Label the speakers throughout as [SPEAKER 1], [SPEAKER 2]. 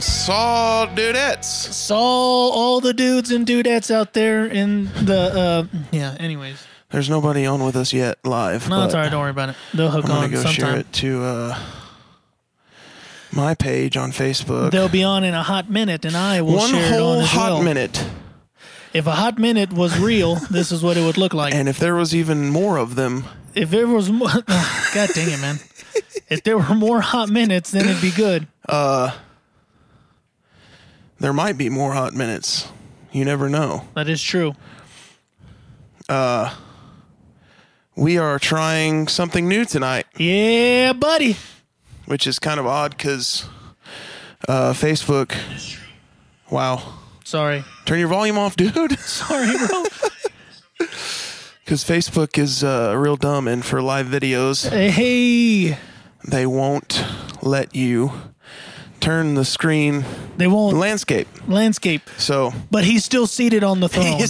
[SPEAKER 1] saw dudettes.
[SPEAKER 2] Saw all the dudes and dudettes out there in the uh yeah. Anyways,
[SPEAKER 1] There's nobody on with us yet live.
[SPEAKER 2] no, it's
[SPEAKER 1] but
[SPEAKER 2] alright. Don't worry about it. They'll hook
[SPEAKER 1] I'm gonna
[SPEAKER 2] on
[SPEAKER 1] go share
[SPEAKER 2] sometime.
[SPEAKER 1] it to uh, my page on Facebook.
[SPEAKER 2] They'll be on in a hot minute, and I will
[SPEAKER 1] One
[SPEAKER 2] share it on
[SPEAKER 1] whole
[SPEAKER 2] as
[SPEAKER 1] hot
[SPEAKER 2] well.
[SPEAKER 1] minute,
[SPEAKER 2] If a hot minute was real, this is what it would look like.
[SPEAKER 1] and if there was even more of them,
[SPEAKER 2] if there was more, God dang it, man. If there were more hot minutes, then it'd be good.
[SPEAKER 1] there might be more hot minutes. You never know.
[SPEAKER 2] That is true.
[SPEAKER 1] We are trying something new tonight,
[SPEAKER 2] Yeah, buddy.
[SPEAKER 1] which is kind of odd because uh, Facebook. Wow.
[SPEAKER 2] Sorry.
[SPEAKER 1] Turn your volume off, dude.
[SPEAKER 2] Sorry, bro.
[SPEAKER 1] Because Facebook is uh, real dumb, and for live videos,
[SPEAKER 2] hey,
[SPEAKER 1] they won't let you turn the screen
[SPEAKER 2] they won't
[SPEAKER 1] landscape.
[SPEAKER 2] landscape,
[SPEAKER 1] So, oh,
[SPEAKER 2] but he's still seated on the throne,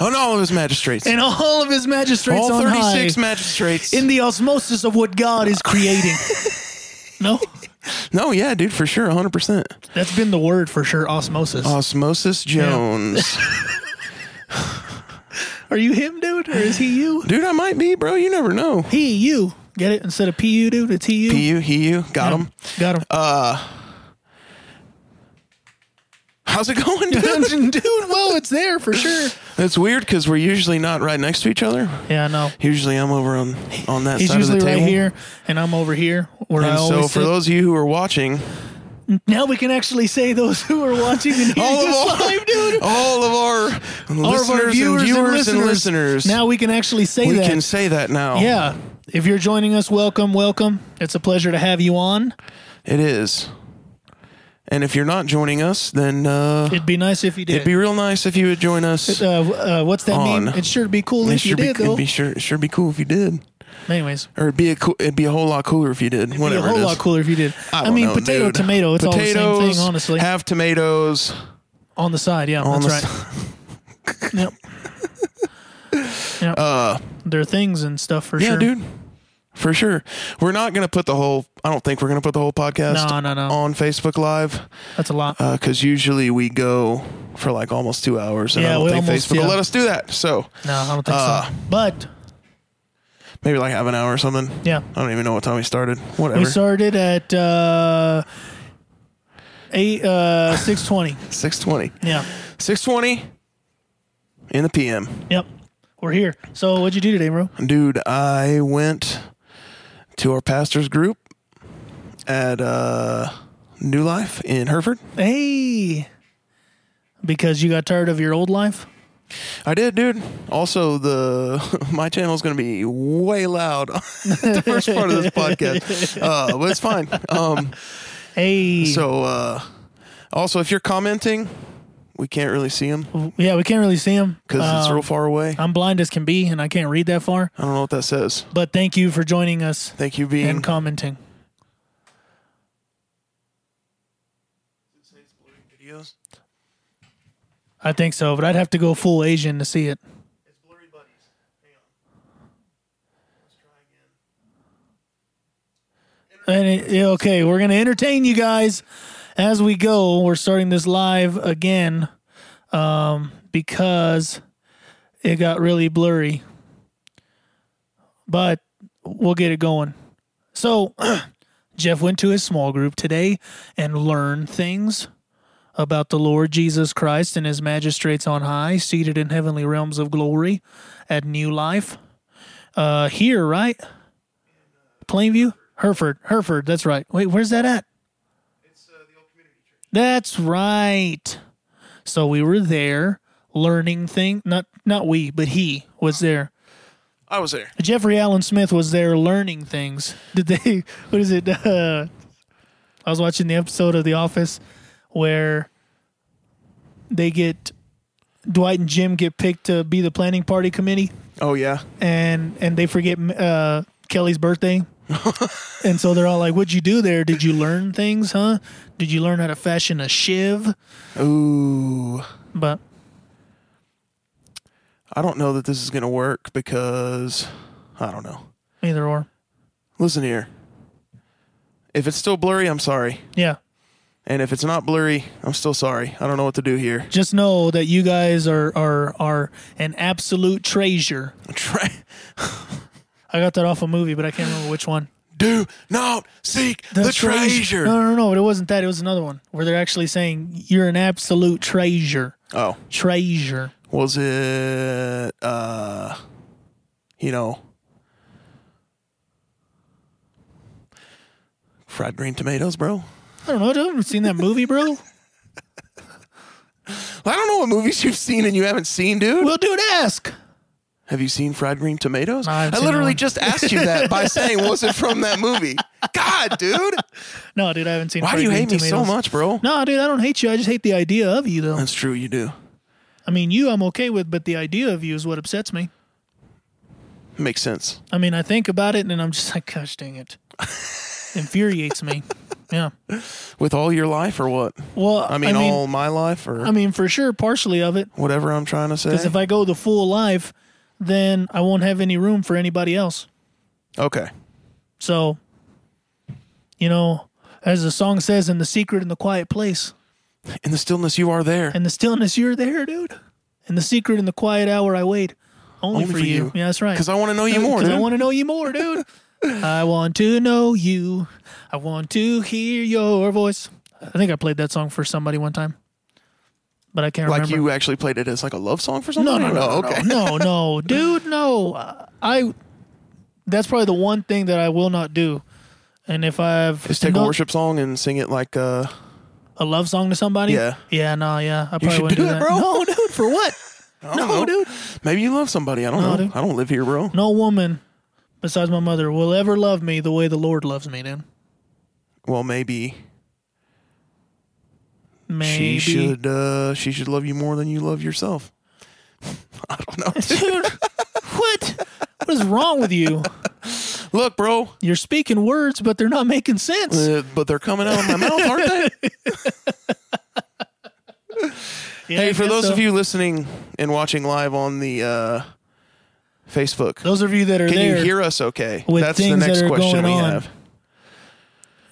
[SPEAKER 1] on all of his magistrates,
[SPEAKER 2] Oh. and all of his magistrates
[SPEAKER 1] all
[SPEAKER 2] on high
[SPEAKER 1] 36 magistrates.
[SPEAKER 2] in the osmosis of what God is creating. no,
[SPEAKER 1] no, yeah, dude, for sure, 100%.
[SPEAKER 2] that's been the word for sure. Osmosis.
[SPEAKER 1] Uh, Osmosis Jones.
[SPEAKER 2] Are you him, dude, or is he you?
[SPEAKER 1] dude, I might be, bro. You never know.
[SPEAKER 2] He you get it instead of pu, dude. It's he you.
[SPEAKER 1] He, you, he, you. Got him. Uh,
[SPEAKER 2] Got him.
[SPEAKER 1] How's it going, dude?
[SPEAKER 2] dude, well, it's there for sure.
[SPEAKER 1] It's weird because we're usually not right next to each other.
[SPEAKER 2] Yeah, I know.
[SPEAKER 1] Usually I'm over on, on that
[SPEAKER 2] He's
[SPEAKER 1] side of the
[SPEAKER 2] usually
[SPEAKER 1] table.
[SPEAKER 2] right here, and I'm over here where I
[SPEAKER 1] And so,
[SPEAKER 2] always
[SPEAKER 1] for
[SPEAKER 2] sit.
[SPEAKER 1] those of you who are watching,
[SPEAKER 2] now we can actually say those who are watching and hearing
[SPEAKER 1] all
[SPEAKER 2] us
[SPEAKER 1] of our,
[SPEAKER 2] live, dude.
[SPEAKER 1] all of our
[SPEAKER 2] All
[SPEAKER 1] listeners
[SPEAKER 2] of our viewers,
[SPEAKER 1] and viewers and listeners.
[SPEAKER 2] Now we can actually say
[SPEAKER 1] we
[SPEAKER 2] that.
[SPEAKER 1] can say that now.
[SPEAKER 2] yeah. If you're joining us, welcome, welcome. It's a pleasure to have you on.
[SPEAKER 1] it is. And if you're not joining us, then uh,
[SPEAKER 2] It'd be nice if you did.
[SPEAKER 1] it'd be real nice if you would join us.
[SPEAKER 2] uh, uh, what's that
[SPEAKER 1] on.
[SPEAKER 2] mean? It'd sure be cool
[SPEAKER 1] It
[SPEAKER 2] if
[SPEAKER 1] sure
[SPEAKER 2] you
[SPEAKER 1] be,
[SPEAKER 2] did, though.
[SPEAKER 1] it'd be sure, sure be cool if you did,
[SPEAKER 2] Anyways,
[SPEAKER 1] or it'd be a cool, it'd be a whole lot cooler if you did.
[SPEAKER 2] it'd be
[SPEAKER 1] whatever
[SPEAKER 2] a whole
[SPEAKER 1] it is.
[SPEAKER 2] lot cooler if you did.
[SPEAKER 1] I,
[SPEAKER 2] I,
[SPEAKER 1] don't
[SPEAKER 2] mean,
[SPEAKER 1] know,
[SPEAKER 2] potato,
[SPEAKER 1] dude.
[SPEAKER 2] tomato. It's all the same
[SPEAKER 1] Potatoes,
[SPEAKER 2] thing, honestly.
[SPEAKER 1] Have tomatoes.
[SPEAKER 2] on the side, yeah,
[SPEAKER 1] On
[SPEAKER 2] that's right.
[SPEAKER 1] the
[SPEAKER 2] Yep. yep. there are things and stuff for
[SPEAKER 1] Uh, Yeah,
[SPEAKER 2] sure.
[SPEAKER 1] dude. For sure. We're not going to put the whole, I don't think we're going to put the whole podcast
[SPEAKER 2] No, no, no.
[SPEAKER 1] on Facebook Live
[SPEAKER 2] That's a lot.
[SPEAKER 1] because Uh, usually we go for like almost two hours. And
[SPEAKER 2] Yeah,
[SPEAKER 1] I don't
[SPEAKER 2] we
[SPEAKER 1] think
[SPEAKER 2] almost-
[SPEAKER 1] Facebook
[SPEAKER 2] yeah.
[SPEAKER 1] will let us do that. So
[SPEAKER 2] no, I don't think
[SPEAKER 1] uh,
[SPEAKER 2] so. But
[SPEAKER 1] maybe like half an hour or something.
[SPEAKER 2] yeah,
[SPEAKER 1] I don't even know what time we started. Whatever.
[SPEAKER 2] we started at uh, eight uh, six twenty.
[SPEAKER 1] 620.
[SPEAKER 2] Yeah.
[SPEAKER 1] 620 in the PM.
[SPEAKER 2] Yep. We're here. So what'd you do today, bro?
[SPEAKER 1] Dude, I went to our pastor's group at uh, New Life in Hereford.
[SPEAKER 2] Hey. Because you got tired of your old life.
[SPEAKER 1] I did, dude. Also, the my channel is going to be way loud. the first part of this podcast, uh, but it's fine. Um,
[SPEAKER 2] Hey.
[SPEAKER 1] so, uh, also, if you're commenting, we can't really see them
[SPEAKER 2] yeah, we can't really see him Uh,
[SPEAKER 1] because it's real far away.
[SPEAKER 2] I'm blind as can be, and I can't read that far.
[SPEAKER 1] I don't know what that says.
[SPEAKER 2] But thank you for joining us
[SPEAKER 1] Thank you, being
[SPEAKER 2] and commenting.
[SPEAKER 1] videos.
[SPEAKER 2] I think so, but I'd have to go full Asian to see it.
[SPEAKER 1] It's blurry buddies. Hang on. Let's try again.
[SPEAKER 2] And it, yeah, okay, we're gonna entertain you guys as we go. We're starting this live again um, because it got really blurry, but we'll get it going. So Jeff went to his small group today and learned things about the Lord Jesus Christ and his magistrates on high, seated in heavenly realms of glory at New Life. Uh, here, right? Plainview? Hereford. Hereford, that's right. Wait, where's that at? It's uh, the old community church. That's right. So we were there learning thing. Not not we, but he was there.
[SPEAKER 1] I was there.
[SPEAKER 2] Jeffrey Allen Smith was there learning things. Did they? What is it? Uh, I was watching the episode of The Office where they get Dwight and Jim get picked to be the planning party committee
[SPEAKER 1] Oh yeah.
[SPEAKER 2] and and they forget uh, Kelly's birthday. and so they're all like, "What'd you do there? Did you learn things, huh? Did you learn how to fashion a shiv?"
[SPEAKER 1] Ooh.
[SPEAKER 2] But
[SPEAKER 1] I don't know that this is going to work because I don't know.
[SPEAKER 2] either or,
[SPEAKER 1] Listen here. If it's still blurry, I'm sorry.
[SPEAKER 2] yeah.
[SPEAKER 1] And if it's not blurry, I'm still sorry. I don't know what to do here.
[SPEAKER 2] Just know that you guys are are are an absolute treasure.
[SPEAKER 1] Try.
[SPEAKER 2] I got that off a movie, but I can't remember which one.
[SPEAKER 1] Do not seek the, treasure.
[SPEAKER 2] No, no, no. It wasn't that. It was another one where they're actually saying you're an absolute treasure.
[SPEAKER 1] Oh,
[SPEAKER 2] Treasure.
[SPEAKER 1] was it? Uh, you know, fried green tomatoes, bro.
[SPEAKER 2] I don't know. I haven't seen that movie, bro.
[SPEAKER 1] I don't know what movies you've seen and you haven't seen, dude.
[SPEAKER 2] well, dude, ask.
[SPEAKER 1] Have you seen fried green tomatoes?
[SPEAKER 2] No, I haven't
[SPEAKER 1] I
[SPEAKER 2] seen that
[SPEAKER 1] literally
[SPEAKER 2] one.
[SPEAKER 1] just asked you that by saying, was it from that movie? God, dude.
[SPEAKER 2] No, dude, I haven't seen.
[SPEAKER 1] Why
[SPEAKER 2] Fried
[SPEAKER 1] do you
[SPEAKER 2] Green
[SPEAKER 1] hate me so
[SPEAKER 2] Tomatoes.
[SPEAKER 1] much, bro?
[SPEAKER 2] No, dude, I don't hate you. I just hate the idea of you, though.
[SPEAKER 1] That's true, you do.
[SPEAKER 2] I mean, you, I'm okay with, but the idea of you is what upsets me.
[SPEAKER 1] Makes sense.
[SPEAKER 2] I mean, I think about it, and I'm just like, gosh, dang it, infuriates me. Yeah.
[SPEAKER 1] With all your life or what?
[SPEAKER 2] Well,
[SPEAKER 1] I mean, all my life or
[SPEAKER 2] I mean, for sure, partially of it,
[SPEAKER 1] whatever I'm trying to say.
[SPEAKER 2] because if I go the full life, then I won't have any room for anybody else.
[SPEAKER 1] okay.
[SPEAKER 2] So, you know, as the song says, "In the secret, in the quiet place,
[SPEAKER 1] In the stillness, you are there.
[SPEAKER 2] in the stillness, you're there, dude. In the secret, in the quiet hour, I wait, only, for, you. Yeah, that's right.
[SPEAKER 1] Because I want to know you more,
[SPEAKER 2] Because
[SPEAKER 1] dude.
[SPEAKER 2] I want to know you more, dude. I want to know you. I want to hear your voice. I think I played that song for somebody one time, but I can't
[SPEAKER 1] like
[SPEAKER 2] remember.
[SPEAKER 1] you actually played it as like a love song for
[SPEAKER 2] no,
[SPEAKER 1] somebody?
[SPEAKER 2] no, no, no,
[SPEAKER 1] okay.
[SPEAKER 2] no, no, dude, no. Uh, I. That's probably the one thing that I will not do. And if I've
[SPEAKER 1] Just take
[SPEAKER 2] no-
[SPEAKER 1] a worship song and sing it like uh
[SPEAKER 2] a love song to somebody,
[SPEAKER 1] Yeah.
[SPEAKER 2] yeah, no, yeah, I probably
[SPEAKER 1] should
[SPEAKER 2] wouldn't
[SPEAKER 1] do
[SPEAKER 2] do,
[SPEAKER 1] it,
[SPEAKER 2] that,
[SPEAKER 1] bro.
[SPEAKER 2] No, dude, for what?
[SPEAKER 1] I
[SPEAKER 2] no,
[SPEAKER 1] don't know.
[SPEAKER 2] dude,
[SPEAKER 1] Maybe you love somebody. I don't
[SPEAKER 2] No,
[SPEAKER 1] know.
[SPEAKER 2] dude.
[SPEAKER 1] I don't live here, bro.
[SPEAKER 2] no woman besides my mother will ever love me the way the Lord loves me, dude.
[SPEAKER 1] Well, maybe, she
[SPEAKER 2] Maybe.
[SPEAKER 1] should uh she should love you more than you love yourself. I don't know. dude.
[SPEAKER 2] dude. what? What is wrong with you?
[SPEAKER 1] Look, bro.
[SPEAKER 2] You're speaking words, but they're not making sense.
[SPEAKER 1] Uh, but they're coming out of my mouth, aren't they?
[SPEAKER 2] Yeah, I
[SPEAKER 1] Hey, for
[SPEAKER 2] guess
[SPEAKER 1] those
[SPEAKER 2] so.
[SPEAKER 1] of you listening and watching live on the uh, Facebook,
[SPEAKER 2] those of you that are
[SPEAKER 1] can
[SPEAKER 2] there,
[SPEAKER 1] you hear us okay?
[SPEAKER 2] with
[SPEAKER 1] That's the
[SPEAKER 2] things that
[SPEAKER 1] next
[SPEAKER 2] are
[SPEAKER 1] question
[SPEAKER 2] going
[SPEAKER 1] we
[SPEAKER 2] on.
[SPEAKER 1] have.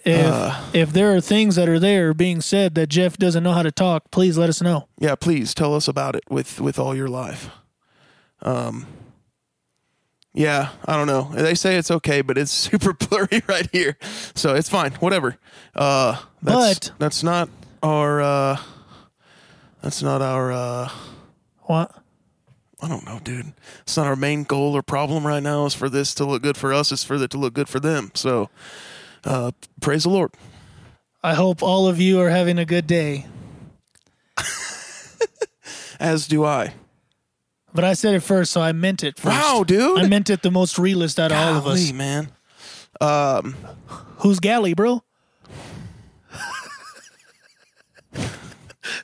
[SPEAKER 2] if
[SPEAKER 1] Uh.
[SPEAKER 2] if there are things that are there being said that Jeff doesn't know how to talk, please let us know.
[SPEAKER 1] Yeah, please tell us about it with with all your life. Um, yeah, I don't know. They say it's okay, but it's super blurry right here, so it's fine. Whatever. Uh, that's,
[SPEAKER 2] But-
[SPEAKER 1] that's not our. Uh, that's not our. Uh,
[SPEAKER 2] What?
[SPEAKER 1] I don't know, dude. It's not our main goal or problem right now. Is for this to look good for us. It's for it to look good for them. So, uh, praise the Lord.
[SPEAKER 2] I hope all of you are having a good day.
[SPEAKER 1] As do I.
[SPEAKER 2] But I said it first, so I meant it first.
[SPEAKER 1] Wow, dude.
[SPEAKER 2] I meant it the most realist out of all of
[SPEAKER 1] Golly,
[SPEAKER 2] us.
[SPEAKER 1] man.
[SPEAKER 2] Who's galley, bro?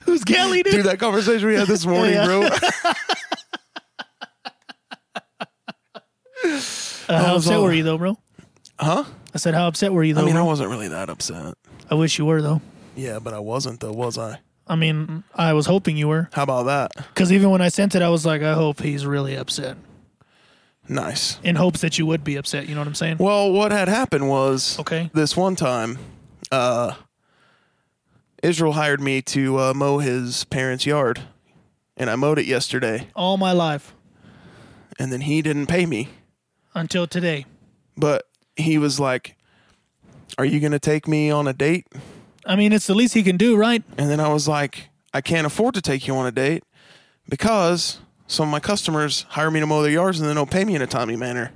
[SPEAKER 2] Who's galley, dude?
[SPEAKER 1] Dude, that conversation we had this morning,
[SPEAKER 2] Yeah.
[SPEAKER 1] bro.
[SPEAKER 2] Uh, how upset
[SPEAKER 1] all-
[SPEAKER 2] were you though, bro?
[SPEAKER 1] huh?
[SPEAKER 2] I said, how upset were you though?
[SPEAKER 1] I mean, I
[SPEAKER 2] bro?
[SPEAKER 1] wasn't really that upset.
[SPEAKER 2] I wish you were though.
[SPEAKER 1] Yeah, but I wasn't though, was I?
[SPEAKER 2] I mean, I was hoping you were
[SPEAKER 1] How about that?
[SPEAKER 2] because even when I sent it, I was like, I hope he's really upset
[SPEAKER 1] Nice.
[SPEAKER 2] in hopes that you would be upset. You know what I'm saying?
[SPEAKER 1] Well, what had happened was
[SPEAKER 2] Okay.
[SPEAKER 1] this one time, uh, Israel hired me to uh, mow his parents' yard, and I mowed it yesterday,
[SPEAKER 2] All my life
[SPEAKER 1] and then he didn't pay me.
[SPEAKER 2] until today,
[SPEAKER 1] but he was like, "Are you gonna take me on a date?"
[SPEAKER 2] I mean, it's the least he can do, right?
[SPEAKER 1] And then I was like, "I can't afford to take you on a date because some of my customers hire me to mow their yards and they don't pay me in a timely manner."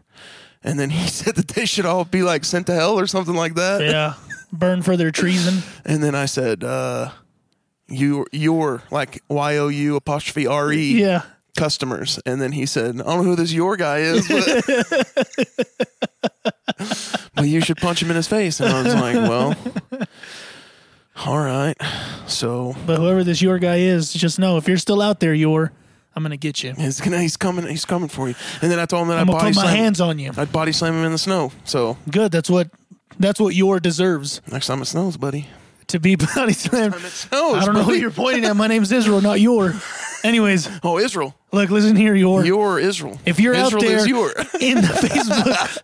[SPEAKER 1] And then he said that they should all be like sent to hell or something like that.
[SPEAKER 2] Yeah. Burn for their treason.
[SPEAKER 1] And then I said, uh, "You, your like Y O U apostrophe R E
[SPEAKER 2] Yeah.
[SPEAKER 1] customers." And then he said, "I don't know who this your guy is, but." But you should punch him in his face. And I was like, well, all right. So
[SPEAKER 2] But whoever this your guy is, just know if you're still out there, your, I'm gonna get you.
[SPEAKER 1] he's gonna, he's coming, he's coming for you. And then I told him that
[SPEAKER 2] I'm
[SPEAKER 1] I'd
[SPEAKER 2] gonna
[SPEAKER 1] body
[SPEAKER 2] put my
[SPEAKER 1] slam,
[SPEAKER 2] hands on you.
[SPEAKER 1] I'd body slam him in the snow. So
[SPEAKER 2] Good. That's what. That's what your deserves
[SPEAKER 1] next time it snows, buddy.
[SPEAKER 2] to be body slammed.
[SPEAKER 1] It Oh, snows.
[SPEAKER 2] I don't know who
[SPEAKER 1] buddy.
[SPEAKER 2] you're pointing at. My name's Israel, not your. Anyways,
[SPEAKER 1] Oh, Israel.
[SPEAKER 2] Look, listen here, your
[SPEAKER 1] You're Israel.
[SPEAKER 2] if you're
[SPEAKER 1] Israel
[SPEAKER 2] out there
[SPEAKER 1] is your.
[SPEAKER 2] in the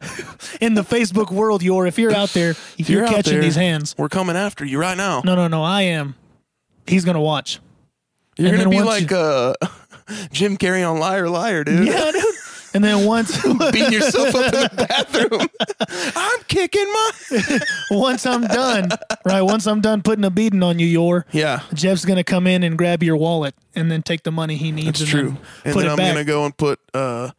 [SPEAKER 2] Facebook in the Facebook world, your if you're out there, if, you're,
[SPEAKER 1] out
[SPEAKER 2] catching
[SPEAKER 1] there,
[SPEAKER 2] these hands.
[SPEAKER 1] We're coming after you right now.
[SPEAKER 2] No, no, no, I am. He's gonna watch.
[SPEAKER 1] You're
[SPEAKER 2] and
[SPEAKER 1] gonna be
[SPEAKER 2] then once
[SPEAKER 1] like uh, Jim Carrey on Liar Liar, dude.
[SPEAKER 2] Yeah, dude. And then once
[SPEAKER 1] Beating yourself up in the bathroom. I'm kicking my.
[SPEAKER 2] once I'm done, right? Once I'm done putting a beating on you, your
[SPEAKER 1] Yeah,
[SPEAKER 2] Jeff's gonna come in and grab your wallet and then take the money he needs.
[SPEAKER 1] it's
[SPEAKER 2] and
[SPEAKER 1] true.
[SPEAKER 2] then
[SPEAKER 1] And
[SPEAKER 2] put
[SPEAKER 1] then
[SPEAKER 2] it
[SPEAKER 1] I'm
[SPEAKER 2] back.
[SPEAKER 1] gonna go and put uh,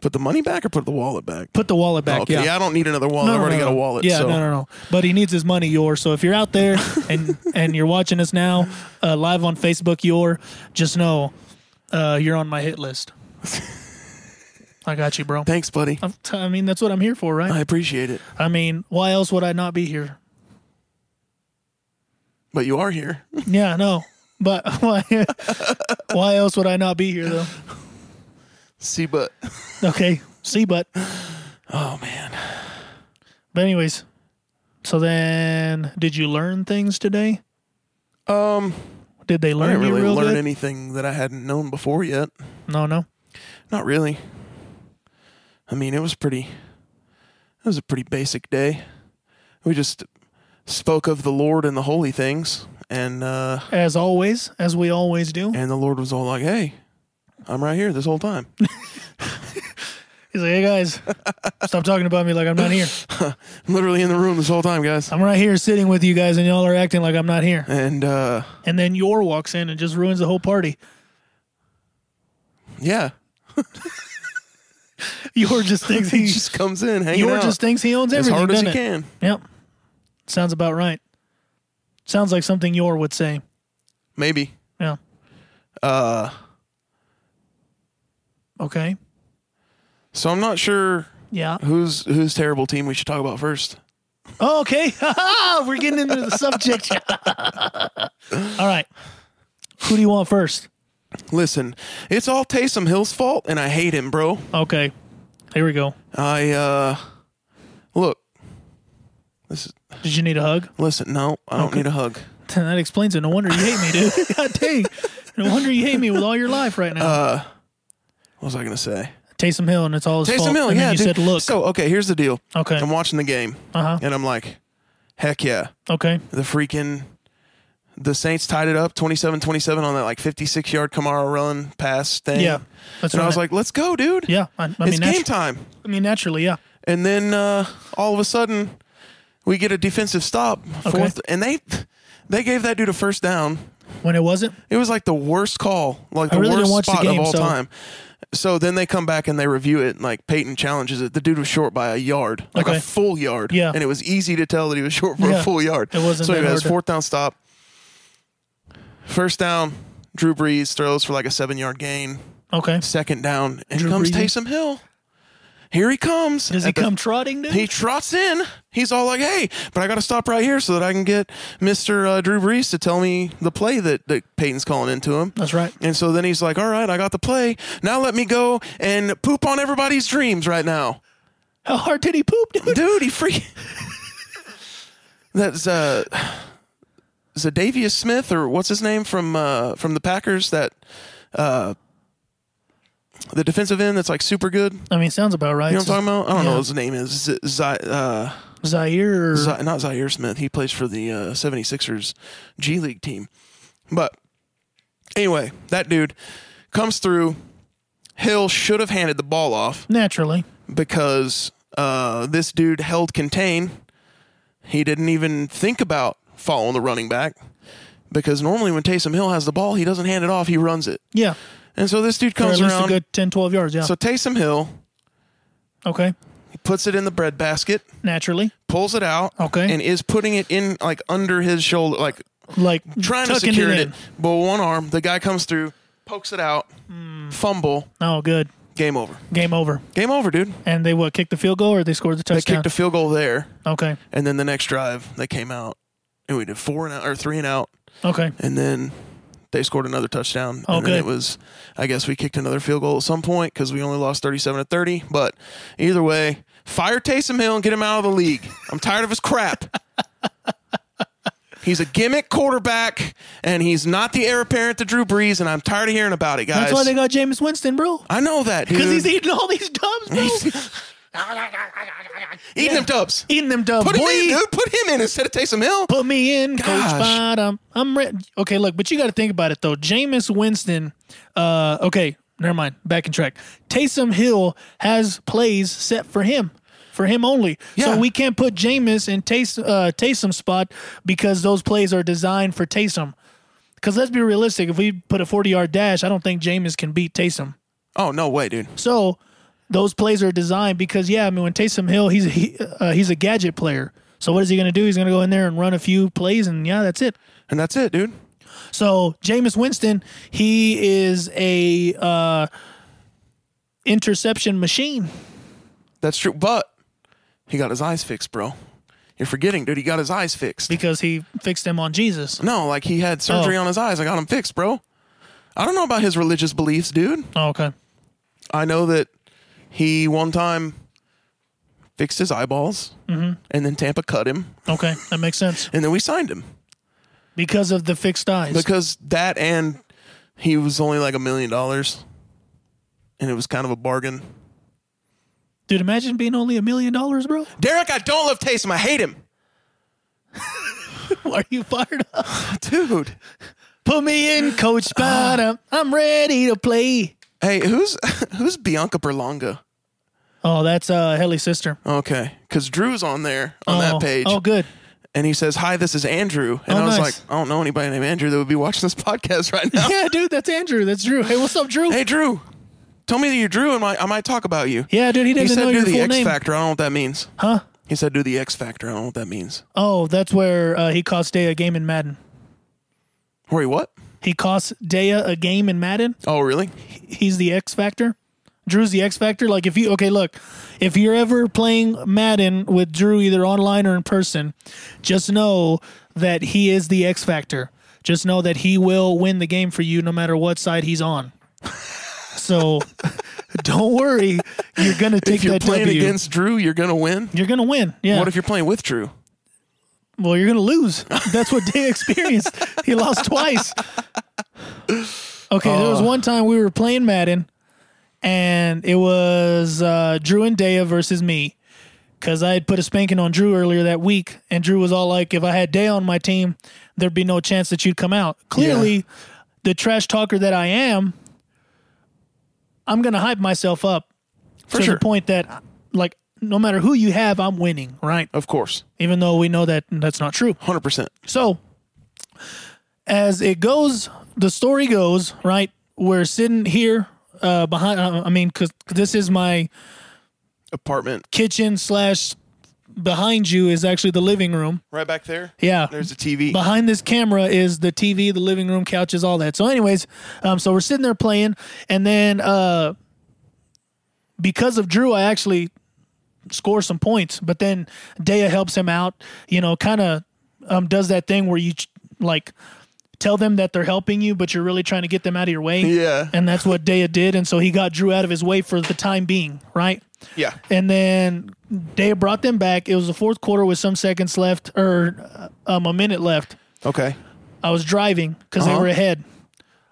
[SPEAKER 1] put the money back or put the wallet back.
[SPEAKER 2] Put the wallet back.
[SPEAKER 1] okay, yeah. I don't need another wallet. I've already got a wallet.
[SPEAKER 2] Yeah,
[SPEAKER 1] so.
[SPEAKER 2] no, no, no. But he needs his money, your. So if you're out there and and you're watching us now, uh, live on Facebook, your, just know, uh, you're on my hit list. I got you, bro.
[SPEAKER 1] Thanks, buddy.
[SPEAKER 2] I'm t- I mean, that's what I'm here for, right?
[SPEAKER 1] I appreciate it.
[SPEAKER 2] I mean, why else would I not be here?
[SPEAKER 1] But you are here.
[SPEAKER 2] Yeah, no. But why? why else would I not be here though?
[SPEAKER 1] See, but
[SPEAKER 2] Okay, see, but
[SPEAKER 1] oh man,
[SPEAKER 2] but anyways. So then, did you learn things today?
[SPEAKER 1] um,
[SPEAKER 2] Did they
[SPEAKER 1] I
[SPEAKER 2] learn
[SPEAKER 1] didn't really
[SPEAKER 2] you real
[SPEAKER 1] learn
[SPEAKER 2] good?
[SPEAKER 1] anything that I hadn't known before yet.
[SPEAKER 2] no, no.
[SPEAKER 1] Not really. I mean, it was pretty. It was a pretty basic day. We just spoke of the Lord and the holy things, and uh,
[SPEAKER 2] As always, as we always do.
[SPEAKER 1] and the Lord was all like, "Hey, I'm right here this whole time."
[SPEAKER 2] He's like, hey guys, stop talking about me like I'm not here.
[SPEAKER 1] I'm literally in the room this whole time, guys.
[SPEAKER 2] I'm right here sitting with you guys, and y'all are acting like I'm not here.
[SPEAKER 1] And uh,
[SPEAKER 2] And then Yor walks in and just ruins the whole party.
[SPEAKER 1] yeah,
[SPEAKER 2] Yor just thinks
[SPEAKER 1] he
[SPEAKER 2] he
[SPEAKER 1] just comes in, hanging
[SPEAKER 2] Yor
[SPEAKER 1] out
[SPEAKER 2] just thinks he owns
[SPEAKER 1] as
[SPEAKER 2] everything.
[SPEAKER 1] hard as
[SPEAKER 2] doesn't
[SPEAKER 1] he
[SPEAKER 2] it?
[SPEAKER 1] can.
[SPEAKER 2] Yep, sounds about right. Sounds like something Yor would say.
[SPEAKER 1] Maybe.
[SPEAKER 2] Yeah.
[SPEAKER 1] Uh,
[SPEAKER 2] Okay.
[SPEAKER 1] so I'm not sure
[SPEAKER 2] Yeah.
[SPEAKER 1] whose whose terrible team we should talk about first.
[SPEAKER 2] Oh, okay. We're getting into the subject. All right. Who do you want first?
[SPEAKER 1] Listen, it's all Taysom Hill's fault, and I hate him, bro.
[SPEAKER 2] Okay. Here we go.
[SPEAKER 1] I uh look. This is,
[SPEAKER 2] Did you need a hug?
[SPEAKER 1] listen, no, I don't need a hug.
[SPEAKER 2] That explains it. No wonder you hate me, dude. God dang. No wonder you hate me with all your life right now.
[SPEAKER 1] Uh, What was I gonna say?
[SPEAKER 2] Taysom Hill, and it's all his
[SPEAKER 1] Taysom
[SPEAKER 2] fault.
[SPEAKER 1] Hill,
[SPEAKER 2] and
[SPEAKER 1] yeah,
[SPEAKER 2] then you
[SPEAKER 1] dude.
[SPEAKER 2] said, "Look,
[SPEAKER 1] So okay, here's the deal.
[SPEAKER 2] Okay.
[SPEAKER 1] I'm watching the game,
[SPEAKER 2] Uh-huh.
[SPEAKER 1] and I'm like, heck yeah,
[SPEAKER 2] okay,
[SPEAKER 1] the freaking the Saints tied it up 27-27 on that like 56 yard Kamara run pass thing.
[SPEAKER 2] yeah." That's
[SPEAKER 1] and
[SPEAKER 2] right.
[SPEAKER 1] I was like, let's go, dude.
[SPEAKER 2] "Yeah, I, I mean,
[SPEAKER 1] it's
[SPEAKER 2] natu-
[SPEAKER 1] game time.
[SPEAKER 2] I mean, naturally, yeah,
[SPEAKER 1] And then uh, all of a sudden, we get a defensive stop, fourth, and they they gave that dude a first down.
[SPEAKER 2] when it wasn't,
[SPEAKER 1] It was like the worst call, like the
[SPEAKER 2] really didn't
[SPEAKER 1] worst
[SPEAKER 2] watch the
[SPEAKER 1] spot
[SPEAKER 2] game,
[SPEAKER 1] of all
[SPEAKER 2] so-
[SPEAKER 1] time. So then they come back and they review it. And like Peyton challenges it. The dude was short by a yard, like
[SPEAKER 2] Okay.
[SPEAKER 1] a full yard.
[SPEAKER 2] Yeah.
[SPEAKER 1] and it was easy to tell that he was short for
[SPEAKER 2] Yeah.
[SPEAKER 1] a full yard.
[SPEAKER 2] It wasn't
[SPEAKER 1] So
[SPEAKER 2] that
[SPEAKER 1] anyway, it was
[SPEAKER 2] hard to-
[SPEAKER 1] fourth down stop, first down. Drew Brees throws for like a seven yard gain.
[SPEAKER 2] okay."
[SPEAKER 1] Second down, and
[SPEAKER 2] Drew
[SPEAKER 1] comes
[SPEAKER 2] Brees?
[SPEAKER 1] Taysom Hill. Here he comes.
[SPEAKER 2] Does he
[SPEAKER 1] at the
[SPEAKER 2] come trotting, dude?
[SPEAKER 1] he trots in. He's all like, "Hey, but I got to stop right here so that I can get Mister uh, Drew Brees to tell me the play that, that Peyton's calling into him."
[SPEAKER 2] That's right.
[SPEAKER 1] And so then he's like, "All right, I got the play. Now let me go and poop on everybody's dreams right now,
[SPEAKER 2] How hard did he poop, dude?
[SPEAKER 1] dude." He freak. That's uh, Zadavius Smith or what's his name from uh from the Packers that uh. The defensive end that's like super good. You
[SPEAKER 2] I mean, sounds about right.
[SPEAKER 1] know what I'm talking about? I don't know
[SPEAKER 2] Yeah.
[SPEAKER 1] what his name is. Z- Zi- uh,
[SPEAKER 2] Zaire. Or,
[SPEAKER 1] Z- not Zaire Smith. He plays for the uh, 76ers G League team. But anyway, that dude comes through. Hill should have handed the ball off
[SPEAKER 2] naturally,
[SPEAKER 1] because uh, this dude held contain. He didn't even think about following the running back because normally when Taysom Hill has the ball, he doesn't hand it off, he runs it.
[SPEAKER 2] yeah,
[SPEAKER 1] And so this dude
[SPEAKER 2] or at
[SPEAKER 1] comes
[SPEAKER 2] least a
[SPEAKER 1] around.
[SPEAKER 2] good 10, 12 yards. Yeah,
[SPEAKER 1] so Taysom Hill
[SPEAKER 2] okay,
[SPEAKER 1] he puts it in the bread basket,
[SPEAKER 2] naturally,
[SPEAKER 1] pulls it out,
[SPEAKER 2] Okay.
[SPEAKER 1] and is putting it in like under his shoulder, like
[SPEAKER 2] like
[SPEAKER 1] trying to
[SPEAKER 2] tucking
[SPEAKER 1] secure it,
[SPEAKER 2] in.
[SPEAKER 1] but one arm. The guy comes through, pokes it out, fumble,
[SPEAKER 2] Oh, good.
[SPEAKER 1] game over.
[SPEAKER 2] Game over.
[SPEAKER 1] Game over, dude.
[SPEAKER 2] And they what? Kicked the field goal, or they scored the
[SPEAKER 1] They
[SPEAKER 2] touchdown?
[SPEAKER 1] kicked a field goal there,
[SPEAKER 2] okay,
[SPEAKER 1] and then the next drive they came out and we did four and out or three and out,
[SPEAKER 2] okay.
[SPEAKER 1] and then they scored another touchdown.
[SPEAKER 2] Oh,
[SPEAKER 1] and then
[SPEAKER 2] good.
[SPEAKER 1] it was, I guess we kicked another field goal at some point because we only lost thirty-seven to thirty. But either way, fire Taysom Hill and get him out of the league. I'm tired of his crap. He's a gimmick quarterback, and he's not the heir apparent to Drew Brees. And I'm tired of hearing about it, guys.
[SPEAKER 2] That's why they got Jameis Winston, bro.
[SPEAKER 1] I know that
[SPEAKER 2] Because
[SPEAKER 1] dude.
[SPEAKER 2] he's eating all these dubs, bro.
[SPEAKER 1] eating them dubs.
[SPEAKER 2] eating them dubs,
[SPEAKER 1] Put him
[SPEAKER 2] boy.
[SPEAKER 1] in, dude. Put him in instead of Taysom Hill.
[SPEAKER 2] Put me in, Coach
[SPEAKER 1] Gosh.
[SPEAKER 2] Bottom. I'm re- okay. Look, but you got to think about it though. Jameis Winston. Uh, okay, never mind. Back in track. Taysom Hill has plays set for him, for him only.
[SPEAKER 1] Yeah.
[SPEAKER 2] So we can't put Jameis in Taysom uh, Taysom's spot because those plays are designed for Taysom. Because let's be realistic. If we put a 40 yard dash, I don't think Jameis can beat Taysom.
[SPEAKER 1] Oh no way, dude.
[SPEAKER 2] So those plays are designed because yeah, I mean when Taysom Hill he's he, uh, he's a gadget player. So what is he going to do? He's going to go in there and run a few plays and yeah, that's it.
[SPEAKER 1] And that's it, dude.
[SPEAKER 2] So Jameis Winston, he is a uh, interception machine.
[SPEAKER 1] That's true. But he got his eyes fixed, bro. You're forgetting, dude. He got his eyes fixed.
[SPEAKER 2] Because he fixed him on Jesus.
[SPEAKER 1] No, like he had surgery
[SPEAKER 2] Oh.
[SPEAKER 1] on his eyes. I got him fixed, bro. I don't know about his religious beliefs, dude.
[SPEAKER 2] Oh, okay.
[SPEAKER 1] I know that he one time fixed his eyeballs, and then Tampa cut him,
[SPEAKER 2] Okay. That makes sense.
[SPEAKER 1] and then we signed him
[SPEAKER 2] Because of the fixed eyes.
[SPEAKER 1] because that and he was only like a million dollars, and it was kind of a bargain.
[SPEAKER 2] Dude, imagine being only a million dollars, bro.
[SPEAKER 1] Derek, I don't love Taysom. I hate him,
[SPEAKER 2] Are you fired up?
[SPEAKER 1] dude.
[SPEAKER 2] Put me in, Coach Bottom. I'm ready to play.
[SPEAKER 1] Hey, who's who's Bianca Berlanga?
[SPEAKER 2] Oh, that's uh, Helly's sister.
[SPEAKER 1] Okay, because Drew's on there on
[SPEAKER 2] oh,
[SPEAKER 1] that page,
[SPEAKER 2] Oh, good.
[SPEAKER 1] and he says, "Hi, this is Andrew," and
[SPEAKER 2] Oh,
[SPEAKER 1] I was
[SPEAKER 2] nice.
[SPEAKER 1] like, "I don't know anybody named Andrew that would be watching this podcast right now."
[SPEAKER 2] Yeah, dude, that's Andrew. That's Drew. Hey, what's up, Drew?
[SPEAKER 1] hey, Drew, tell me that you're Drew, and I, I might talk about you.
[SPEAKER 2] yeah, dude, he
[SPEAKER 1] He
[SPEAKER 2] doesn't
[SPEAKER 1] said,
[SPEAKER 2] know
[SPEAKER 1] "Do
[SPEAKER 2] your
[SPEAKER 1] the
[SPEAKER 2] full
[SPEAKER 1] X
[SPEAKER 2] name,
[SPEAKER 1] Factor." I don't know what that means.
[SPEAKER 2] huh?
[SPEAKER 1] He said, "Do the X Factor." I don't know what that means.
[SPEAKER 2] Oh, that's where uh, he cost Dea a game in Madden.
[SPEAKER 1] Hori, what?
[SPEAKER 2] He cost Dea a game in Madden.
[SPEAKER 1] Oh, really?
[SPEAKER 2] He's the X Factor. Drew's the X Factor. Like if you okay, look, if you're ever playing Madden with Drew either online or in person, just know that he is the X Factor. Just know that he will win the game for you no matter what side he's on. So don't worry, you're gonna take
[SPEAKER 1] If you're
[SPEAKER 2] that
[SPEAKER 1] playing
[SPEAKER 2] W.
[SPEAKER 1] against Drew, you're gonna win.
[SPEAKER 2] you're gonna win. Yeah.
[SPEAKER 1] What if you're playing with Drew?
[SPEAKER 2] well, you're gonna lose. That's what Day experienced. he lost twice. Okay, there was one time we were playing Madden, and it was uh, Drew and Dea versus me, because I had put a spanking on Drew earlier that week, and Drew was all like, "If I had Dea on my team, there'd be no chance that you'd come out." Clearly, the trash talker that I am, I'm gonna hype myself up to
[SPEAKER 1] sure.
[SPEAKER 2] the point that, like, no matter who you have, I'm winning, right?
[SPEAKER 1] Of course,
[SPEAKER 2] even though we know that that's not true.
[SPEAKER 1] hundred percent.
[SPEAKER 2] So, as it goes, the story goes, right? We're sitting here uh, behind, I I mean, because this is my
[SPEAKER 1] Apartment
[SPEAKER 2] kitchen slash behind you is actually the living room.
[SPEAKER 1] right back there.
[SPEAKER 2] Yeah.
[SPEAKER 1] There's a TV.
[SPEAKER 2] Behind this camera is the TV, the living room couches, all that. So, anyways, um, so we're sitting there playing, and then uh, because of Drew, I actually score some points. But then Dea helps him out. You know, kind of um, does that thing where you like tell them that they're helping you, but you're really trying to get them out of your way.
[SPEAKER 1] Yeah.
[SPEAKER 2] and that's what Dea did, and so he got Drew out of his way for the time being, right?
[SPEAKER 1] yeah.
[SPEAKER 2] And then Dea brought them back. It was the fourth quarter with some seconds left, or uh, um, a minute left.
[SPEAKER 1] Okay.
[SPEAKER 2] I was driving because
[SPEAKER 1] Uh-huh.
[SPEAKER 2] they were ahead.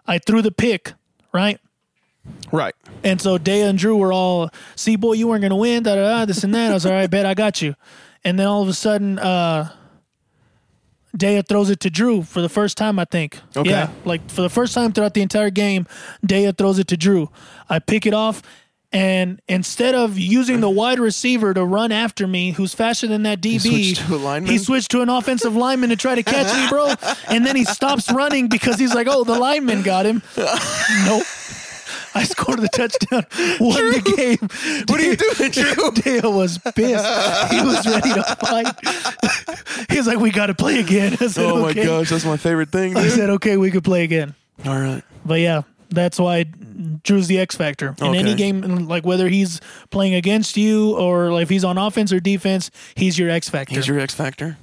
[SPEAKER 2] I threw the pick, right?
[SPEAKER 1] Right.
[SPEAKER 2] And so Dea and Drew were all, see, boy, you weren't going to win, da da da, this and that. I was all right, bet I got you. And then all of a sudden, uh, Dea throws it to Drew for the first time, I think.
[SPEAKER 1] Okay.
[SPEAKER 2] Yeah, like for the first time throughout the entire game, Dea throws it to Drew. I pick it off, and instead of using the wide receiver to run after me, who's faster than that DB,
[SPEAKER 1] switched to a lineman?
[SPEAKER 2] he switched to an offensive lineman to try to catch me, bro. And then he stops running because he's like, oh, the lineman got him. nope. I scored the touchdown, won the game.
[SPEAKER 1] What are you doing, Drew?
[SPEAKER 2] Dale was pissed. He was ready to fight. he was like, "We got to play again." I said,
[SPEAKER 1] Oh my
[SPEAKER 2] okay.
[SPEAKER 1] gosh, that's my favorite thing.
[SPEAKER 2] I
[SPEAKER 1] dude.
[SPEAKER 2] said, "Okay, we could play again."
[SPEAKER 1] All right.
[SPEAKER 2] But yeah, that's why Drew's the X factor in
[SPEAKER 1] Okay.
[SPEAKER 2] any game. Like whether he's playing against you or like if he's on offense or defense, he's your X factor.
[SPEAKER 1] He's your X Factor.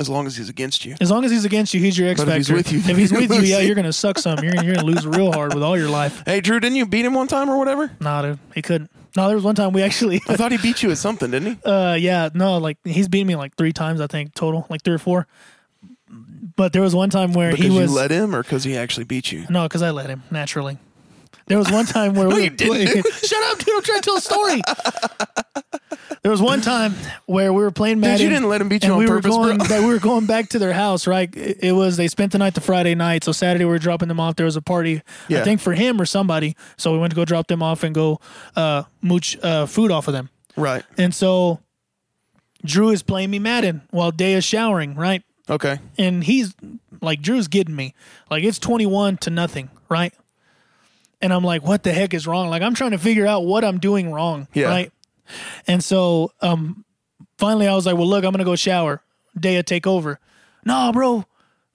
[SPEAKER 1] As long as he's against you.
[SPEAKER 2] as long as he's against you, he's your X
[SPEAKER 1] But if he's
[SPEAKER 2] factor.
[SPEAKER 1] with you,
[SPEAKER 2] if he's
[SPEAKER 1] you're
[SPEAKER 2] with you, yeah,
[SPEAKER 1] losing.
[SPEAKER 2] you're gonna suck some. You're, you're gonna lose real hard with all your life.
[SPEAKER 1] Hey, Drew, didn't you beat him one time or whatever?
[SPEAKER 2] Nah, dude, he couldn't. No, there was one time we actually.
[SPEAKER 1] I thought he beat you at something, didn't he?
[SPEAKER 2] Uh, yeah, no, like he's beaten me like three times, I think total, like three or four. But there was one time where
[SPEAKER 1] Because
[SPEAKER 2] he
[SPEAKER 1] you
[SPEAKER 2] was
[SPEAKER 1] let him or because he actually beat you?
[SPEAKER 2] no, because I let him naturally. There was one time where we
[SPEAKER 1] you
[SPEAKER 2] were
[SPEAKER 1] didn't,
[SPEAKER 2] playing. Shut up, dude! I'm trying to tell a story. there was one time where we were playing Madden.
[SPEAKER 1] you didn't let him beat you
[SPEAKER 2] and
[SPEAKER 1] on
[SPEAKER 2] we
[SPEAKER 1] purpose,
[SPEAKER 2] were
[SPEAKER 1] bro.
[SPEAKER 2] going, that we were going back to their house, right? It, it was they spent the night the Friday night, so Saturday we were dropping them off. There was a party, I
[SPEAKER 1] Yeah.
[SPEAKER 2] think for him or somebody. So we went to go drop them off and go uh, mooch uh, food off of them.
[SPEAKER 1] Right.
[SPEAKER 2] And so Drew is playing me Madden while Day is showering, right?
[SPEAKER 1] Okay.
[SPEAKER 2] and he's like Drew's getting me. Like it's 21 to nothing, right? And I'm like, what the heck is wrong? Like I'm trying to figure out what I'm doing wrong,
[SPEAKER 1] Yeah.
[SPEAKER 2] right? And so um finally I was like, well look, I'm going to go shower. Daya take over. Nah, bro.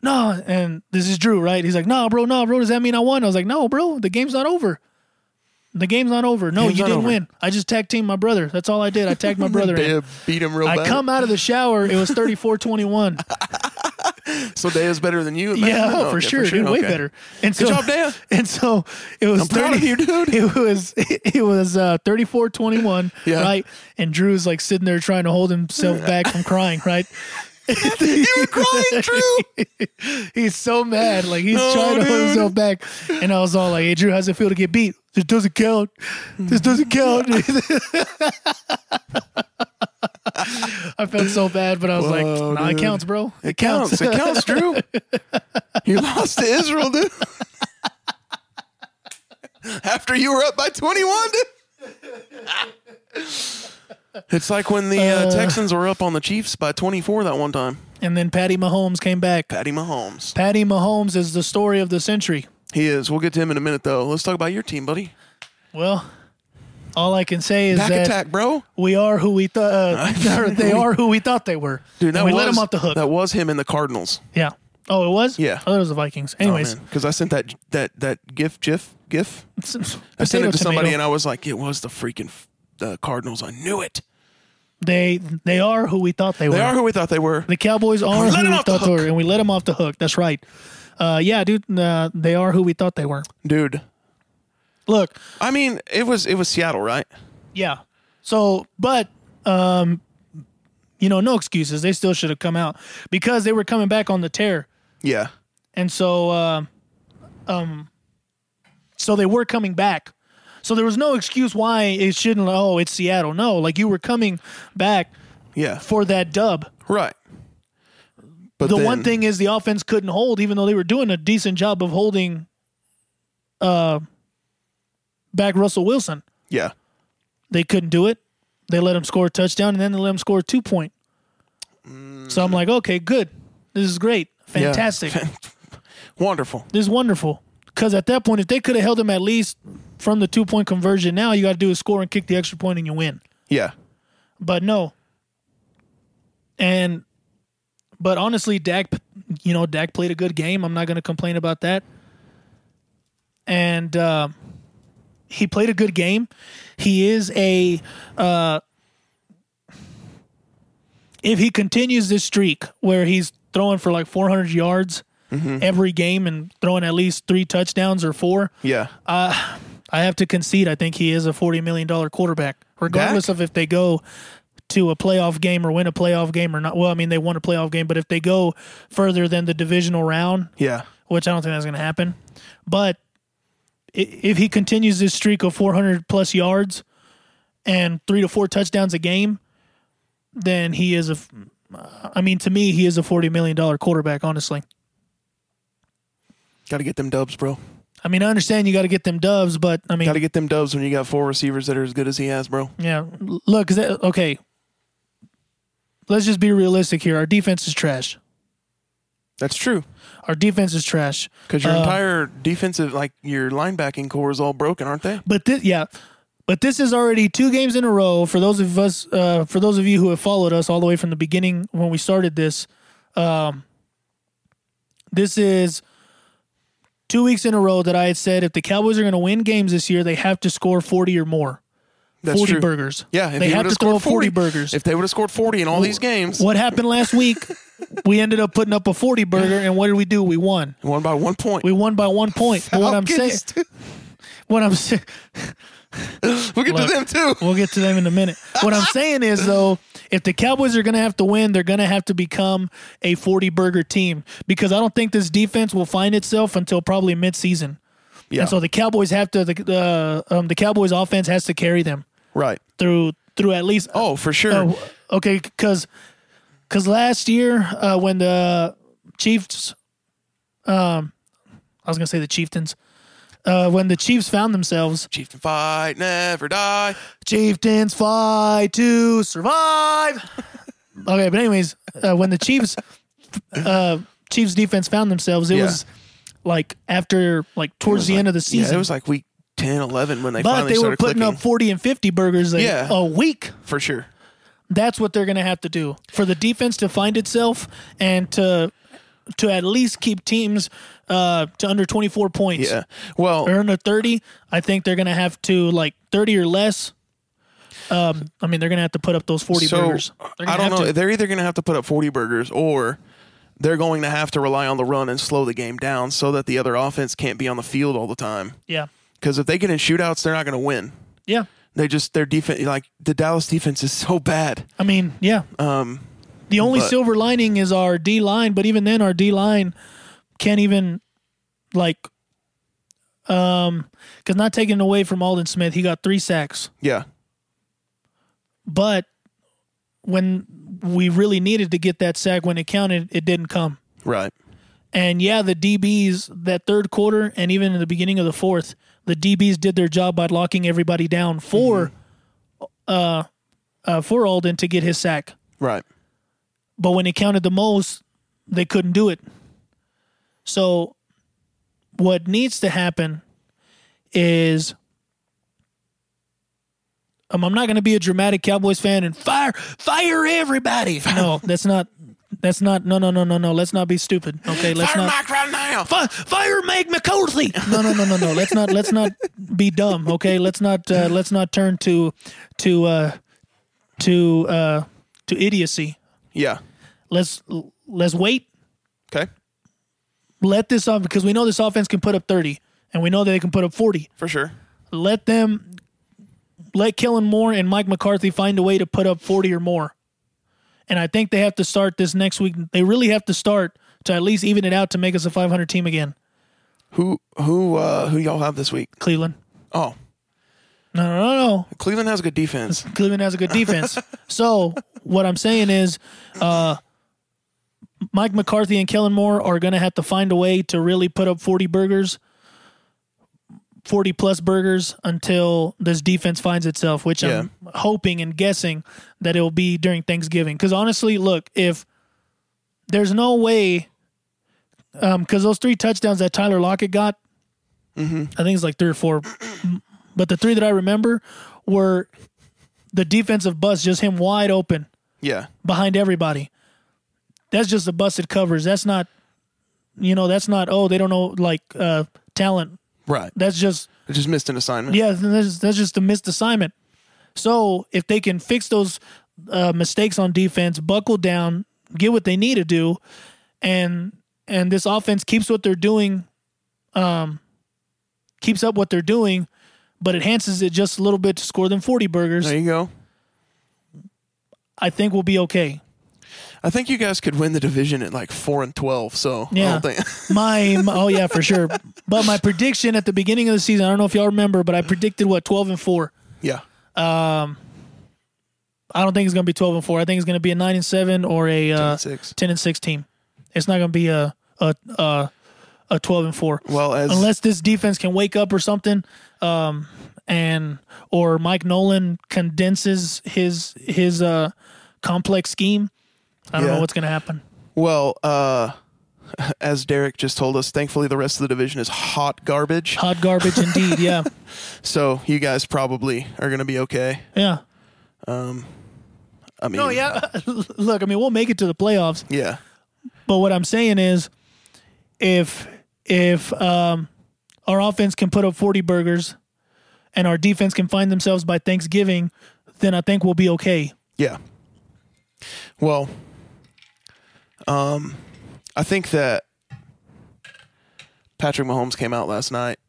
[SPEAKER 2] Nah, and this is Drew, right? He's like, "Nah, bro, nah, bro. Does that mean I won?" I was like, "No, bro. The game's not over. The game's not over. No,
[SPEAKER 1] Game's
[SPEAKER 2] you
[SPEAKER 1] not
[SPEAKER 2] didn't
[SPEAKER 1] over."
[SPEAKER 2] win. I just tag team my brother. That's all I did. I tagged my brother in.
[SPEAKER 1] Mm-hmm. Dea beat him real
[SPEAKER 2] I
[SPEAKER 1] bad.
[SPEAKER 2] come out of the shower. It was 34-21.
[SPEAKER 1] so Dea's better than you. at
[SPEAKER 2] Yeah,
[SPEAKER 1] Madden?
[SPEAKER 2] oh, for,
[SPEAKER 1] Okay,
[SPEAKER 2] sure, dude. Way
[SPEAKER 1] Okay.
[SPEAKER 2] better. And so,
[SPEAKER 1] job, Dan.
[SPEAKER 2] And so it was.
[SPEAKER 1] I'm proud of
[SPEAKER 2] 30
[SPEAKER 1] you, dude.
[SPEAKER 2] It was it, was uh, 34 21,
[SPEAKER 1] Yeah.
[SPEAKER 2] right? And Drew's like sitting there trying to hold himself back from crying, right?
[SPEAKER 1] you were crying, Drew.
[SPEAKER 2] he's so mad, like he's
[SPEAKER 1] No,
[SPEAKER 2] trying to hold
[SPEAKER 1] dude.
[SPEAKER 2] himself back. And I was all like, "Hey, Drew, how's it feel to get beat? This doesn't count. This doesn't count." I felt so bad, but I was like,
[SPEAKER 1] Whoa,
[SPEAKER 2] "Nah, it
[SPEAKER 1] dude.
[SPEAKER 2] counts, bro.
[SPEAKER 1] It counts. It counts, Drew. You lost to Israel, dude. After you were up by 21, dude. It's like when the uh, Texans were up on the Chiefs by 24 that one time.
[SPEAKER 2] And then Patty Mahomes came back.
[SPEAKER 1] Patty Mahomes.
[SPEAKER 2] Patty Mahomes is the story of the century.
[SPEAKER 1] He is. We'll get to him in a minute, though. Let's talk about your team, buddy.
[SPEAKER 2] Well, all I can say is
[SPEAKER 1] Pack
[SPEAKER 2] that
[SPEAKER 1] attack, bro.
[SPEAKER 2] we are who we thought uh, they are who we thought they were.
[SPEAKER 1] Dude,
[SPEAKER 2] and
[SPEAKER 1] that
[SPEAKER 2] we
[SPEAKER 1] was,
[SPEAKER 2] let them off the hook.
[SPEAKER 1] That was him in the Cardinals.
[SPEAKER 2] yeah. Oh, it was.
[SPEAKER 1] Yeah.
[SPEAKER 2] Oh, it was the Vikings. Anyways,
[SPEAKER 1] Because I sent that that that GIF, GIF, GIF.
[SPEAKER 2] it's- it's
[SPEAKER 1] I sent
[SPEAKER 2] potato,
[SPEAKER 1] it to somebody,
[SPEAKER 2] tomato.
[SPEAKER 1] and I was like, it was the freaking f- the Cardinals. I knew it.
[SPEAKER 2] they they are who we thought they, were.
[SPEAKER 1] They are who we thought they were.
[SPEAKER 2] the Cowboys are
[SPEAKER 1] we let
[SPEAKER 2] who
[SPEAKER 1] them
[SPEAKER 2] we
[SPEAKER 1] off the
[SPEAKER 2] thought they
[SPEAKER 1] hook.
[SPEAKER 2] were, and we let them off the hook. That's right. Uh, yeah, dude, uh, they are who we thought they were.
[SPEAKER 1] dude.
[SPEAKER 2] Look,
[SPEAKER 1] I mean, it was it was Seattle, right?
[SPEAKER 2] Yeah. So, but um, you know, no excuses. They still should have come out because they were coming back on the tear,
[SPEAKER 1] Yeah,
[SPEAKER 2] and so, uh, um, so they were coming back. So there was no excuse why it shouldn't. Oh, it's Seattle. No, like you were coming back
[SPEAKER 1] yeah,
[SPEAKER 2] for that dub.
[SPEAKER 1] right. But
[SPEAKER 2] The
[SPEAKER 1] then-
[SPEAKER 2] one thing is the offense couldn't hold, even though they were doing a decent job of holding, uh, back Russell Wilson.
[SPEAKER 1] yeah,
[SPEAKER 2] they couldn't do it. They let him score a touchdown, and then they let him score a two point. So I'm like, okay, good. This is great,
[SPEAKER 1] yeah.
[SPEAKER 2] fantastic.
[SPEAKER 1] wonderful.
[SPEAKER 2] this is wonderful. Because at that point, if they could have held him at least from the two point conversion, now you got to do is score and kick the extra point, and you win.
[SPEAKER 1] Yeah,
[SPEAKER 2] But no. And, but honestly, Dak, you know, Dak played a good game. I'm not going to complain about that. And uh, he played a good game. He is a, uh, if he continues this streak where he's throwing for like 400 yards every game and throwing at least three touchdowns or four,
[SPEAKER 1] yeah.
[SPEAKER 2] Uh, I have to concede. I think he is a forty million dollar quarterback, regardless
[SPEAKER 1] Dak?
[SPEAKER 2] of if they go to a playoff game or win a playoff game or not. Well, I mean they won a playoff game, but if they go further than the divisional round,
[SPEAKER 1] yeah,
[SPEAKER 2] which I don't think that's going to happen, but i- if he continues this streak of four hundred plus yards and three to four touchdowns a game, then he is a. f- I mean, to me, he is a forty million dollar quarterback. Honestly,
[SPEAKER 1] got to get them dubs, bro.
[SPEAKER 2] I mean, I understand you got to get them doves, but I mean,
[SPEAKER 1] Got to get them dubs when you got four receivers that are as good as he has, bro.
[SPEAKER 2] Yeah. l- Look, is that, okay. Let's just be realistic here. Our defense is trash.
[SPEAKER 1] That's true.
[SPEAKER 2] Our defense is trash.
[SPEAKER 1] Because your
[SPEAKER 2] Uh,
[SPEAKER 1] entire defensive, like your linebacking core, is all broken, aren't they?
[SPEAKER 2] But this, yeah. But this is already two games in a row for those of us, uh, for those of you who have followed us all the way from the beginning when we started this. Um, this is two weeks in a row that I had said if the Cowboys are going to win games this year, they have to score forty or more,
[SPEAKER 1] That's
[SPEAKER 2] forty
[SPEAKER 1] true.
[SPEAKER 2] burgers.
[SPEAKER 1] Yeah,
[SPEAKER 2] they
[SPEAKER 1] he
[SPEAKER 2] have
[SPEAKER 1] would've
[SPEAKER 2] to throw
[SPEAKER 1] scored
[SPEAKER 2] 40 burgers.
[SPEAKER 1] If they would have scored forty in all these games,
[SPEAKER 2] What happened last week? we ended up putting up a 40 burger, and what did we do? We won.
[SPEAKER 1] one by one point.
[SPEAKER 2] We won by one point. But what I'm saying,
[SPEAKER 1] Falcons, dude.
[SPEAKER 2] what I'm saying,
[SPEAKER 1] We'll get to
[SPEAKER 2] Look.
[SPEAKER 1] them too.
[SPEAKER 2] We'll get to them in a minute. What I'm saying is though, if the Cowboys are going to have to win, they're going to have to become a 40 burger team because I don't think this defense will find itself until probably midseason.
[SPEAKER 1] Yeah.
[SPEAKER 2] And so the Cowboys have to the uh, um, the Cowboys offense has to carry them
[SPEAKER 1] right.
[SPEAKER 2] through through at least
[SPEAKER 1] Oh, for sure.
[SPEAKER 2] Oh, okay, because because last year uh, when the Chiefs, um, I was gonna say the Chieftains, uh, when the Chiefs found themselves,
[SPEAKER 1] Chieftain fight, never die.
[SPEAKER 2] Chieftains fly to survive. okay, but anyways, uh, when the Chiefs, uh, Chiefs defense found themselves, it
[SPEAKER 1] Yeah.
[SPEAKER 2] was like after like towards the end of the season.
[SPEAKER 1] Yeah, it was like week 10, 11 when they
[SPEAKER 2] but
[SPEAKER 1] finally
[SPEAKER 2] they were
[SPEAKER 1] started
[SPEAKER 2] putting
[SPEAKER 1] clicking.
[SPEAKER 2] up 40 and 50 burgers a,
[SPEAKER 1] Yeah.
[SPEAKER 2] a week.
[SPEAKER 1] for sure.
[SPEAKER 2] that's what they're going to have to do for the defense to find itself and to to at least keep teams uh, to under 24 points
[SPEAKER 1] Yeah. Well,
[SPEAKER 2] or under 30 i think they're going to have to like 30 or less um, i mean they're going to have to put up those 40
[SPEAKER 1] so
[SPEAKER 2] burgers They're
[SPEAKER 1] I don't
[SPEAKER 2] gonna have
[SPEAKER 1] know.
[SPEAKER 2] to-
[SPEAKER 1] They're either going to have to put up 40 burgers or they're going to have to rely on the run and slow the game down so that the other offense can't be on the field all the time.
[SPEAKER 2] yeah
[SPEAKER 1] Because if they get in shootouts, they're not going to win.
[SPEAKER 2] yeah
[SPEAKER 1] They just, their defense, like the Dallas defense is so bad.
[SPEAKER 2] i mean yeah
[SPEAKER 1] Um,
[SPEAKER 2] the only
[SPEAKER 1] but-
[SPEAKER 2] silver lining is our d line but even then our d line can't even like um because not taking away from alden smith he got three sacks
[SPEAKER 1] yeah.
[SPEAKER 2] but when we really needed to get that sack when it counted, it didn't come.
[SPEAKER 1] Right.
[SPEAKER 2] And yeah, the DBs that third quarter and even in the beginning of the fourth, the DBs did their job by locking everybody down for uh, uh, for Alden to get his sack.
[SPEAKER 1] Right.
[SPEAKER 2] But when it counted the most, they couldn't do it. So what needs to happen is um, I'm not going to be a dramatic Cowboys fan and fire fire everybody. No, that's not that's not no no no no no. Let's not be stupid. Okay, let's
[SPEAKER 1] Fire
[SPEAKER 2] not
[SPEAKER 1] Mike right now.
[SPEAKER 2] Fi- fire Meg McCarthy. No, no, no, no, no. Let's not let's not be dumb. Okay, let's not uh, let's not turn to to uh, to uh, to idiocy.
[SPEAKER 1] Yeah.
[SPEAKER 2] Let's let's wait.
[SPEAKER 1] Okay.
[SPEAKER 2] Let this off because we know this offense can put up thirty, and we know that they can put up forty.
[SPEAKER 1] For sure.
[SPEAKER 2] Let them let Kellen Moore and Mike McCarthy find a way to put up forty or more. And I think they have to start this next week. They really have to start to at least even it out to make us a 500 team again.
[SPEAKER 1] Who, who, uh, who y'all have this week?
[SPEAKER 2] Cleveland.
[SPEAKER 1] Oh,
[SPEAKER 2] No, no, no, no.
[SPEAKER 1] Cleveland has a good defense.
[SPEAKER 2] Cleveland has a good defense. so what I'm saying is, uh, Mike McCarthy and Kellen Moore are going to have to find a way to really put up 40 burgers, 40 plus burgers until this defense finds itself, which I'm hoping and guessing that it'll be during Thanksgiving. Because honestly, look, if there's no way, because those three touchdowns that Tyler Lockett got, I think it's like three or four, but the three that I remember were the defensive bust, just him wide open
[SPEAKER 1] Yeah.
[SPEAKER 2] behind everybody. That's just the busted covers. That's not, you know, that's not. Oh, they don't know like uh, talent.
[SPEAKER 1] Right.
[SPEAKER 2] That's just
[SPEAKER 1] I just missed an assignment.
[SPEAKER 2] yeah. That's, that's just a missed assignment. So if they can fix those uh, mistakes on defense, buckle down, get what they need to do, and and this offense keeps what they're doing, um, keeps up what they're doing, but enhances it just a little bit to score them forty burgers.
[SPEAKER 1] There you go.
[SPEAKER 2] I think we'll be okay.
[SPEAKER 1] I think you guys could win the division at like four and twelve. So
[SPEAKER 2] Yeah.
[SPEAKER 1] I don't think
[SPEAKER 2] my, my- oh yeah for sure but my prediction at the beginning of the season i don't know if y'all remember but i predicted what 12 and 4
[SPEAKER 1] yeah,
[SPEAKER 2] i don't think it's going to be 12 and 4 i think it's going to be a 9 and 7 or a uh, 10, and
[SPEAKER 1] 6.
[SPEAKER 2] 10 and 6 team it's not going to be a a, a a 12 and 4
[SPEAKER 1] Well, as-
[SPEAKER 2] unless this defense can wake up or something um and or mike nolan condenses his his uh complex scheme i don't
[SPEAKER 1] Yeah.
[SPEAKER 2] know what's going to happen
[SPEAKER 1] Well, uh, as Derek just told us, thankfully the rest of the division is hot garbage.
[SPEAKER 2] hot garbage indeed yeah
[SPEAKER 1] So you guys probably are going to be okay.
[SPEAKER 2] yeah
[SPEAKER 1] I mean,
[SPEAKER 2] no yeah look i mean we'll make it to the playoffs
[SPEAKER 1] yeah,
[SPEAKER 2] But what I'm saying is, if if um, our offense can put up 40 burgers, and our defense can find themselves by Thanksgiving, then I think we'll be okay.
[SPEAKER 1] yeah. Well, um, I think that Patrick Mahomes came out last night,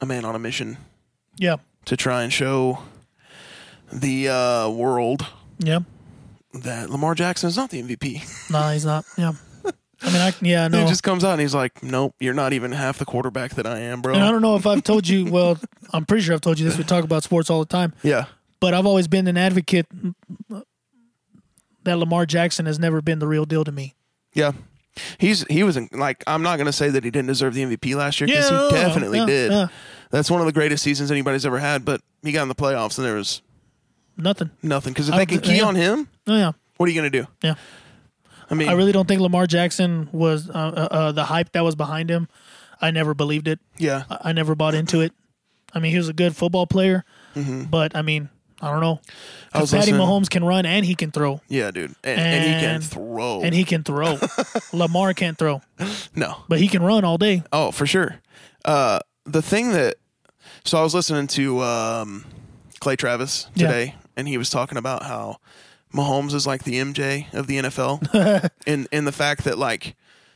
[SPEAKER 1] a man on a mission.
[SPEAKER 2] Yeah,
[SPEAKER 1] to try and show the uh, world
[SPEAKER 2] Yeah.
[SPEAKER 1] that Lamar Jackson is not the MVP.
[SPEAKER 2] No, he's not. Yeah. I mean, I yeah, no.
[SPEAKER 1] he just comes out and he's like, "Nope, you're not even half the quarterback that I am, bro."
[SPEAKER 2] and I don't know if I've told you. Well, I'm pretty sure I've told you this. We talk about sports all the time,
[SPEAKER 1] yeah,
[SPEAKER 2] but I've always been an advocate that Lamar Jackson has never been the real deal to me.
[SPEAKER 1] yeah. He's he was in, like, I'm not gonna say that he didn't deserve the MVP last year because
[SPEAKER 2] Yeah, no,
[SPEAKER 1] he
[SPEAKER 2] no, no.
[SPEAKER 1] definitely
[SPEAKER 2] Yeah,
[SPEAKER 1] did.
[SPEAKER 2] yeah.
[SPEAKER 1] That's one of the greatest seasons anybody's ever had. But he got in the playoffs and there was
[SPEAKER 2] Nothing.
[SPEAKER 1] nothing because if
[SPEAKER 2] I-
[SPEAKER 1] they can key
[SPEAKER 2] yeah.
[SPEAKER 1] on him,
[SPEAKER 2] Oh yeah.
[SPEAKER 1] what are you gonna do?
[SPEAKER 2] Yeah.
[SPEAKER 1] I mean,
[SPEAKER 2] I really don't think Lamar Jackson was uh, uh, uh, the hype that was behind him. I never believed it.
[SPEAKER 1] yeah,
[SPEAKER 2] I, I never bought into it. I mean, he was a good football player, but I mean, I don't know.
[SPEAKER 1] Mm-hmm. I was
[SPEAKER 2] Patty
[SPEAKER 1] listening-
[SPEAKER 2] Mahomes can run and he can throw
[SPEAKER 1] yeah, dude, and, and he can
[SPEAKER 2] And-
[SPEAKER 1] throw.
[SPEAKER 2] and he can throw. Lamar can't throw,
[SPEAKER 1] no,
[SPEAKER 2] but he can run all day.
[SPEAKER 1] Oh, for sure. Uh, the thing that so I was listening to um, Clay Travis
[SPEAKER 2] Yeah.
[SPEAKER 1] today, and he was talking about how Mahomes is like the MJ of the NFL, in in the fact that like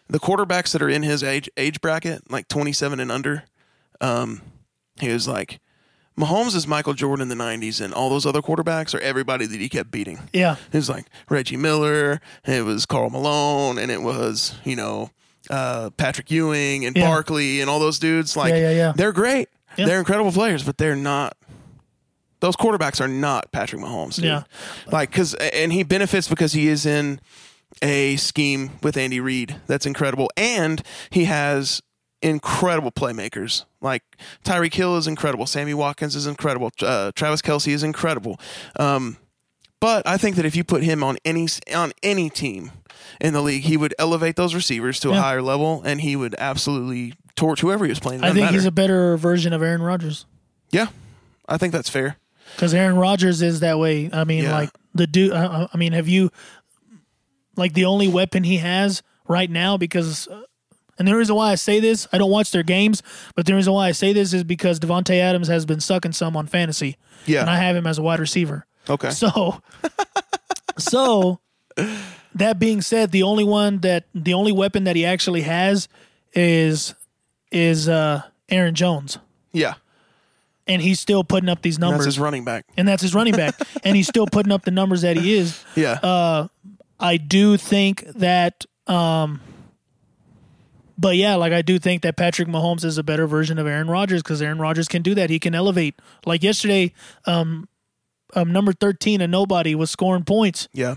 [SPEAKER 1] the quarterbacks that are in his age age bracket, like twenty seven and under, um, he was like. Mahomes is Michael Jordan in the 90s, and all those other quarterbacks are everybody that he kept beating.
[SPEAKER 2] Yeah.
[SPEAKER 1] It was like Reggie Miller, and it was Carl Malone, and it was, you know, uh, Patrick Ewing and
[SPEAKER 2] Yeah.
[SPEAKER 1] Barkley and all those dudes. Like,
[SPEAKER 2] Yeah, yeah, yeah.
[SPEAKER 1] they're great.
[SPEAKER 2] Yeah.
[SPEAKER 1] They're incredible players, but they're not. Those quarterbacks are not Patrick Mahomes. Dude.
[SPEAKER 2] Yeah.
[SPEAKER 1] Like, cause, and he benefits because he is in a scheme with Andy Reid that's incredible. And he has incredible playmakers. Like, Tyreek Hill is incredible. Sammy Watkins is incredible. Uh, Travis Kelsey is incredible. Um, but I think that if you put him on any on any team in the league, he would elevate those receivers to a
[SPEAKER 2] Yeah.
[SPEAKER 1] higher level, and he would absolutely torch whoever he was playing. It
[SPEAKER 2] I
[SPEAKER 1] doesn't
[SPEAKER 2] think
[SPEAKER 1] matter.
[SPEAKER 2] he's a better version of Aaron Rodgers
[SPEAKER 1] yeah. I think that's fair.
[SPEAKER 2] because Aaron Rodgers is that way. I mean,
[SPEAKER 1] Yeah.
[SPEAKER 2] like the dude. I, I- I mean, have you like the only weapon he has right now? Because uh, and the reason why I say this, I don't watch their games, but the reason why I say this is because Devonte Adams has been sucking some on fantasy,
[SPEAKER 1] Yeah.
[SPEAKER 2] and I have him as a wide receiver.
[SPEAKER 1] okay.
[SPEAKER 2] So, so that being said, the only one that the only weapon that he actually has is is uh Aaron Jones,
[SPEAKER 1] yeah.
[SPEAKER 2] and he's still putting up these
[SPEAKER 1] That's
[SPEAKER 2] numbers,
[SPEAKER 1] his running back.
[SPEAKER 2] and that's his running back, and he's still putting up the numbers that he is.
[SPEAKER 1] Yeah.
[SPEAKER 2] Uh, I do think that, um but yeah, like I do think that Patrick Mahomes is a better version of Aaron Rodgers because Aaron Rodgers can do that. He can elevate. Like yesterday, um, um number thirteen, a nobody was scoring points.
[SPEAKER 1] yeah.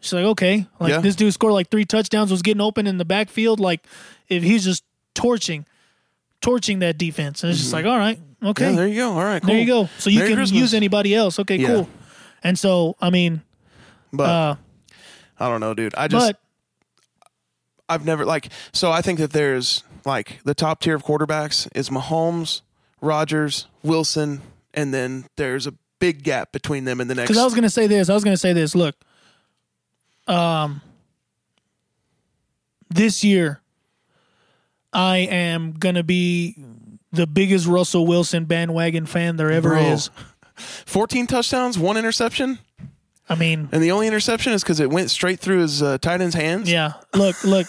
[SPEAKER 2] She's like, okay, like
[SPEAKER 1] Yeah.
[SPEAKER 2] this dude scored like three touchdowns, was getting open in the backfield. Like, if he's just torching, torching that defense, and it's just like, all right,
[SPEAKER 1] Mm-hmm. Yeah,
[SPEAKER 2] okay, there,
[SPEAKER 1] there you go. All right. Cool.
[SPEAKER 2] you go. So you
[SPEAKER 1] Merry
[SPEAKER 2] can
[SPEAKER 1] Christmas.
[SPEAKER 2] use anybody else. Okay,
[SPEAKER 1] Yeah.
[SPEAKER 2] cool. And so, I mean,
[SPEAKER 1] But
[SPEAKER 2] uh,
[SPEAKER 1] I don't know, dude. I just
[SPEAKER 2] but
[SPEAKER 1] I've never like so I think that there's like the top tier of quarterbacks is Mahomes, Rodgers, Wilson, and then there's a big gap between them and the next
[SPEAKER 2] because I was gonna say this, I was gonna say this. Look, um, this year, I am gonna be the biggest Russell Wilson bandwagon fan there ever
[SPEAKER 1] Bro.
[SPEAKER 2] is.
[SPEAKER 1] 14 touchdowns, one interception.
[SPEAKER 2] I mean.
[SPEAKER 1] And the only interception is because it went straight through his uh, tight end's hands.
[SPEAKER 2] Yeah, look, look.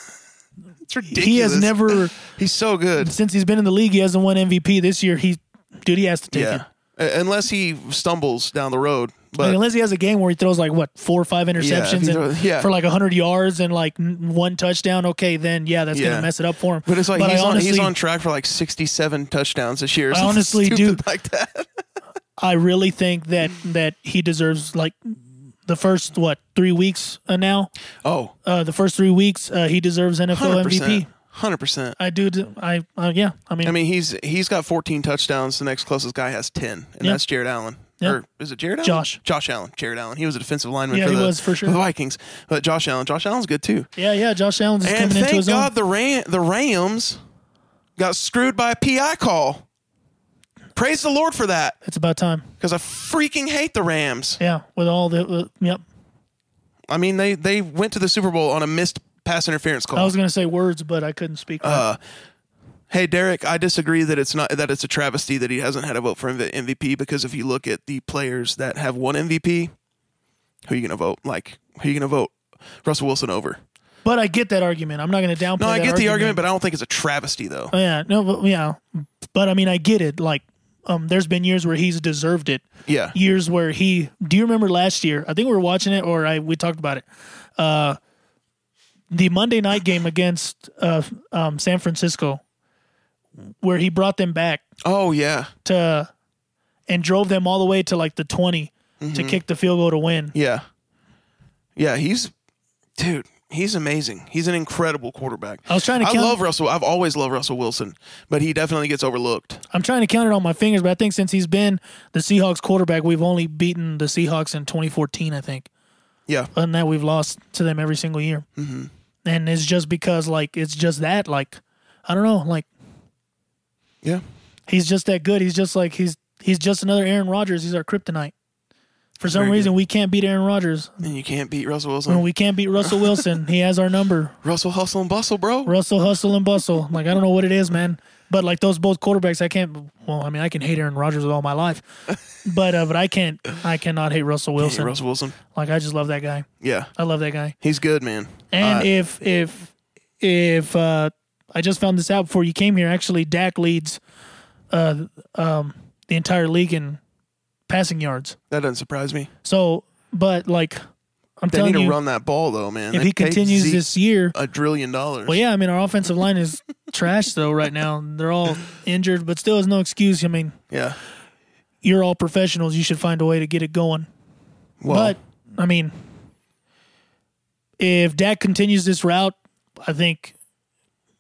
[SPEAKER 1] it's ridiculous.
[SPEAKER 2] He has never
[SPEAKER 1] He's so good.
[SPEAKER 2] since he's been in the league, he hasn't won MVP this year. He, dude, he has to take it.
[SPEAKER 1] Yeah. Uh, Unless he stumbles down the road,
[SPEAKER 2] Like,
[SPEAKER 1] but
[SPEAKER 2] unless he has a game where he throws like what four or five
[SPEAKER 1] if he
[SPEAKER 2] interceptions and
[SPEAKER 1] throws- yeah.
[SPEAKER 2] for like hundred yards and like n- one touchdown, okay, then yeah, that's
[SPEAKER 1] Yeah.
[SPEAKER 2] gonna mess it up for him.
[SPEAKER 1] but it's like he's,
[SPEAKER 2] I
[SPEAKER 1] on,
[SPEAKER 2] honestly,
[SPEAKER 1] he's on track for like 67 touchdowns this year. or
[SPEAKER 2] I
[SPEAKER 1] something
[SPEAKER 2] honestly do-
[SPEAKER 1] stupid like that.
[SPEAKER 2] I really think that that he deserves like the first what three weeks uh, now,
[SPEAKER 1] Oh,
[SPEAKER 2] uh, the first three weeks uh, he deserves NFL
[SPEAKER 1] 100
[SPEAKER 2] MVP.
[SPEAKER 1] percent, hundred percent.
[SPEAKER 2] I do. d- I uh, yeah. I mean,
[SPEAKER 1] I mean, he's he's got 14 touchdowns. The next closest guy has 10, and
[SPEAKER 2] Yeah.
[SPEAKER 1] that's Jared Allen.
[SPEAKER 2] Yeah.
[SPEAKER 1] Or is it Jared Allen?
[SPEAKER 2] Josh.
[SPEAKER 1] Josh Allen. Jared Allen. He was a defensive lineman
[SPEAKER 2] Yeah,
[SPEAKER 1] for,
[SPEAKER 2] he
[SPEAKER 1] the,
[SPEAKER 2] was, for sure.
[SPEAKER 1] the Vikings. But Josh Allen. Josh Allen's good too.
[SPEAKER 2] yeah, yeah. Josh Allen's is
[SPEAKER 1] And
[SPEAKER 2] coming into
[SPEAKER 1] thank
[SPEAKER 2] his
[SPEAKER 1] God
[SPEAKER 2] own.
[SPEAKER 1] the Ram, the Rams got screwed by a PI call. Praise the Lord for that,
[SPEAKER 2] It's about time.
[SPEAKER 1] because I freaking hate the Rams.
[SPEAKER 2] Yeah, with all the uh, yep.
[SPEAKER 1] I mean, they they went to the Super Bowl on a missed pass interference call.
[SPEAKER 2] I was gonna say words, but I couldn't speak.
[SPEAKER 1] Uh, hey, Derek, I disagree that it's not that it's a travesty that he hasn't had a vote for MV- MVP because if you look at the players that have won MVP, who are you going to vote? Like, who are you going to vote? Russell Wilson over.
[SPEAKER 2] but I get that argument. I'm not gonna downplay.
[SPEAKER 1] No, I
[SPEAKER 2] that
[SPEAKER 1] get the argument, but I don't think it's a travesty though.
[SPEAKER 2] Oh, yeah, no, but yeah, but I mean, I get it. Like um, there's been years where he's deserved it.
[SPEAKER 1] Yeah.
[SPEAKER 2] Years where he. Do you remember last year? I think we were watching it, or I we talked about it. Uh, the Monday night game against uh, um, San Francisco, where he brought them back
[SPEAKER 1] Oh yeah.
[SPEAKER 2] to and drove them all the way to like the 20 to kick the field goal to win.
[SPEAKER 1] Yeah. Yeah, he's dude, he's amazing. He's an incredible quarterback.
[SPEAKER 2] I was trying to
[SPEAKER 1] I
[SPEAKER 2] count-
[SPEAKER 1] love Russell. I've always loved Russell Wilson, but he definitely gets overlooked.
[SPEAKER 2] I'm trying to count it on my fingers, but I think since he's been the Seahawks quarterback, we've only beaten the Seahawks in 2014, I think.
[SPEAKER 1] Yeah.
[SPEAKER 2] Other than that, we've lost to them every single year. Mm-hmm. And it's just because, like, it's just that, like, I don't know, like,
[SPEAKER 1] Yeah.
[SPEAKER 2] he's just that good. He's just like, he's he's just another Aaron Rodgers. He's our kryptonite. For some
[SPEAKER 1] Very good.
[SPEAKER 2] reason, we can't beat Aaron Rodgers.
[SPEAKER 1] And you can't beat Russell
[SPEAKER 2] When
[SPEAKER 1] Wilson.
[SPEAKER 2] we can't beat Russell Wilson, he has our number.
[SPEAKER 1] Russell hustle and bustle, bro.
[SPEAKER 2] Russell hustle and bustle. Like I don't know what it is, man. But like those both quarterbacks, I can't. Well, I mean, I can hate Aaron Rodgers with all my life, but uh, but I can't. I cannot hate Russell
[SPEAKER 1] Hey,
[SPEAKER 2] Wilson.
[SPEAKER 1] Russell Wilson.
[SPEAKER 2] Like I just love that guy.
[SPEAKER 1] Yeah.
[SPEAKER 2] I love that guy.
[SPEAKER 1] He's good, man.
[SPEAKER 2] And
[SPEAKER 1] Uh,
[SPEAKER 2] if if if uh, I just found this out before you came here, actually, Dak leads uh, um, the entire league in passing yards.
[SPEAKER 1] that doesn't surprise me.
[SPEAKER 2] So, but like I'm
[SPEAKER 1] They
[SPEAKER 2] telling
[SPEAKER 1] need to
[SPEAKER 2] you,
[SPEAKER 1] run that ball though, man.
[SPEAKER 2] if
[SPEAKER 1] They
[SPEAKER 2] he
[SPEAKER 1] paid
[SPEAKER 2] continues
[SPEAKER 1] Zeke
[SPEAKER 2] this year,
[SPEAKER 1] a drillion dollars.
[SPEAKER 2] Well, yeah, I mean, our offensive line is trash, though, right now. They're all injured, but still is no excuse. I mean,
[SPEAKER 1] Yeah.
[SPEAKER 2] you're all professionals. You should find a way to get it going.
[SPEAKER 1] Well,
[SPEAKER 2] but, I mean, if Dak continues this route, I think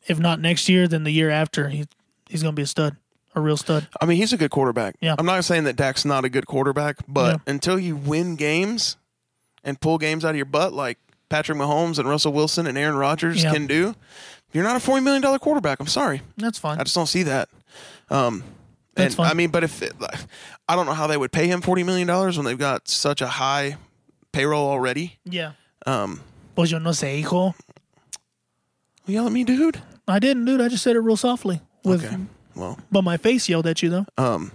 [SPEAKER 2] if not next year, then the year after, he, he's going to be a stud, a real stud.
[SPEAKER 1] I mean, he's a good quarterback.
[SPEAKER 2] Yeah.
[SPEAKER 1] I'm not saying that Dak's not a good quarterback, but until you win games and pull games out of your butt like Patrick Mahomes and Russell Wilson and Aaron Rodgers
[SPEAKER 2] Yeah.
[SPEAKER 1] can do, you're not a $40 million quarterback. I'm sorry.
[SPEAKER 2] That's fine.
[SPEAKER 1] I just don't see that. Um,
[SPEAKER 2] That's
[SPEAKER 1] and,
[SPEAKER 2] fine.
[SPEAKER 1] I mean, but if it, I don't know how they would pay him $40 million when they've got such a high payroll already.
[SPEAKER 2] yeah.
[SPEAKER 1] Um,
[SPEAKER 2] Pues yo no sé, hijo.
[SPEAKER 1] yell at me, dude.
[SPEAKER 2] I didn't, dude. I just said it real softly. With,
[SPEAKER 1] Okay. Well,
[SPEAKER 2] But my face yelled at you, though.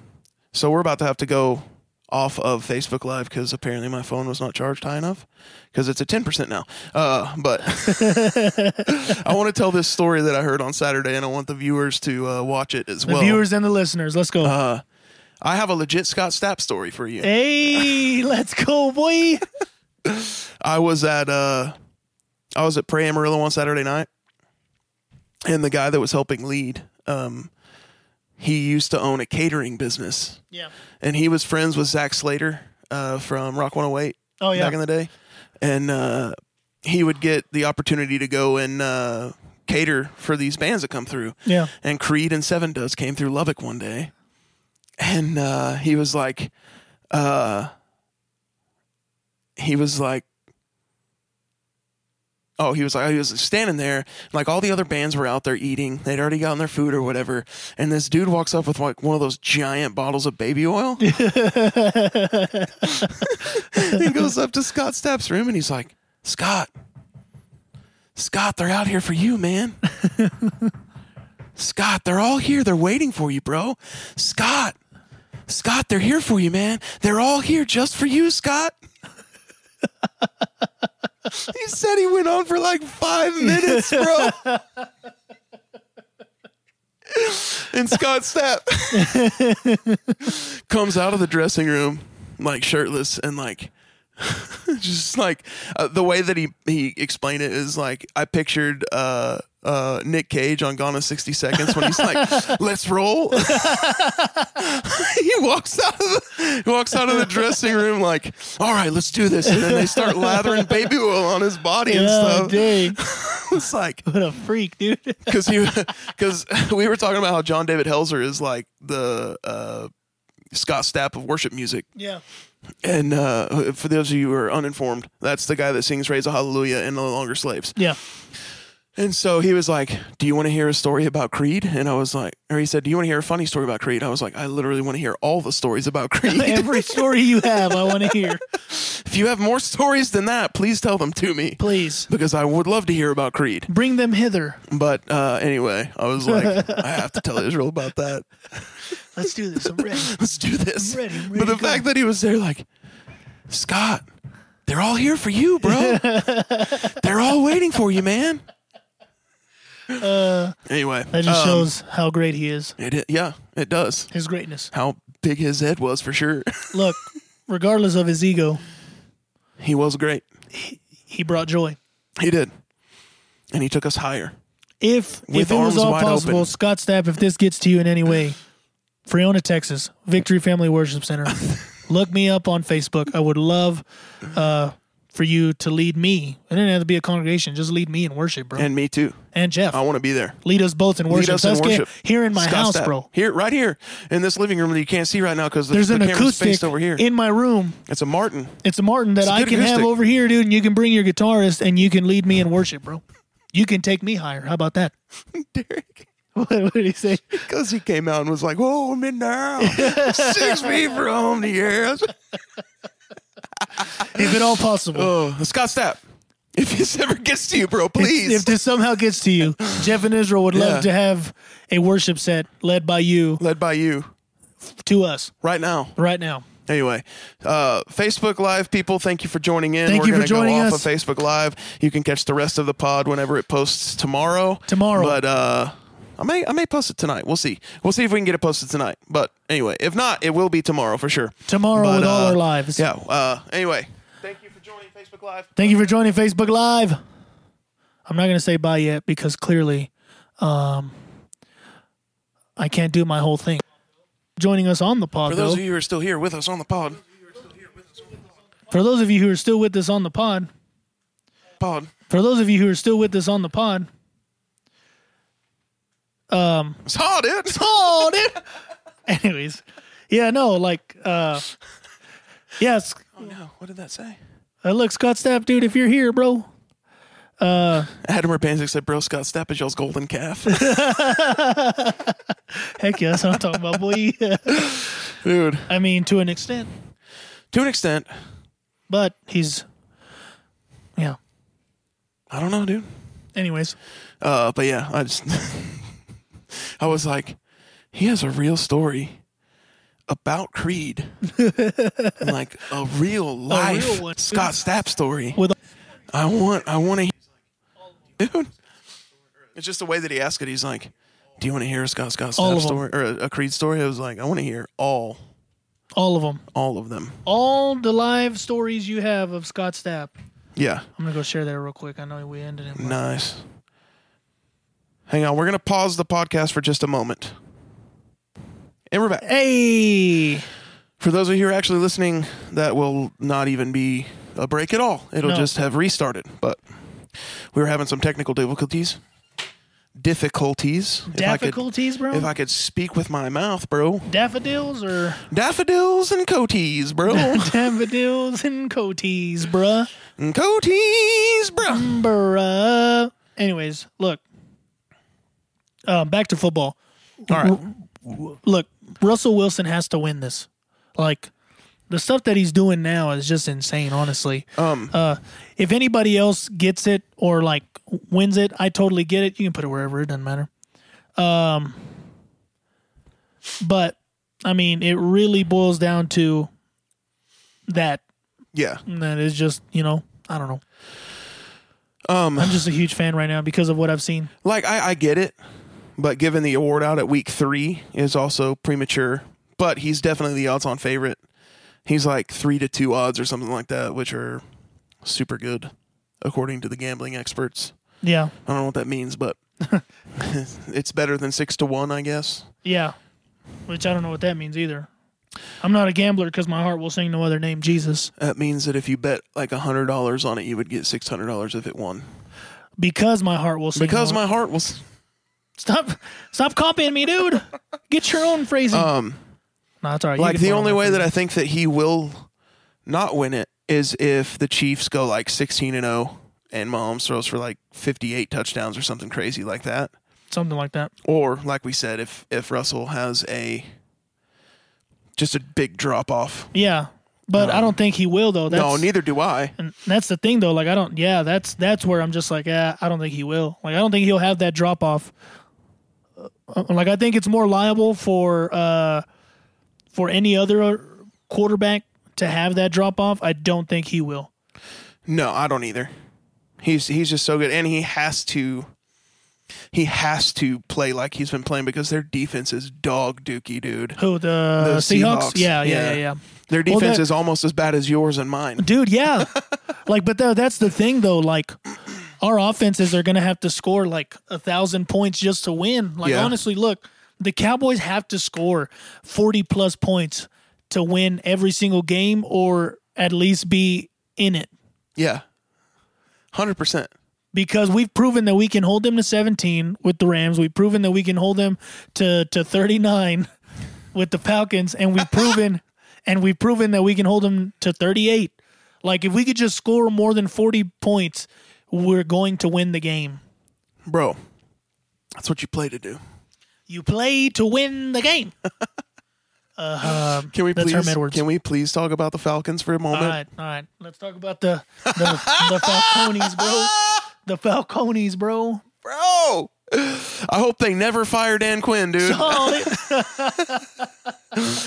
[SPEAKER 1] So we're about to have to go off of Facebook Live because apparently my phone was not charged high enough because it's at ten percent now. Uh, but I want to tell this story that I heard on Saturday, and I want the viewers to uh, watch it as
[SPEAKER 2] the
[SPEAKER 1] well.
[SPEAKER 2] viewers and the listeners. Let's go.
[SPEAKER 1] I have a legit Scott Stapp story for
[SPEAKER 2] Eh.
[SPEAKER 1] you.
[SPEAKER 2] hey, let's go, boy.
[SPEAKER 1] I was at uh, I was at Prey Amarillo on Saturday night, and the guy that was helping lead, um, he used to own a catering business,
[SPEAKER 2] Yeah.
[SPEAKER 1] and he was friends with Zach Slater uh, from Rock 108.
[SPEAKER 2] Oh yeah.
[SPEAKER 1] back in the day, and uh, he would get the opportunity to go and uh, cater for these bands that come through.
[SPEAKER 2] yeah.
[SPEAKER 1] And Creed and Seven Dust came through Lubbock one day, and uh, he was like, uh, he was like. Oh, he was like he was standing there, like all the other bands were out there eating. They'd already gotten their food or whatever, and this dude walks up with like one of those giant bottles of baby oil. he goes up to Scott Stapp's room and he's like, Scott, Scott, they're out here for you, man. Scott, they're all here. They're waiting for you, bro. Scott, Scott, they're here for you, man. They're all here just for you, Scott. he said he went on for like five minutes, bro. and Scott Stapp comes out of the dressing room like shirtless and like just like uh, the way that he he explained it is like I pictured uh uh Nick Cage on Gone in 60 Seconds when he's like let's roll he walks out of the he walks out of the dressing room like all right let's do this and then they start lathering baby oil on his body and
[SPEAKER 2] Oh,
[SPEAKER 1] stuff
[SPEAKER 2] dang.
[SPEAKER 1] it's like
[SPEAKER 2] What a freak, dude.
[SPEAKER 1] because he because we were talking about how John David Helzer is like the uh Scott Stapp of worship music
[SPEAKER 2] yeah.
[SPEAKER 1] and uh, for those of you who are uninformed, that's the guy that sings "Raise a Hallelujah" and "No Longer Slaves."
[SPEAKER 2] Yeah.
[SPEAKER 1] And so he was like, "Do you want to hear a story about Creed?" And I was like, or he said, "Do you want to hear a funny story about Creed?" I was like, "I literally want to hear all the stories about Creed.
[SPEAKER 2] Every story you have, I want to hear.
[SPEAKER 1] if you have more stories than that, please tell them to me,
[SPEAKER 2] Please
[SPEAKER 1] because I would love to hear about Creed."
[SPEAKER 2] bring them hither.
[SPEAKER 1] But uh, anyway, I was like, "I have to tell Israel about that.
[SPEAKER 2] Let's do this. I'm ready.
[SPEAKER 1] Let's do this."
[SPEAKER 2] I'm ready, I'm
[SPEAKER 1] but
[SPEAKER 2] ready
[SPEAKER 1] the
[SPEAKER 2] to go.
[SPEAKER 1] fact that he was there, like, Scott, they're all here for you, bro. they're all waiting for you, man. Anyway,
[SPEAKER 2] Uh, That just
[SPEAKER 1] um,
[SPEAKER 2] shows how great he is.
[SPEAKER 1] It, i- yeah, it does.
[SPEAKER 2] His greatness.
[SPEAKER 1] How big his head was for sure.
[SPEAKER 2] Look, regardless of his ego,
[SPEAKER 1] he was great.
[SPEAKER 2] he brought joy.
[SPEAKER 1] He did, and he took us higher.
[SPEAKER 2] If
[SPEAKER 1] With
[SPEAKER 2] if it
[SPEAKER 1] arms
[SPEAKER 2] was all
[SPEAKER 1] wide open.
[SPEAKER 2] possible, Scott Stapp, if this gets to you in any way, Freona, Texas, Victory Family Worship Center, look me up on Facebook. I would love uh, for you to lead me. It didn't have to be a congregation; just lead me in worship, bro. And,
[SPEAKER 1] And me too.
[SPEAKER 2] Jeff,
[SPEAKER 1] I want to be there.
[SPEAKER 2] lead us both in worship.
[SPEAKER 1] us in
[SPEAKER 2] Let's get
[SPEAKER 1] worship.
[SPEAKER 2] here in my
[SPEAKER 1] Scott
[SPEAKER 2] house,
[SPEAKER 1] Stapp.
[SPEAKER 2] bro.
[SPEAKER 1] Here, right here, in this living room that you can't see right now because the,
[SPEAKER 2] There's
[SPEAKER 1] the
[SPEAKER 2] an
[SPEAKER 1] camera's
[SPEAKER 2] acoustic
[SPEAKER 1] faced over here.
[SPEAKER 2] in my room.
[SPEAKER 1] it's a Martin.
[SPEAKER 2] It's a Martin that
[SPEAKER 1] a
[SPEAKER 2] I
[SPEAKER 1] good
[SPEAKER 2] can have
[SPEAKER 1] acoustic.
[SPEAKER 2] over here, dude, and you can bring your guitarist and you can lead me in worship, bro. You can take me higher. How about that?
[SPEAKER 1] Derek,
[SPEAKER 2] What, what did he say?
[SPEAKER 1] because he came out and was like, "Whoa, I'm in now, six feet from the earth."
[SPEAKER 2] If it all possible.
[SPEAKER 1] Oh, Scott Stapp, if this ever gets to you, bro, please.
[SPEAKER 2] If this somehow gets to you, Jeff and Israel would love
[SPEAKER 1] Yeah.
[SPEAKER 2] to have a worship set led by you
[SPEAKER 1] led by you
[SPEAKER 2] to us
[SPEAKER 1] right now.
[SPEAKER 2] right now.
[SPEAKER 1] Anyway, uh, Facebook Live people, thank you for joining in.
[SPEAKER 2] Thank
[SPEAKER 1] We're
[SPEAKER 2] you for
[SPEAKER 1] gonna
[SPEAKER 2] joining
[SPEAKER 1] go
[SPEAKER 2] us.
[SPEAKER 1] off of Facebook Live. You can catch the rest of the pod whenever it posts tomorrow.
[SPEAKER 2] Tomorrow.
[SPEAKER 1] but uh, I may I may post it tonight. We'll see. We'll see if we can get it posted tonight. But anyway, if not, it will be tomorrow for sure.
[SPEAKER 2] Tomorrow
[SPEAKER 1] But,
[SPEAKER 2] with all
[SPEAKER 1] uh,
[SPEAKER 2] our lives.
[SPEAKER 1] Yeah. Uh, anyway, thank you for joining Facebook Live.
[SPEAKER 2] Thank you for joining Facebook Live. I'm not going to say bye yet because clearly um, I can't do my whole thing. Joining us on the pod,
[SPEAKER 1] For
[SPEAKER 2] though,
[SPEAKER 1] those of you who are still here with us on the pod,
[SPEAKER 2] for those of you who are still with us on the pod,
[SPEAKER 1] pod.
[SPEAKER 2] for those of you who are still with us on the pod,
[SPEAKER 1] It's hot, dude.
[SPEAKER 2] oh, dude. Anyways, yeah, no, like, uh, yes,
[SPEAKER 1] Oh no! What did that say?
[SPEAKER 2] uh, look, Scott Stapp, dude, if you're here, bro,
[SPEAKER 1] Adam Urbanzik said, "Bro, Scott Stapp is y'all's golden calf,
[SPEAKER 2] heck yeah, that's what I'm talking about, boy.
[SPEAKER 1] dude."
[SPEAKER 2] I mean, to an extent,
[SPEAKER 1] To an extent,
[SPEAKER 2] but he's, yeah.
[SPEAKER 1] I don't know, dude.
[SPEAKER 2] Anyways,
[SPEAKER 1] Uh, but yeah, I just I was like, he has a real story about Creed, And, like a real life
[SPEAKER 2] one.
[SPEAKER 1] Scott Stapp story.
[SPEAKER 2] With-
[SPEAKER 1] I want, I want to, dude. It's just the way that he asked it. He's like, "Do you want to hear a Scott Scott
[SPEAKER 2] All
[SPEAKER 1] Stapp
[SPEAKER 2] of 'em.
[SPEAKER 1] story or a, a Creed story?" I was like, "I want to hear all,
[SPEAKER 2] all of them,
[SPEAKER 1] all of them."
[SPEAKER 2] all the live stories you have of Scott Stapp.
[SPEAKER 1] Yeah,
[SPEAKER 2] I'm gonna go share that real quick. I know we ended it. but-
[SPEAKER 1] nice. Hang on, we're gonna pause the podcast for just a moment, and we're back.
[SPEAKER 2] Hey,
[SPEAKER 1] For those of you who are actually listening, that will not even be a break at all. It'll
[SPEAKER 2] No.
[SPEAKER 1] just have restarted. But we were having some technical difficulties. Difficulties. If I could-
[SPEAKER 2] difficulties, bro.
[SPEAKER 1] If I could speak with my mouth, bro.
[SPEAKER 2] Daffodils or
[SPEAKER 1] Daffodils and coaties, bro.
[SPEAKER 2] daffodils and coaties, bruh.
[SPEAKER 1] and coaties, bro.
[SPEAKER 2] Bruh. Anyways, look. Uh, back to football.
[SPEAKER 1] All right.
[SPEAKER 2] Look, Russell Wilson has to win this. Like, the stuff that he's doing now is just insane, honestly.
[SPEAKER 1] Um,
[SPEAKER 2] Uh, if anybody else gets it or, like, wins it, I totally get it. You can put it wherever, it doesn't matter. Um, but, I mean, it really boils down to that.
[SPEAKER 1] yeah.
[SPEAKER 2] That is just, you know, I don't know. I'm just a huge fan right now because of what I've seen.
[SPEAKER 1] Like, I, I get it. But given the award out at week three is also premature. But he's definitely the odds on favorite. He's like three to two odds or something like that, which are super good, according to the gambling experts.
[SPEAKER 2] Yeah.
[SPEAKER 1] I don't know what that means, but it's better than six to one, I guess.
[SPEAKER 2] Yeah. Which I don't know what that means either. I'm not a gambler because my heart will sing no other name, Jesus.
[SPEAKER 1] That means that if you bet like a hundred dollars on it, you would get six hundred dollars if it won.
[SPEAKER 2] Because my heart will sing.
[SPEAKER 1] Because
[SPEAKER 2] no-
[SPEAKER 1] my heart was
[SPEAKER 2] stop, stop copying me, dude. Get your own phrasing.
[SPEAKER 1] um
[SPEAKER 2] no, it's all right. You
[SPEAKER 1] like
[SPEAKER 2] can
[SPEAKER 1] the
[SPEAKER 2] borrow
[SPEAKER 1] only
[SPEAKER 2] my
[SPEAKER 1] way that
[SPEAKER 2] phrasing.
[SPEAKER 1] I think that he will not win it is if the Chiefs go like sixteen and zero and Mahomes throws for like fifty eight touchdowns or something crazy like that.
[SPEAKER 2] something like that.
[SPEAKER 1] Or like we said, if if Russell has a just a big drop off.
[SPEAKER 2] Yeah, but I don't think he will though. That's,
[SPEAKER 1] No, neither do I.
[SPEAKER 2] And that's the thing though. Like I don't. Yeah, that's that's where I'm just like, yeah, I don't think he will. Like I don't think he'll have that drop off. Uh, like I think it's more liable for uh for any other quarterback to have that drop off. I don't think he will.
[SPEAKER 1] No, I don't either. He's he's just so good, and he has to He has to play like he's been playing because their defense is dog dookie, dude.
[SPEAKER 2] Who the,
[SPEAKER 1] The Seahawks.
[SPEAKER 2] Seahawks? Yeah, yeah,
[SPEAKER 1] Yeah.
[SPEAKER 2] yeah, yeah.
[SPEAKER 1] Their
[SPEAKER 2] Well,
[SPEAKER 1] defense
[SPEAKER 2] that-
[SPEAKER 1] is almost as bad as yours and mine.
[SPEAKER 2] Dude, yeah. like, but tha- that's the thing though. Like, our offenses are gonna have to score like a thousand points just to win. Like,
[SPEAKER 1] Yeah.
[SPEAKER 2] honestly, look, the Cowboys have to score forty plus points to win every single game, or at least be in it.
[SPEAKER 1] Yeah. 100%.
[SPEAKER 2] because we've proven that we can hold them to 17 with the Rams. We've proven that we can hold them to, to 39 with the Falcons, and we've proven and we've proven that we can hold them to 38. Like if we could just score more than 40 points, we're going to win the game.
[SPEAKER 1] Bro, that's what you play to do.
[SPEAKER 2] You play to win the game.
[SPEAKER 1] Can we
[SPEAKER 2] That's Herm
[SPEAKER 1] please
[SPEAKER 2] Edwards.
[SPEAKER 1] can we please talk about the Falcons for a moment?
[SPEAKER 2] All right, all right. Let's talk about the the, the Falcones, bro. The Falcones, bro.
[SPEAKER 1] Bro, I hope they never fire Dan Quinn, dude.
[SPEAKER 2] Oh,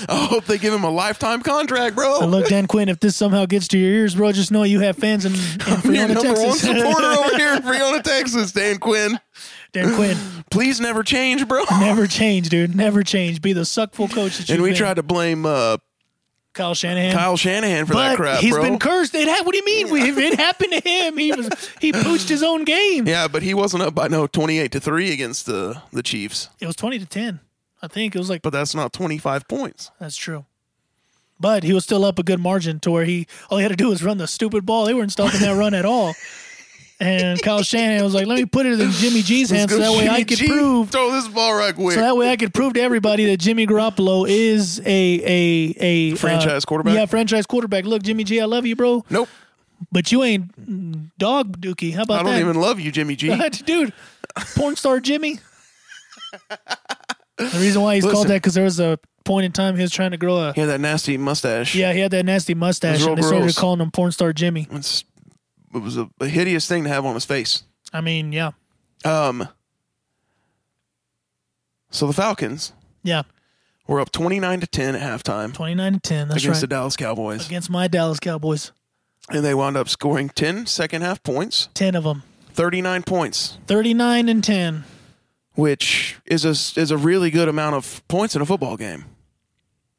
[SPEAKER 1] I hope they give him a lifetime contract, bro.
[SPEAKER 2] Look, Dan Quinn, if this somehow gets to your ears, bro, just know you have fans in, in
[SPEAKER 1] I'm your
[SPEAKER 2] Freona,
[SPEAKER 1] number one
[SPEAKER 2] Texas.
[SPEAKER 1] supporter over here in Freona, Texas, Dan Quinn.
[SPEAKER 2] Dan Quinn,
[SPEAKER 1] Please never change, bro.
[SPEAKER 2] never change, dude. Never change. Be the suckful coach that you
[SPEAKER 1] And we
[SPEAKER 2] been.
[SPEAKER 1] tried to blame uh,
[SPEAKER 2] Kyle Shanahan.
[SPEAKER 1] Kyle Shanahan for
[SPEAKER 2] but
[SPEAKER 1] that crap,
[SPEAKER 2] he's
[SPEAKER 1] bro.
[SPEAKER 2] been cursed. It ha- what do you mean? We- it happened to him. He was he pooched his own game.
[SPEAKER 1] yeah, but he wasn't up by no twenty-eight to three against the the Chiefs.
[SPEAKER 2] It was twenty to ten. I think it was like
[SPEAKER 1] But that's not twenty-five points.
[SPEAKER 2] that's true. But he was still up a good margin to where he all he had to do was run the stupid ball. They weren't stopping that run at all. And Kyle Shanahan was like, "Let me put it in Jimmy G's hands so that way I
[SPEAKER 1] Jimmy
[SPEAKER 2] can
[SPEAKER 1] G,
[SPEAKER 2] prove
[SPEAKER 1] Throw this ball right quick.
[SPEAKER 2] So that way I could prove to everybody that Jimmy Garoppolo is a a a uh,
[SPEAKER 1] Franchise quarterback?
[SPEAKER 2] Yeah, franchise quarterback. Look, Jimmy G, I love you, bro,
[SPEAKER 1] nope,
[SPEAKER 2] but you ain't mm, dog dookie. How
[SPEAKER 1] I
[SPEAKER 2] about
[SPEAKER 1] don't
[SPEAKER 2] that?
[SPEAKER 1] even love you, Jimmy G.
[SPEAKER 2] Dude, porn star Jimmy. the reason why he's called
[SPEAKER 1] Listen.
[SPEAKER 2] that because there was a point in time he was trying to grow a.
[SPEAKER 1] yeah, that nasty mustache.
[SPEAKER 2] Yeah, he had that nasty mustache,
[SPEAKER 1] It was
[SPEAKER 2] and they
[SPEAKER 1] real
[SPEAKER 2] started
[SPEAKER 1] gross.
[SPEAKER 2] calling him porn star Jimmy.
[SPEAKER 1] It's, it was a, a hideous thing to have on his face.
[SPEAKER 2] I mean, yeah,
[SPEAKER 1] Um. So the Falcons
[SPEAKER 2] yeah,
[SPEAKER 1] were up twenty-nine to ten at halftime
[SPEAKER 2] twenty nine to ten. That's
[SPEAKER 1] against the
[SPEAKER 2] right.
[SPEAKER 1] Dallas Cowboys,
[SPEAKER 2] Against my Dallas Cowboys,
[SPEAKER 1] and they wound up scoring 10 second half points,
[SPEAKER 2] ten of them,
[SPEAKER 1] thirty-nine points.
[SPEAKER 2] thirty nine and ten.
[SPEAKER 1] which is a is a really good amount of points in a football game.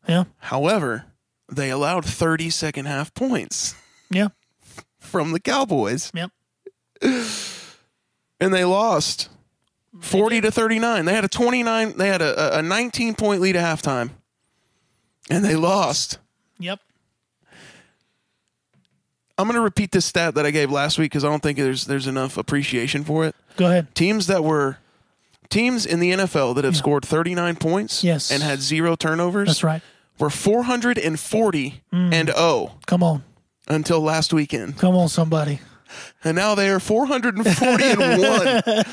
[SPEAKER 2] Yeah,
[SPEAKER 1] However, they allowed 30 second half points
[SPEAKER 2] yeah,
[SPEAKER 1] from the Cowboys
[SPEAKER 2] yeah.
[SPEAKER 1] and they lost 40 to 39. They had a 29 they had a, a- a 19 point lead at halftime and they lost.
[SPEAKER 2] Yep.
[SPEAKER 1] I'm going to repeat this stat that I gave last week cuz I don't think there's there's enough appreciation for it.
[SPEAKER 2] Go ahead.
[SPEAKER 1] Teams that were teams in the NFL that have scored 39 points
[SPEAKER 2] Yes.
[SPEAKER 1] and had zero turnovers
[SPEAKER 2] That's right. Mm.
[SPEAKER 1] were 440 and 0
[SPEAKER 2] Come on.
[SPEAKER 1] until last weekend.
[SPEAKER 2] Come on, somebody.
[SPEAKER 1] And now they are 440 and 1.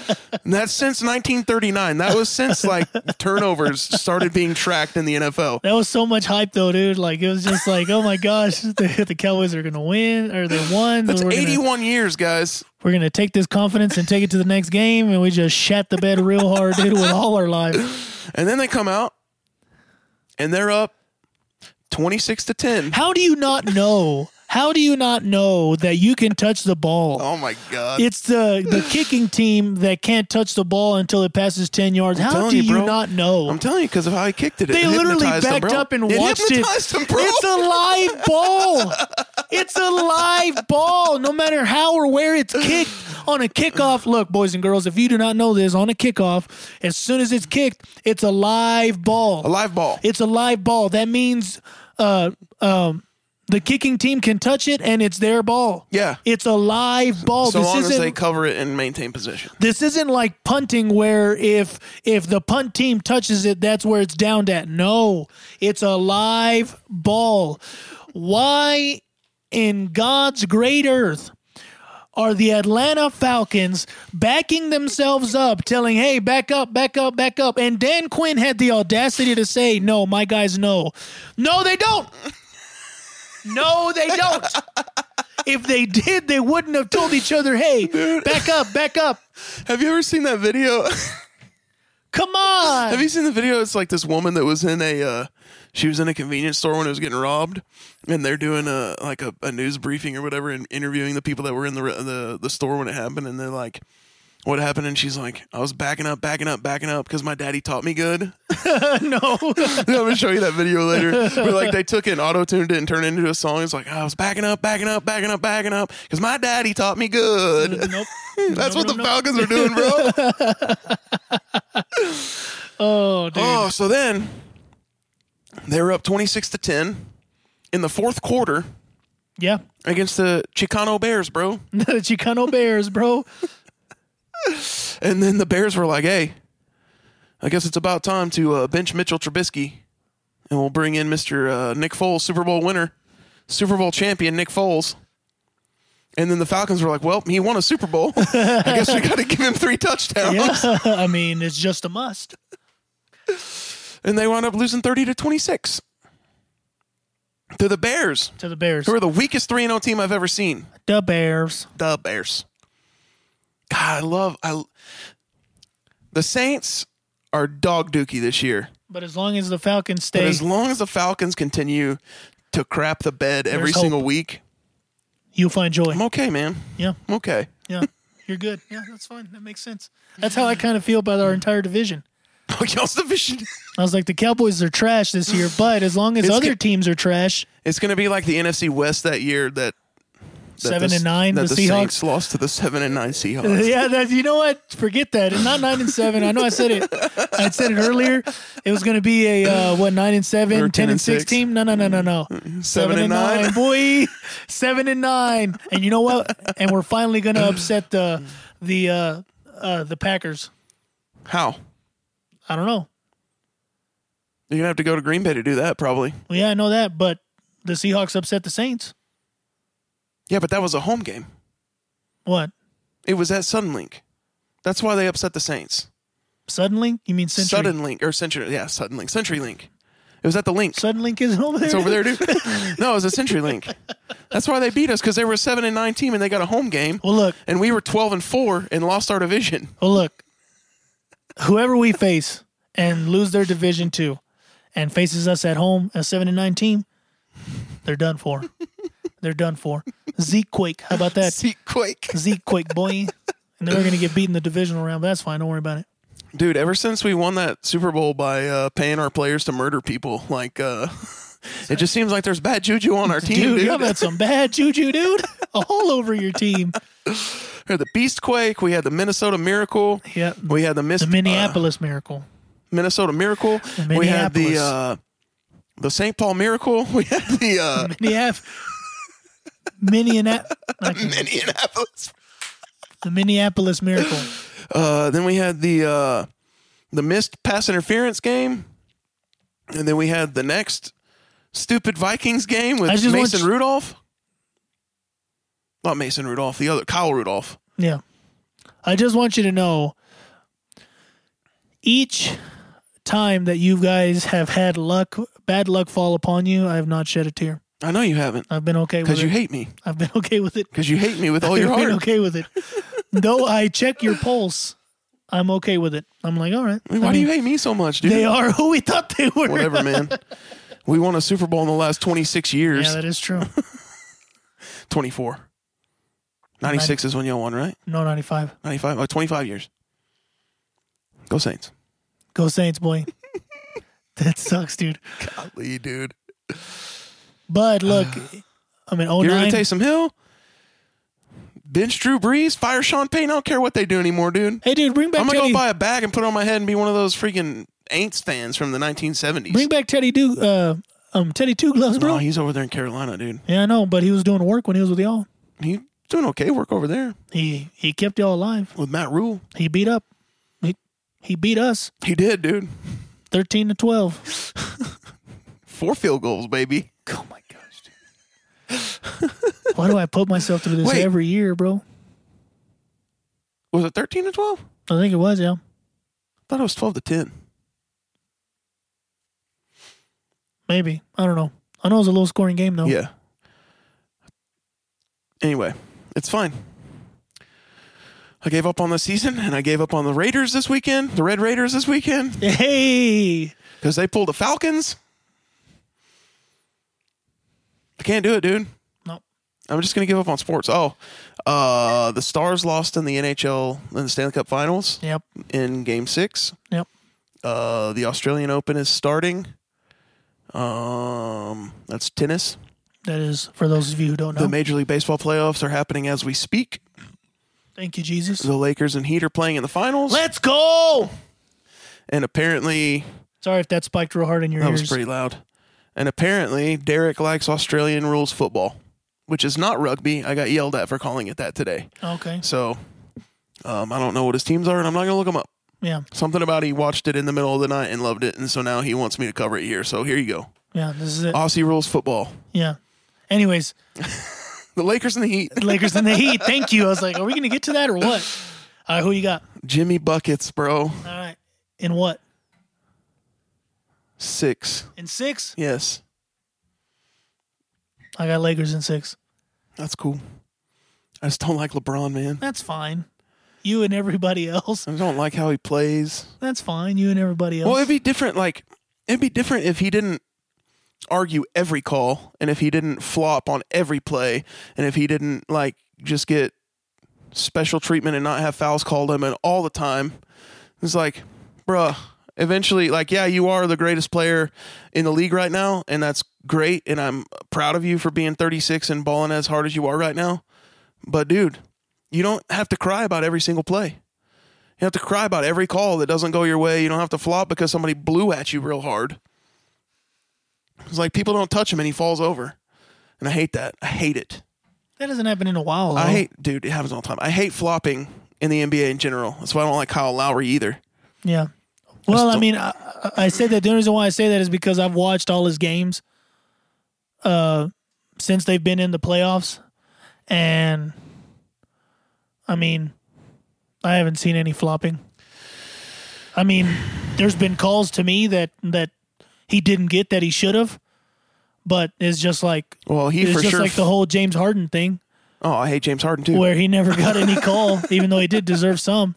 [SPEAKER 1] And that's since 1939. That was since like turnovers started being tracked in the NFL.
[SPEAKER 2] That was so much hype, though, dude. Like, it was just like, oh my gosh, the, the Cowboys are going to win or they won.
[SPEAKER 1] That's
[SPEAKER 2] we're gonna-
[SPEAKER 1] 81 years, guys.
[SPEAKER 2] we're going to take this confidence and take it to the next game. And we just shat the bed real hard, dude, with all our lives.
[SPEAKER 1] And then they come out and they're up 26 to 10.
[SPEAKER 2] How do you not know? How do you not know that you can touch the ball?
[SPEAKER 1] Oh my god.
[SPEAKER 2] It's the, the kicking team that can't touch the ball until it passes 10 yards. How
[SPEAKER 1] telling
[SPEAKER 2] do
[SPEAKER 1] you,
[SPEAKER 2] you,
[SPEAKER 1] bro.
[SPEAKER 2] not know?
[SPEAKER 1] I'm telling you because of how he kicked it. it
[SPEAKER 2] They literally
[SPEAKER 1] hypnotized him,
[SPEAKER 2] backed
[SPEAKER 1] bro.
[SPEAKER 2] up and
[SPEAKER 1] it
[SPEAKER 2] watched it.
[SPEAKER 1] hypnotized Him, bro.
[SPEAKER 2] It's a live ball. It's a live ball. No matter how or where it's kicked on a kickoff. Look, boys and girls, if you do not know this, on a kickoff, as soon as it's kicked, it's a live ball.
[SPEAKER 1] a live ball.
[SPEAKER 2] It's a live ball. That means uh, um, the kicking team can touch it and it's their ball.
[SPEAKER 1] Yeah.
[SPEAKER 2] It's a live ball.
[SPEAKER 1] so
[SPEAKER 2] this
[SPEAKER 1] long
[SPEAKER 2] isn't
[SPEAKER 1] as they cover it and maintain position.
[SPEAKER 2] this isn't like punting where if if the punt team touches it, that's where it's downed at. No, it's a live ball. Why in God's great earth are the Atlanta Falcons backing themselves up, telling, hey, back up, back up, back up? And Dan Quinn had the audacity to say, no, my guys, no. No, they don't. No, they don't. If they did, they wouldn't have told each other, hey, back up, back up.
[SPEAKER 1] Have you ever seen that video?
[SPEAKER 2] Come on.
[SPEAKER 1] Have you seen the video? It's like this woman that was in a uh, she was in a convenience store when it was getting robbed, and they're doing a like a, a news briefing or whatever, and interviewing the people that were in the re- the the store when it happened, and they're like. what happened? And she's like, I was backing up, backing up, backing up because my daddy taught me good.
[SPEAKER 2] no.
[SPEAKER 1] I'm gonna show you that video later. But like they took it and auto tuned it and turned it into a song. It's like I was backing up, backing up, backing up, backing up because my daddy taught me good.
[SPEAKER 2] nope.
[SPEAKER 1] That's
[SPEAKER 2] No,
[SPEAKER 1] what
[SPEAKER 2] no,
[SPEAKER 1] the
[SPEAKER 2] no.
[SPEAKER 1] Falcons are doing, bro.
[SPEAKER 2] Oh, dude.
[SPEAKER 1] Oh, so then they were up 26 to 10 in the fourth quarter
[SPEAKER 2] Yeah.
[SPEAKER 1] against the Chicano Bears, bro.
[SPEAKER 2] The Chicano Bears, bro.
[SPEAKER 1] And then the Bears were like, hey, I guess it's about time to uh, bench Mitchell Trubisky and we'll bring in Mr. Uh, Nick Foles, Super Bowl winner, Super Bowl champion Nick Foles. And then the Falcons were like, well, he won a Super Bowl. I guess we got to give him three touchdowns.
[SPEAKER 2] Yeah. I mean, it's just a must.
[SPEAKER 1] And they wound up losing 30 to 26 to the Bears,
[SPEAKER 2] To the Bears.
[SPEAKER 1] who are the weakest 3 0 team I've ever seen.
[SPEAKER 2] The Bears.
[SPEAKER 1] the Bears. God, I love I. The Saints are dog dookie this year,
[SPEAKER 2] But as long as the Falcons
[SPEAKER 1] but
[SPEAKER 2] stay,
[SPEAKER 1] as long as the Falcons continue to crap the bed every
[SPEAKER 2] There's hope.
[SPEAKER 1] single week,
[SPEAKER 2] you'll find joy.
[SPEAKER 1] I'm okay, man.
[SPEAKER 2] Yeah.
[SPEAKER 1] I'm okay.
[SPEAKER 2] Yeah. You're good. Yeah, that's fine. That makes sense. That's how I kind of feel about our entire division.
[SPEAKER 1] Y'all's division.
[SPEAKER 2] I was like, the Cowboys are trash this year, but as long as
[SPEAKER 1] It's
[SPEAKER 2] other
[SPEAKER 1] ca-
[SPEAKER 2] teams are trash,
[SPEAKER 1] It's gonna be like the NFC West that year that. that
[SPEAKER 2] Seven
[SPEAKER 1] the-
[SPEAKER 2] and nine,
[SPEAKER 1] That
[SPEAKER 2] the
[SPEAKER 1] the,
[SPEAKER 2] Seahawks.
[SPEAKER 1] Saints lost to the seven and nine Seahawks.
[SPEAKER 2] yeah, that you know what? Forget that. It's not nine and seven. I know I said it. I said it earlier. It was going to be a uh, what nine and seven,
[SPEAKER 1] Or
[SPEAKER 2] 10,
[SPEAKER 1] 10
[SPEAKER 2] and
[SPEAKER 1] and
[SPEAKER 2] six,
[SPEAKER 1] six. Mm-hmm.
[SPEAKER 2] team. No, no, no, no, no.
[SPEAKER 1] Seven and nine.
[SPEAKER 2] boy. Seven and nine. And you know what? And we're finally going to upset the the uh, uh, the Packers.
[SPEAKER 1] How?
[SPEAKER 2] I don't know.
[SPEAKER 1] You're gonna have to go to Green Bay to do that, probably.
[SPEAKER 2] Well, yeah, I know that, but the Seahawks upset the Saints.
[SPEAKER 1] Yeah, but that was a home game.
[SPEAKER 2] What?
[SPEAKER 1] It was at Suddenlink. That's why they upset the Saints.
[SPEAKER 2] Suddenly? You mean Century?
[SPEAKER 1] Sudden Link or Century? Yeah, Sudden Link. Century Link. It was at the Link.
[SPEAKER 2] Suddenlink is over there.
[SPEAKER 1] It's over there, dude. no, it was a Century Link. That's why they beat us because they were a seven and nine team and they got a home game,
[SPEAKER 2] Well, look.
[SPEAKER 1] and we were twelve and four and lost our division.
[SPEAKER 2] Well, look, whoever we face and lose their division to, and faces us at home, a seven and nine team, they're done for. they're done for. Zeke Quake, how about that?
[SPEAKER 1] See, quake,
[SPEAKER 2] Zeke Quake, boy. And then we're gonna get beat in the divisional round, but that's fine. Don't worry about it.
[SPEAKER 1] dude. Ever since we won that Super Bowl by uh, paying our players to murder people, like uh, it just seems like there's bad juju on our team,
[SPEAKER 2] Dude,
[SPEAKER 1] dude.
[SPEAKER 2] y'all had some bad juju, dude. All over your team.
[SPEAKER 1] We had the Beast Quake. We had the Minnesota Miracle.
[SPEAKER 2] Yep.
[SPEAKER 1] We had the, Miss,
[SPEAKER 2] The
[SPEAKER 1] uh,
[SPEAKER 2] Minneapolis Miracle.
[SPEAKER 1] Minnesota Miracle. We had the
[SPEAKER 2] Minneapolis.
[SPEAKER 1] uh, the St. Paul Miracle. We had the uh,
[SPEAKER 2] Minneapolis. Minneapolis.
[SPEAKER 1] Mm. Indianapolis.
[SPEAKER 2] The Minneapolis Miracle.
[SPEAKER 1] Uh, then we had the uh, the missed pass interference game, and then we had the next stupid Vikings game with
[SPEAKER 2] I just
[SPEAKER 1] Mason
[SPEAKER 2] want you-
[SPEAKER 1] Rudolph. Not Mason Rudolph, the other Kyle Rudolph.
[SPEAKER 2] Yeah. I just want you to know each time that you guys have had luck, bad luck fall upon you, I have not shed a tear.
[SPEAKER 1] I know you haven't
[SPEAKER 2] I've been okay with
[SPEAKER 1] because
[SPEAKER 2] it.
[SPEAKER 1] you Oh, hate me
[SPEAKER 2] I've been okay with it.
[SPEAKER 1] because you hate me with all your
[SPEAKER 2] I've been
[SPEAKER 1] heart.
[SPEAKER 2] okay with it. Though I check your pulse, I'm okay with it. I'm like, all right.
[SPEAKER 1] Why
[SPEAKER 2] I
[SPEAKER 1] do
[SPEAKER 2] mean,
[SPEAKER 1] you hate me so much, dude?
[SPEAKER 2] They are who we thought they were.
[SPEAKER 1] Whatever, man. We won a Super Bowl in the last 26 years.
[SPEAKER 2] Yeah, that is true.
[SPEAKER 1] 24. 96 is when y'all won, right?
[SPEAKER 2] No 95.
[SPEAKER 1] 95, oh, 25 years. Go Saints.
[SPEAKER 2] Go Saints, boy. that sucks, dude.
[SPEAKER 1] Golly, dude.
[SPEAKER 2] But look, I mean,
[SPEAKER 1] You're going
[SPEAKER 2] 09.
[SPEAKER 1] to Taysom Hill? Bench Drew Brees? Fire Sean Payton? I don't care what they do anymore, dude.
[SPEAKER 2] hey, dude, bring back
[SPEAKER 1] I'm going to
[SPEAKER 2] Teddy.
[SPEAKER 1] go buy a bag and put it on my head and be one of those freaking Aints fans from the 1970s.
[SPEAKER 2] Bring back Teddy Do uh um Teddy Two Gloves, bro.
[SPEAKER 1] no, he's over there in Carolina, dude.
[SPEAKER 2] yeah, I know, but he was doing work when he was with y'all.
[SPEAKER 1] He's doing okay work over there
[SPEAKER 2] He he kept y'all alive.
[SPEAKER 1] with Matt Rule.
[SPEAKER 2] He beat up. He he beat us
[SPEAKER 1] He did, dude.
[SPEAKER 2] thirteen to twelve.
[SPEAKER 1] Four field goals, baby.
[SPEAKER 2] Oh my gosh, dude. Why do I put myself through this
[SPEAKER 1] Wait.
[SPEAKER 2] every year, bro?
[SPEAKER 1] Was it 13 to 12? I
[SPEAKER 2] I think it was, yeah.
[SPEAKER 1] thought it was 12 to 10.
[SPEAKER 2] Maybe. I don't know. I know it was a low scoring game though.
[SPEAKER 1] Yeah. Anyway, it's fine. I gave up on the season and I gave up on the Raiders this weekend, the Red Raiders this weekend,
[SPEAKER 2] Hey.
[SPEAKER 1] because they pulled the Falcons. I can't do it, dude.
[SPEAKER 2] No.
[SPEAKER 1] I'm just going to give up on sports. Oh, uh, the Stars lost in the NHL in the Stanley Cup Finals
[SPEAKER 2] Yep.
[SPEAKER 1] in Game Six.
[SPEAKER 2] Yep.
[SPEAKER 1] Uh, the Australian Open is starting. Um, that's tennis.
[SPEAKER 2] That is for those of you who don't know.
[SPEAKER 1] The Major League Baseball playoffs are happening as we speak.
[SPEAKER 2] Thank you, Jesus.
[SPEAKER 1] The Lakers and Heat are playing in the finals,
[SPEAKER 2] Let's go.
[SPEAKER 1] and apparently
[SPEAKER 2] Sorry if that spiked real hard in your
[SPEAKER 1] that
[SPEAKER 2] ears.
[SPEAKER 1] was pretty loud. And apparently Derek likes Australian rules football, which is not rugby. I got yelled at for calling it that today.
[SPEAKER 2] okay.
[SPEAKER 1] So um, I don't know what his teams are, and I'm not gonna look them up.
[SPEAKER 2] Yeah.
[SPEAKER 1] Something about he watched it in the middle of the night and loved it, and so now he wants me to cover it here. So here you go.
[SPEAKER 2] Yeah. This is it.
[SPEAKER 1] Aussie rules football.
[SPEAKER 2] Yeah. Anyways,
[SPEAKER 1] The Lakers and the Heat.
[SPEAKER 2] Lakers in the Heat. Thank you. I was like, are we going to get to that or what? All right, who you got?
[SPEAKER 1] Jimmy buckets, bro.
[SPEAKER 2] All right. In what?
[SPEAKER 1] Six.
[SPEAKER 2] In six?
[SPEAKER 1] Yes,
[SPEAKER 2] I got Lakers in six.
[SPEAKER 1] that's cool. I just don't like LeBron, man.
[SPEAKER 2] That's fine. You and everybody else.
[SPEAKER 1] I don't like how he plays.
[SPEAKER 2] That's fine. You and everybody else.
[SPEAKER 1] Well, it'd be different. Like it'd be different if he didn't argue every call, and if he didn't flop on every play, and if he didn't like just get special treatment and not have fouls called him and all the time. It's like, bruh. Eventually, like, yeah, you are the greatest player in the league right now, and that's great, and I'm proud of you for being 36 and balling as hard as you are right now. But dude, you don't have to cry about every single play. You have to cry about every call that doesn't go your way. You don't have to flop because somebody blew at you real hard. It's like people don't touch him and he falls over. And I hate that. I hate it.
[SPEAKER 2] that hasn't happened in a while. Though.
[SPEAKER 1] I hate, dude, it happens all the time. I hate flopping in the NBA in general. That's why I don't like Kyle Lowry either.
[SPEAKER 2] Yeah. Well, I
[SPEAKER 1] don't-
[SPEAKER 2] mean, I, I- I said that. The only reason why I say that is because I've watched all his games uh, since they've been in the playoffs. And I mean, I haven't seen any flopping. I mean, there's been calls to me that, that he didn't get that he should have, but it's just like,
[SPEAKER 1] Well, he
[SPEAKER 2] it's
[SPEAKER 1] for
[SPEAKER 2] just
[SPEAKER 1] sure.
[SPEAKER 2] like the whole James Harden thing
[SPEAKER 1] oh, I hate James Harden too.
[SPEAKER 2] where he never got any call, even though he did deserve some.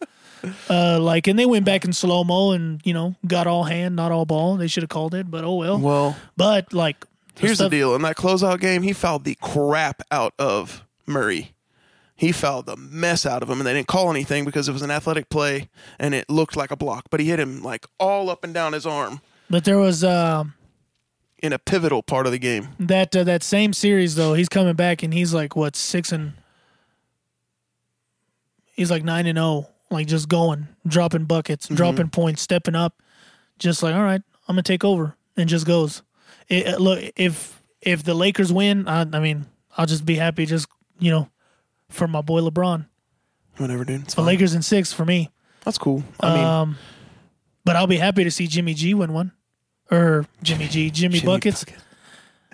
[SPEAKER 2] Uh, like, and they went back in slow mo and you know got all hand, not all ball. They should have called it, but oh well.
[SPEAKER 1] Well,
[SPEAKER 2] but like,
[SPEAKER 1] here's the
[SPEAKER 2] stuff-
[SPEAKER 1] deal. In that closeout game, he fouled the crap out of Murray. He fouled the mess out of him, and they didn't call anything because it was an athletic play and it looked like a block. But he hit him like all up and down his arm.
[SPEAKER 2] But there was um
[SPEAKER 1] in a pivotal part of the game.
[SPEAKER 2] that uh, that same series though. He's coming back and he's like what six and he's like nine and oh, like just going, dropping buckets, dropping points, stepping up, just like all right, I'm gonna take over, and just goes. It, uh, look, if if the Lakers win, I, I mean, I'll just be happy, just you know, for my boy LeBron.
[SPEAKER 1] Whatever, dude. It's
[SPEAKER 2] But
[SPEAKER 1] fine.
[SPEAKER 2] Lakers in six for me.
[SPEAKER 1] That's cool. I mean,
[SPEAKER 2] um, but I'll be happy to see Jimmy G win one, or Jimmy G, Jimmy,
[SPEAKER 1] Jimmy
[SPEAKER 2] buckets.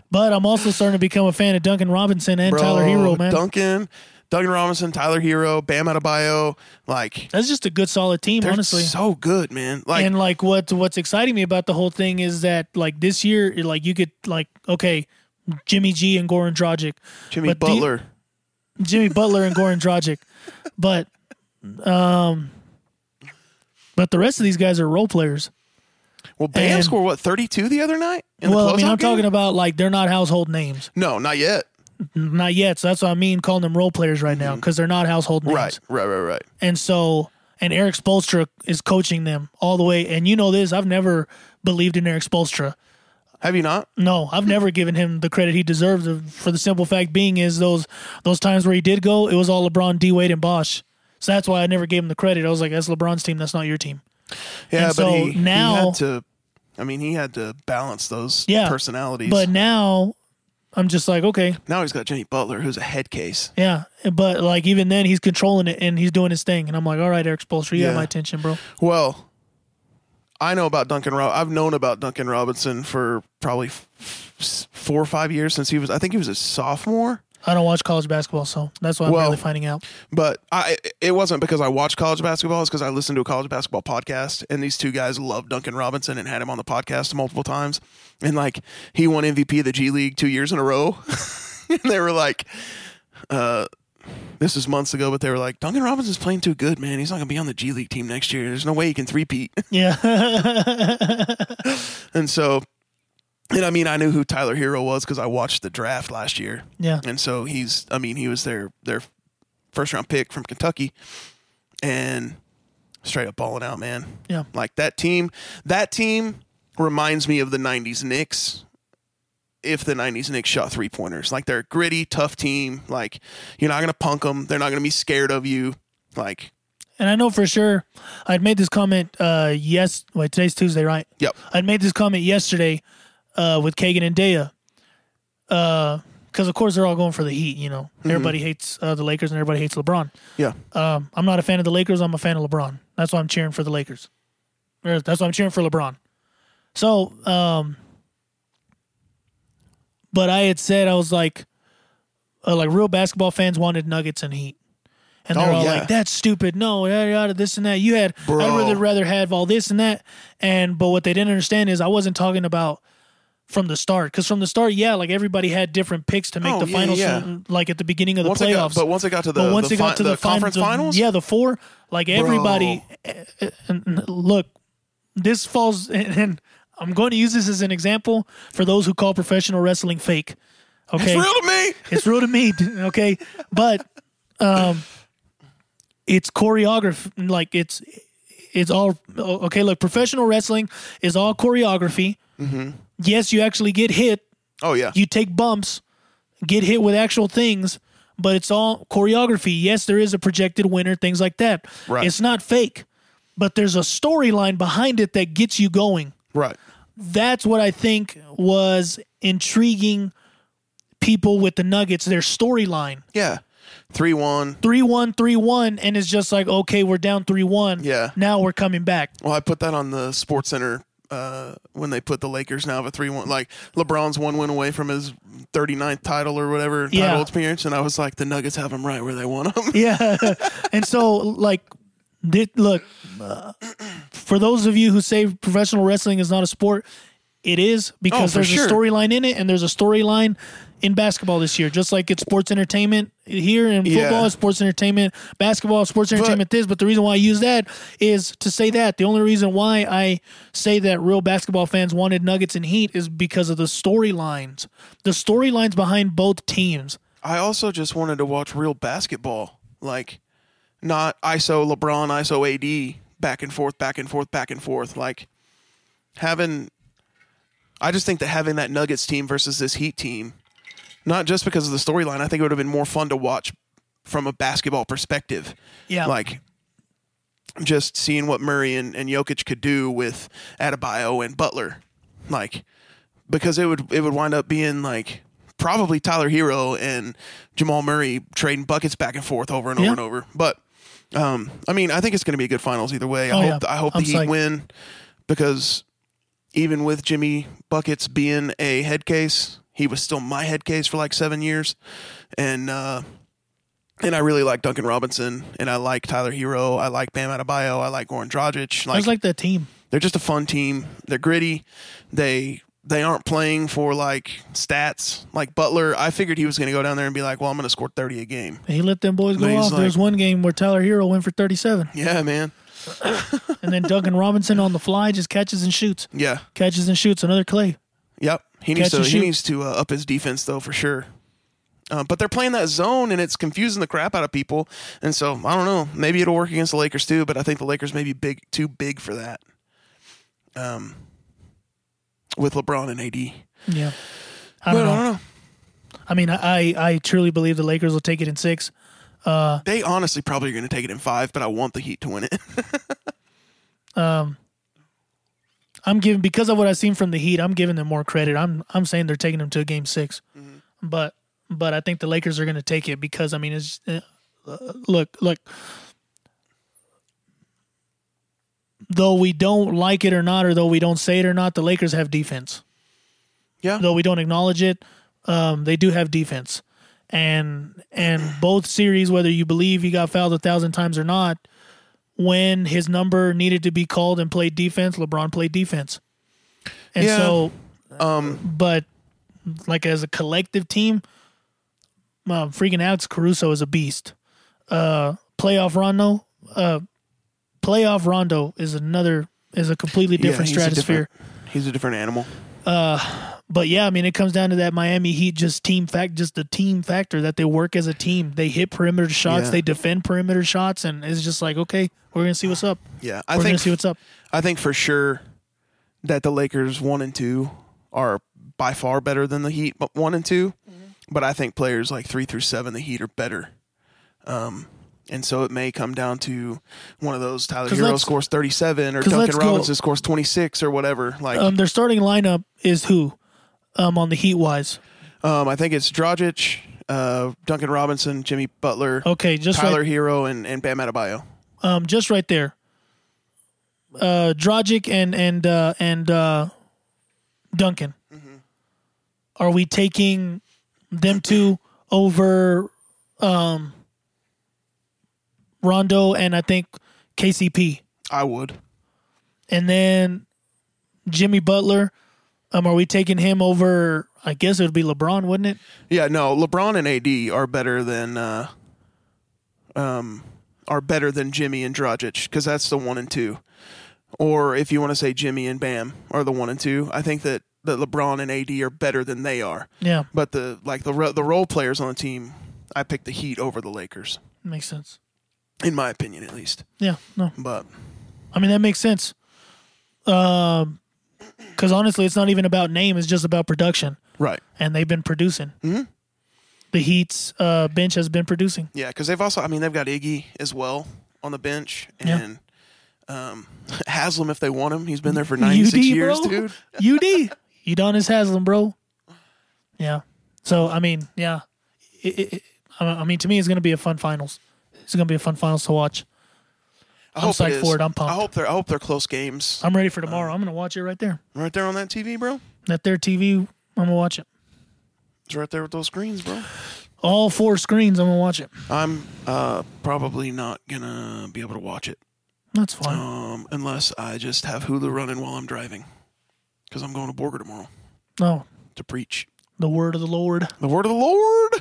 [SPEAKER 2] But I'm also starting to become a fan of Duncan Robinson and
[SPEAKER 1] bro,
[SPEAKER 2] Tyler Hero, man.
[SPEAKER 1] Duncan, Duncan Robinson, Tyler Hero, Bam Adebayo. Like,
[SPEAKER 2] That's just a good, solid team,
[SPEAKER 1] they're
[SPEAKER 2] honestly.
[SPEAKER 1] so good, man. Like,
[SPEAKER 2] and like what what's exciting me about the whole thing is that like this year, like you could like okay, Jimmy G and Goran Dragic,
[SPEAKER 1] Jimmy
[SPEAKER 2] but do you-
[SPEAKER 1] Butler.
[SPEAKER 2] Jimmy Butler and Goran Dragic, but um, but the rest of these guys are role players.
[SPEAKER 1] well, Bam
[SPEAKER 2] and-
[SPEAKER 1] scored, what, 32 the other night? In
[SPEAKER 2] well,
[SPEAKER 1] the
[SPEAKER 2] I mean,
[SPEAKER 1] closeout
[SPEAKER 2] I'm
[SPEAKER 1] game?
[SPEAKER 2] talking about like they're not household names.
[SPEAKER 1] No, not yet.
[SPEAKER 2] Not yet. So that's what I mean calling them role players right now because they're not household names.
[SPEAKER 1] Mm-hmm. Right, right, right, right.
[SPEAKER 2] And so, and Eric Spolstra is coaching them all the way. And you know this, I've never believed in Eric Spolstra.
[SPEAKER 1] Have you not?
[SPEAKER 2] No, I've never given him the credit he deserves for the simple fact being is those those times where he did go, it was all LeBron, D Wade, and Bosch. So that's why I never gave him the credit. I was like, that's LeBron's team. That's not your team.
[SPEAKER 1] Yeah,
[SPEAKER 2] And
[SPEAKER 1] but
[SPEAKER 2] so
[SPEAKER 1] he, he
[SPEAKER 2] now-
[SPEAKER 1] had to. I mean, he had to balance those
[SPEAKER 2] Yeah,
[SPEAKER 1] personalities.
[SPEAKER 2] But now I'm just like, okay,
[SPEAKER 1] now he's got Jimmy Butler, who's a head case.
[SPEAKER 2] yeah. But like even then, he's controlling it and he's doing his thing. And I'm like, all right, Eric Spolstra, you have
[SPEAKER 1] Yeah.
[SPEAKER 2] my attention, bro.
[SPEAKER 1] Well, I know about Duncan. Rob- I've known about Duncan Robinson for probably f- f- four or five years since he was. I think he was a sophomore.
[SPEAKER 2] I don't watch college basketball, so that's why I'm
[SPEAKER 1] Well-
[SPEAKER 2] really finding out.
[SPEAKER 1] But I, it wasn't because I watched college basketball. It's because I listened to a college basketball podcast, and these two guys loved Duncan Robinson and had him on the podcast multiple times. And like, he won MVP of the G League two years in a row. and they were like, uh, this was months ago, but they were like, Duncan Robinson's playing too good, man. He's not going to be on the G League team next year. There's no way he can three-peat.
[SPEAKER 2] Yeah,
[SPEAKER 1] And so And I mean, I knew who Tyler Hero was because I watched the draft last year.
[SPEAKER 2] Yeah.
[SPEAKER 1] And so he's, I mean, he was their their first round pick from Kentucky, and straight up balling out, man.
[SPEAKER 2] Yeah.
[SPEAKER 1] Like that team, that team reminds me of the '90s Knicks. If the '90s Knicks shot three pointers, like they're a gritty, tough team. Like you're not gonna punk them. They're not gonna be scared of you. Like,
[SPEAKER 2] And I know for sure I'd made this comment uh yes wait, today's Tuesday, right?
[SPEAKER 1] yep,
[SPEAKER 2] I'd made this comment yesterday uh with Kagan and Dea. Uh because of course they're all going for the Heat, you know. Everybody hates uh, the Lakers and everybody hates LeBron.
[SPEAKER 1] yeah,
[SPEAKER 2] Um, I'm not a fan of the Lakers. I'm a fan of LeBron. That's why I'm cheering for the Lakers. Or That's why I'm cheering for LeBron. So, um, but I had said I was like, uh, like real basketball fans wanted Nuggets and Heat, and they're
[SPEAKER 1] Oh,
[SPEAKER 2] all
[SPEAKER 1] yeah.
[SPEAKER 2] like, "That's stupid. No, yada yada, this and that. You had I'd
[SPEAKER 1] Bro.
[SPEAKER 2] rather rather have all this and that." And but what they didn't understand is I wasn't talking about from the start because from the start, yeah, like everybody had different picks to make
[SPEAKER 1] Oh,
[SPEAKER 2] the
[SPEAKER 1] yeah,
[SPEAKER 2] finals,
[SPEAKER 1] yeah.
[SPEAKER 2] uh, like at the beginning of the
[SPEAKER 1] Once
[SPEAKER 2] playoffs
[SPEAKER 1] it got- but once it got to the-
[SPEAKER 2] but once
[SPEAKER 1] the
[SPEAKER 2] it got
[SPEAKER 1] fi-
[SPEAKER 2] to the,
[SPEAKER 1] the conference
[SPEAKER 2] fin- the-
[SPEAKER 1] finals?
[SPEAKER 2] yeah, the four, like everybody. eh, eh, and- and Look, this falls, and, and I'm going to use this as an example for those who call professional wrestling fake. Okay,
[SPEAKER 1] it's real to me.
[SPEAKER 2] it's real to me. d- Okay, but um, it's choreography. Like it's it's all o- okay. Look, professional wrestling is all choreography.
[SPEAKER 1] Mm-hmm.
[SPEAKER 2] Yes, you actually get hit
[SPEAKER 1] Oh yeah,
[SPEAKER 2] you take bumps, get hit with actual things, but it's all choreography. Yes, there is a projected winner, things like that.
[SPEAKER 1] Right.
[SPEAKER 2] It's not fake, but there's a storyline behind it that gets you going.
[SPEAKER 1] right.
[SPEAKER 2] That's what I think was intriguing people with the Nuggets, their storyline.
[SPEAKER 1] Yeah, three one.
[SPEAKER 2] 3 1, 3 1, and it's just like, okay, we're down 3 1.
[SPEAKER 1] Yeah.
[SPEAKER 2] Now we're coming back.
[SPEAKER 1] Well, I put that on the Sports Center uh, when they put the Lakers now have a three one. Like LeBron's one win away from his 39th title or whatever
[SPEAKER 2] Yeah.
[SPEAKER 1] title appearance, and I was like, the Nuggets have them right where they want them.
[SPEAKER 2] Yeah. and so, like, did, look, uh, for those of you who say professional wrestling is not a sport, it is
[SPEAKER 1] Oh,
[SPEAKER 2] because
[SPEAKER 1] for
[SPEAKER 2] there's
[SPEAKER 1] sure.
[SPEAKER 2] a storyline in it and there's a storyline in basketball this year, just like it's sports entertainment here and
[SPEAKER 1] Yeah.
[SPEAKER 2] football is sports entertainment, basketball is sports entertainment this. But the reason why I use that is to say that. The only reason why I say that real basketball fans wanted Nuggets and Heat is because of the storylines, the storylines behind both teams.
[SPEAKER 1] I also just wanted to watch real basketball, like not ISO LeBron, ISO AD, back and forth, back and forth, back and forth. Like having, I just think that having that Nuggets team versus this Heat team, not just because of the storyline, I think it would have been more fun to watch from a basketball perspective.
[SPEAKER 2] Yeah.
[SPEAKER 1] Like just seeing what Murray and, and Jokic could do with Adebayo and Butler. Like because it would it would wind up being like probably Tyler Hero and Jamal Murray trading buckets back and forth over and over
[SPEAKER 2] Yeah.
[SPEAKER 1] and over. But um, I mean, I think it's going to be a good finals either way.
[SPEAKER 2] Oh,
[SPEAKER 1] I
[SPEAKER 2] yeah.
[SPEAKER 1] hope the, I hope
[SPEAKER 2] I'm
[SPEAKER 1] the Heat
[SPEAKER 2] psyched.
[SPEAKER 1] win because even with Jimmy buckets being a head case, he was still my head case for like seven years, and uh, and I really like Duncan Robinson and I like Tyler Hero, I like Bam Adebayo, I like Goran Dragic.
[SPEAKER 2] I was like that team.
[SPEAKER 1] They're just a fun team. They're gritty. They they aren't playing for like stats. Like Butler, I figured he was going to go down there and be like, "Well, I'm going to score 30 a game."
[SPEAKER 2] And he let them boys go
[SPEAKER 1] He's
[SPEAKER 2] off. there
[SPEAKER 1] like-
[SPEAKER 2] was one game where Tyler Hero went for 37,
[SPEAKER 1] Yeah, man.
[SPEAKER 2] and then Duncan Robinson on the fly just catches and shoots,
[SPEAKER 1] Yeah.
[SPEAKER 2] catches and shoots. Another Clay.
[SPEAKER 1] Yep. He needs
[SPEAKER 2] Catch and
[SPEAKER 1] to he
[SPEAKER 2] shoot.
[SPEAKER 1] needs to uh, up his defense though for sure. Uh, but they're playing that zone and it's confusing the crap out of people. And so I don't know. Maybe it'll work against the Lakers too. But I think the Lakers may be big too big for that. Um, with LeBron and AD.
[SPEAKER 2] Yeah, I
[SPEAKER 1] But uh,
[SPEAKER 2] don't know.
[SPEAKER 1] I don't know.
[SPEAKER 2] I mean, I I I truly believe the Lakers will take it in six.
[SPEAKER 1] They honestly probably are going to take it in five. But I want the Heat to win it.
[SPEAKER 2] I'm giving because of what I've seen from the Heat. I'm giving them more credit. I'm I'm saying they're taking them to a game 6 but but I think the Lakers are going to take it because I mean it's uh, look look. Though we don't like it or not, or though we don't say it or not, the Lakers have defense.
[SPEAKER 1] yeah.
[SPEAKER 2] though we don't acknowledge it, um, they do have defense, and and both series, whether you believe he got fouled a thousand times or not, when his number needed to be called and played defense, LeBron played defense, and
[SPEAKER 1] Yeah.
[SPEAKER 2] so,
[SPEAKER 1] Um,
[SPEAKER 2] but like as a collective team, uh, freaking Alex Caruso is a beast. Uh, playoff Rondo, uh, playoff Rondo is another is a completely different
[SPEAKER 1] he's a
[SPEAKER 2] stratosphere.
[SPEAKER 1] different- he's a different animal.
[SPEAKER 2] But yeah, I mean, it comes down to that Miami Heat just team fact, just the team factor that they work as a team. They hit perimeter shots,
[SPEAKER 1] Yeah.
[SPEAKER 2] they defend perimeter shots, and it's just like, okay, we're gonna see what's up.
[SPEAKER 1] Yeah, I
[SPEAKER 2] we're gonna
[SPEAKER 1] think
[SPEAKER 2] see what's up.
[SPEAKER 1] I think for sure that the Lakers one and two are by far better than the Heat but one and 2 But I think players like three through seven, the Heat are better. Um, and so it may come down to one of those Tyler
[SPEAKER 2] 'Cause
[SPEAKER 1] Hero
[SPEAKER 2] let's-
[SPEAKER 1] scores thirty seven or
[SPEAKER 2] 'cause
[SPEAKER 1] Duncan
[SPEAKER 2] let's go-
[SPEAKER 1] Robinson scores twenty six or whatever. Like um,
[SPEAKER 2] Um, their starting lineup is who, um, on the Heat wise.
[SPEAKER 1] um, I think it's Drogic, uh, Duncan Robinson, Jimmy Butler,
[SPEAKER 2] Okay, just
[SPEAKER 1] Tyler
[SPEAKER 2] right,
[SPEAKER 1] Hero, and, and Bam Adebayo.
[SPEAKER 2] um, just right there. Uh, Drogic and and uh, and uh, Duncan. Are we taking them two over um, Rondo and I think KCP,
[SPEAKER 1] I would.
[SPEAKER 2] and then Jimmy Butler? Um, are we taking him over? I guess it would be LeBron, wouldn't it?
[SPEAKER 1] Yeah, no, LeBron and AD are better than uh, um are better than Jimmy and Dragic because that's the one and two. Or if you want to say Jimmy and Bam are the one and two, I think that that LeBron and AD are better than they are.
[SPEAKER 2] Yeah,
[SPEAKER 1] But the like the ro- the role players on the team, I picked the Heat over the Lakers
[SPEAKER 2] makes sense.
[SPEAKER 1] in my opinion at least.
[SPEAKER 2] Yeah, no,
[SPEAKER 1] But
[SPEAKER 2] I mean, that makes sense. Because honestly, it's not even about name; it's just about production,
[SPEAKER 1] right,
[SPEAKER 2] and they've been producing. Mm-hmm. The Heat's uh, bench has been producing.
[SPEAKER 1] yeah, because they've also I mean they've got Iggy as well on the bench
[SPEAKER 2] Yeah.
[SPEAKER 1] and um, Haslam if they want him, he's been there for ninety
[SPEAKER 2] UD,
[SPEAKER 1] six years,
[SPEAKER 2] bro.
[SPEAKER 1] dude.
[SPEAKER 2] UD, Udonis Haslam, bro. Yeah. So I mean, yeah. It, it, it, I I mean, to me, it's gonna be a fun finals. It's gonna be a fun finals to watch.
[SPEAKER 1] I
[SPEAKER 2] I'm
[SPEAKER 1] hope
[SPEAKER 2] psyched
[SPEAKER 1] it is.
[SPEAKER 2] for it. I'm pumped.
[SPEAKER 1] I hope they're I hope they're close games.
[SPEAKER 2] I'm ready for tomorrow. I'm gonna watch it right there.
[SPEAKER 1] right there on that TV, bro.
[SPEAKER 2] That there TV. I'm gonna watch it.
[SPEAKER 1] It's right there with those screens, bro.
[SPEAKER 2] All four screens. I'm gonna watch it.
[SPEAKER 1] I'm uh probably not gonna be able to watch it.
[SPEAKER 2] That's fine.
[SPEAKER 1] Um unless I just have Hulu running while I'm driving. Cuz I'm going to Borger tomorrow
[SPEAKER 2] No,
[SPEAKER 1] to preach
[SPEAKER 2] Oh, the word of the Lord
[SPEAKER 1] the word of the Lord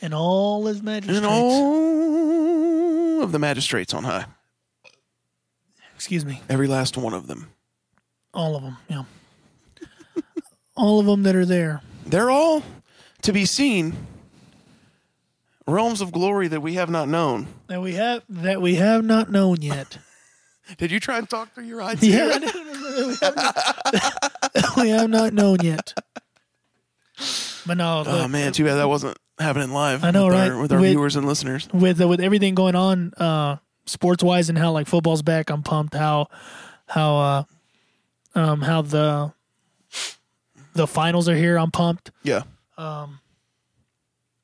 [SPEAKER 2] and all His magistrates.
[SPEAKER 1] and all of the magistrates on high.
[SPEAKER 2] Excuse me.
[SPEAKER 1] Every last one of them.
[SPEAKER 2] All of them. Yeah. all of them that are there.
[SPEAKER 1] They're all to be seen realms of glory that we have not known.
[SPEAKER 2] that we have that we have not known yet.
[SPEAKER 1] Did you try and talk through your eyes?
[SPEAKER 2] Yeah, I know, no, no, no, we, have not, we have not known yet. But no,
[SPEAKER 1] Oh
[SPEAKER 2] look,
[SPEAKER 1] man, too bad that wasn't happening live.
[SPEAKER 2] I know,
[SPEAKER 1] with Our,
[SPEAKER 2] right?
[SPEAKER 1] with our
[SPEAKER 2] With-
[SPEAKER 1] viewers and listeners.
[SPEAKER 2] with uh, with everything going on, uh, sports wise, and how like football's back, I'm pumped. How how uh, um, how the the finals are here, I'm pumped.
[SPEAKER 1] Yeah,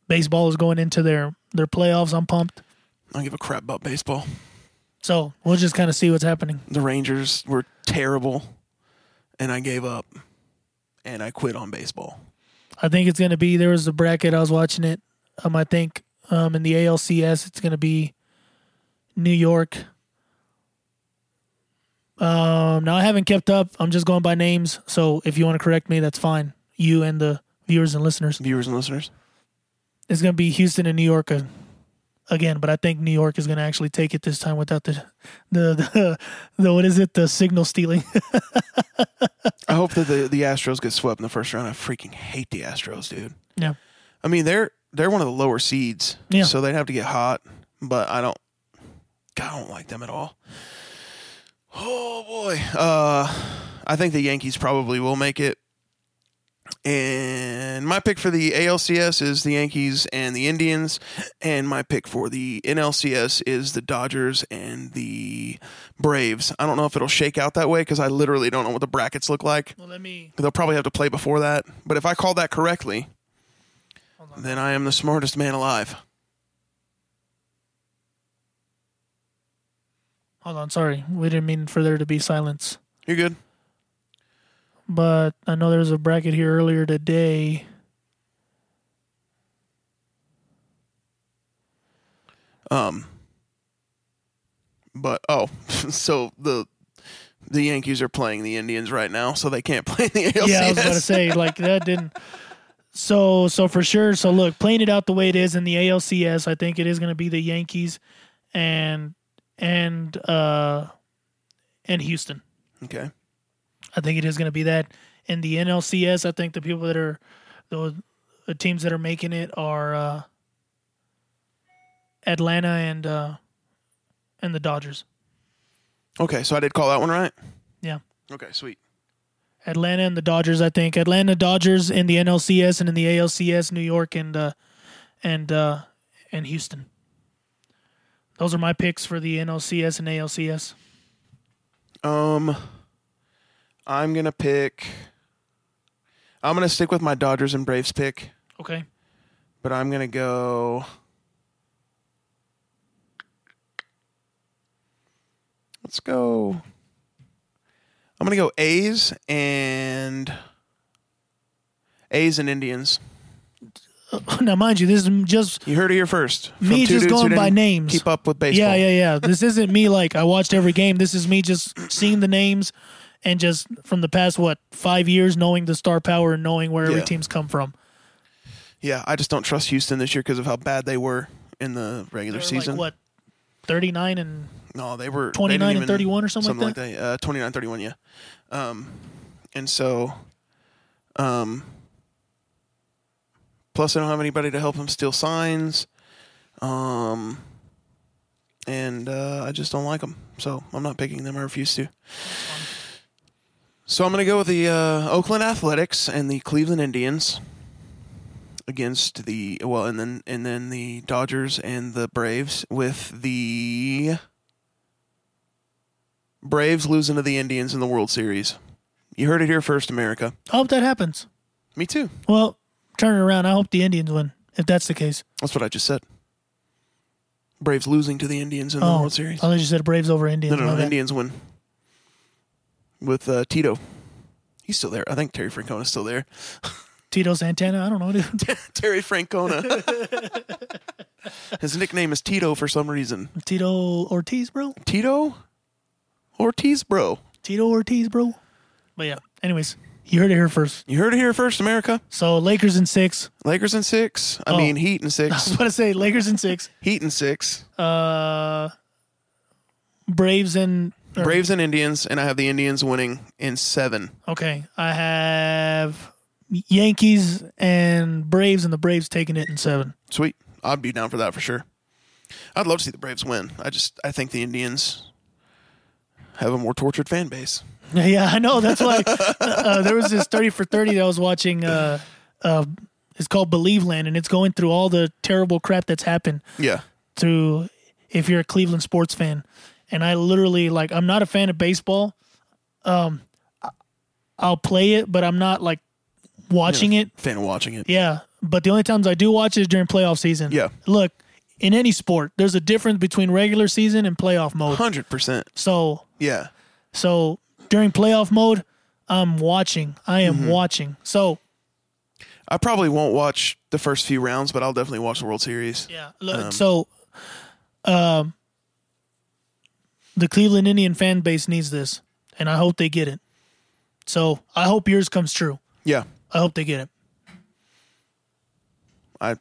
[SPEAKER 2] Baseball is going into their their playoffs, I'm pumped.
[SPEAKER 1] I don't give a crap about baseball.
[SPEAKER 2] So we'll just kind of see what's happening.
[SPEAKER 1] The Rangers were terrible, and I gave up, and I quit on baseball.
[SPEAKER 2] I think it's going to be. There was a bracket I was watching it. Um, I think um in the ALCS it's going to be New York. Um, now I haven't kept up. I'm just going by names. So if you want to correct me, that's fine. You and the viewers and listeners.
[SPEAKER 1] Viewers and listeners,
[SPEAKER 2] It's going to be Houston and New York uh, again, but I think New York is going to actually take it this time without the the the, the what is it? The signal stealing.
[SPEAKER 1] I hope that the the Astros get swept in the first round. I freaking hate the Astros, dude.
[SPEAKER 2] yeah.
[SPEAKER 1] I mean, they're they're one of the lower seeds,
[SPEAKER 2] Yeah.
[SPEAKER 1] so they'd have to get hot. But I don't, God, I don't like them at all. Oh boy, uh, I think the Yankees probably will make it. And my pick for the ALCS is the Yankees and the Indians, and my pick for the NLCS is the Dodgers and the Braves. I don't know if it'll shake out that way because I literally don't know what the brackets look like.
[SPEAKER 2] Well, let me.
[SPEAKER 1] They'll probably have to play before that. But if I call that correctly, then I am the smartest man alive.
[SPEAKER 2] Hold on. Sorry, we didn't mean for there to be silence.
[SPEAKER 1] You're good.
[SPEAKER 2] but I know there was a bracket here earlier today.
[SPEAKER 1] Um, but oh, so the the Yankees are playing the Indians right now, so they can't play in the ALCS.
[SPEAKER 2] Yeah, I was about to say like that didn't. So so for sure. So look, playing it out the way it is in the ALCS, I think it is going to be the Yankees and and uh and Houston.
[SPEAKER 1] Okay,
[SPEAKER 2] I think it is going to be that. in the NLCS, I think the people that are the, the teams that are making it are uh, Atlanta and uh, and the Dodgers.
[SPEAKER 1] Okay, so I did call that one right.
[SPEAKER 2] Yeah.
[SPEAKER 1] Okay, sweet.
[SPEAKER 2] Atlanta and the Dodgers, I think. Atlanta Dodgers in the NLCS and in the ALCS, New York and uh, and uh, and Houston. Those are my picks for the NLCS and ALCS.
[SPEAKER 1] Um, I'm gonna pick. I'm gonna stick with my Dodgers and Braves pick,
[SPEAKER 2] Okay.
[SPEAKER 1] but I'm gonna go. Let's go. I'm gonna go A's and A's and Indians.
[SPEAKER 2] Now, mind you, this is just
[SPEAKER 1] You heard it here first. from
[SPEAKER 2] Me
[SPEAKER 1] two
[SPEAKER 2] just
[SPEAKER 1] dudes who
[SPEAKER 2] going by
[SPEAKER 1] didn't
[SPEAKER 2] names.
[SPEAKER 1] Keep up with baseball.
[SPEAKER 2] yeah, yeah, yeah. This isn't me like I watched every game. This is me just seeing the names and just from the past what five years knowing the star power and knowing where every
[SPEAKER 1] Yeah.
[SPEAKER 2] team's come from.
[SPEAKER 1] Yeah, I just don't trust Houston this year because of how bad they were in the regular
[SPEAKER 2] They're
[SPEAKER 1] season.
[SPEAKER 2] like what thirty nine and
[SPEAKER 1] No, they were they
[SPEAKER 2] 29
[SPEAKER 1] didn't
[SPEAKER 2] and
[SPEAKER 1] even-
[SPEAKER 2] 31 or something like
[SPEAKER 1] like that. Uh, 29, 31, yeah. Um, and so, um, plus I don't have anybody to help him steal signs. Um, and uh, I just don't like them, so I'm not picking them. I refuse to. So I'm going to go with the uh, Oakland Athletics and the Cleveland Indians against the well, and then and then the Dodgers and the Braves with the Braves losing to the Indians in the World Series. You heard it here first, America.
[SPEAKER 2] I hope that happens.
[SPEAKER 1] Me too.
[SPEAKER 2] Well, turn it around. I hope the Indians win if that's the case.
[SPEAKER 1] That's what I just said. Braves losing to the Indians in the World Series.
[SPEAKER 2] I thought Oh, you said Braves over
[SPEAKER 1] No,
[SPEAKER 2] Indians.
[SPEAKER 1] no,
[SPEAKER 2] My
[SPEAKER 1] no.
[SPEAKER 2] bad.
[SPEAKER 1] Indians win with uh, Tito. He's still there. I think Terry Francona's still there.
[SPEAKER 2] Tito Santana. I don't know, dude.
[SPEAKER 1] Terry Francona. His nickname is Tito for some reason.
[SPEAKER 2] Tito Ortiz, bro.
[SPEAKER 1] Tito Ortiz, bro.
[SPEAKER 2] Tito Ortiz, bro. But yeah. Anyways, you heard it here first.
[SPEAKER 1] You heard it here first, America.
[SPEAKER 2] So Lakers in six.
[SPEAKER 1] Lakers in six. I
[SPEAKER 2] Oh.
[SPEAKER 1] mean, Heat in
[SPEAKER 2] I was
[SPEAKER 1] six.
[SPEAKER 2] about to say Lakers in six.
[SPEAKER 1] Heat in six.
[SPEAKER 2] Uh, Braves and or-
[SPEAKER 1] Braves and Indians, and I have the Indians winning in seven.
[SPEAKER 2] Okay, I have Yankees and Braves, and the Braves taking it in seven.
[SPEAKER 1] Sweet. I'd be down for that for sure. I'd love to see the Braves win. I just I think the Indians have a more tortured fan base.
[SPEAKER 2] Yeah, I know. That's why uh, there was this thirty for thirty that I was watching. Uh, uh, it's called Believe Land, and it's going through all the terrible crap that's happened
[SPEAKER 1] Yeah.
[SPEAKER 2] through. If you're a Cleveland sports fan, and I literally like, I'm not a fan of baseball. Um, I- I'll play it, but I'm not like watching it.
[SPEAKER 1] Fan of watching it.
[SPEAKER 2] Yeah, but the only times I do watch it is during playoff season.
[SPEAKER 1] Yeah.
[SPEAKER 2] Look, in any sport, there's a difference between regular season and playoff mode.
[SPEAKER 1] Hundred percent.
[SPEAKER 2] So,
[SPEAKER 1] Yeah.
[SPEAKER 2] so during playoff mode, I'm watching. I am watching. So,
[SPEAKER 1] I probably won't watch the first few rounds, but I'll definitely watch the World Series.
[SPEAKER 2] yeah. Look, so, um, the Cleveland Indian fan base needs this, and I hope they get it. So, I hope yours comes true.
[SPEAKER 1] Yeah.
[SPEAKER 2] I hope they get it.
[SPEAKER 1] I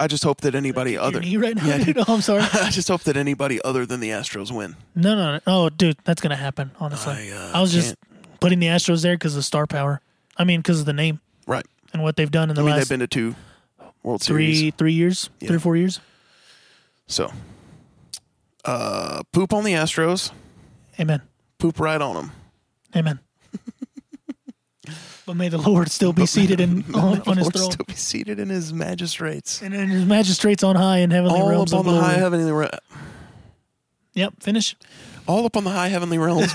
[SPEAKER 1] I just hope that anybody
[SPEAKER 2] Your
[SPEAKER 1] other
[SPEAKER 2] knee right now,
[SPEAKER 1] Yeah,
[SPEAKER 2] dude. Oh, I'm sorry.
[SPEAKER 1] I just hope that anybody other than the Astros win.
[SPEAKER 2] No, no, no. Oh, dude, that's gonna happen. Honestly,
[SPEAKER 1] I,
[SPEAKER 2] I,
[SPEAKER 1] uh,
[SPEAKER 2] was just putting the Astros there because of star power. I mean, because of the name
[SPEAKER 1] Right.
[SPEAKER 2] and what they've done in the
[SPEAKER 1] I mean
[SPEAKER 2] last
[SPEAKER 1] they've been to two World
[SPEAKER 2] three,
[SPEAKER 1] Series.
[SPEAKER 2] three years, three or four years.
[SPEAKER 1] So uh poop on the Astros,
[SPEAKER 2] Amen.
[SPEAKER 1] poop right on them.
[SPEAKER 2] Amen. but may the Lord still be seated in, on, on His
[SPEAKER 1] Lord
[SPEAKER 2] throne
[SPEAKER 1] still be seated in his magistrates.
[SPEAKER 2] and in His magistrates on high in heavenly
[SPEAKER 1] All
[SPEAKER 2] realms
[SPEAKER 1] upon
[SPEAKER 2] of
[SPEAKER 1] the high
[SPEAKER 2] glory.
[SPEAKER 1] heavenly re-
[SPEAKER 2] yep. Finish.
[SPEAKER 1] all upon the high heavenly realms.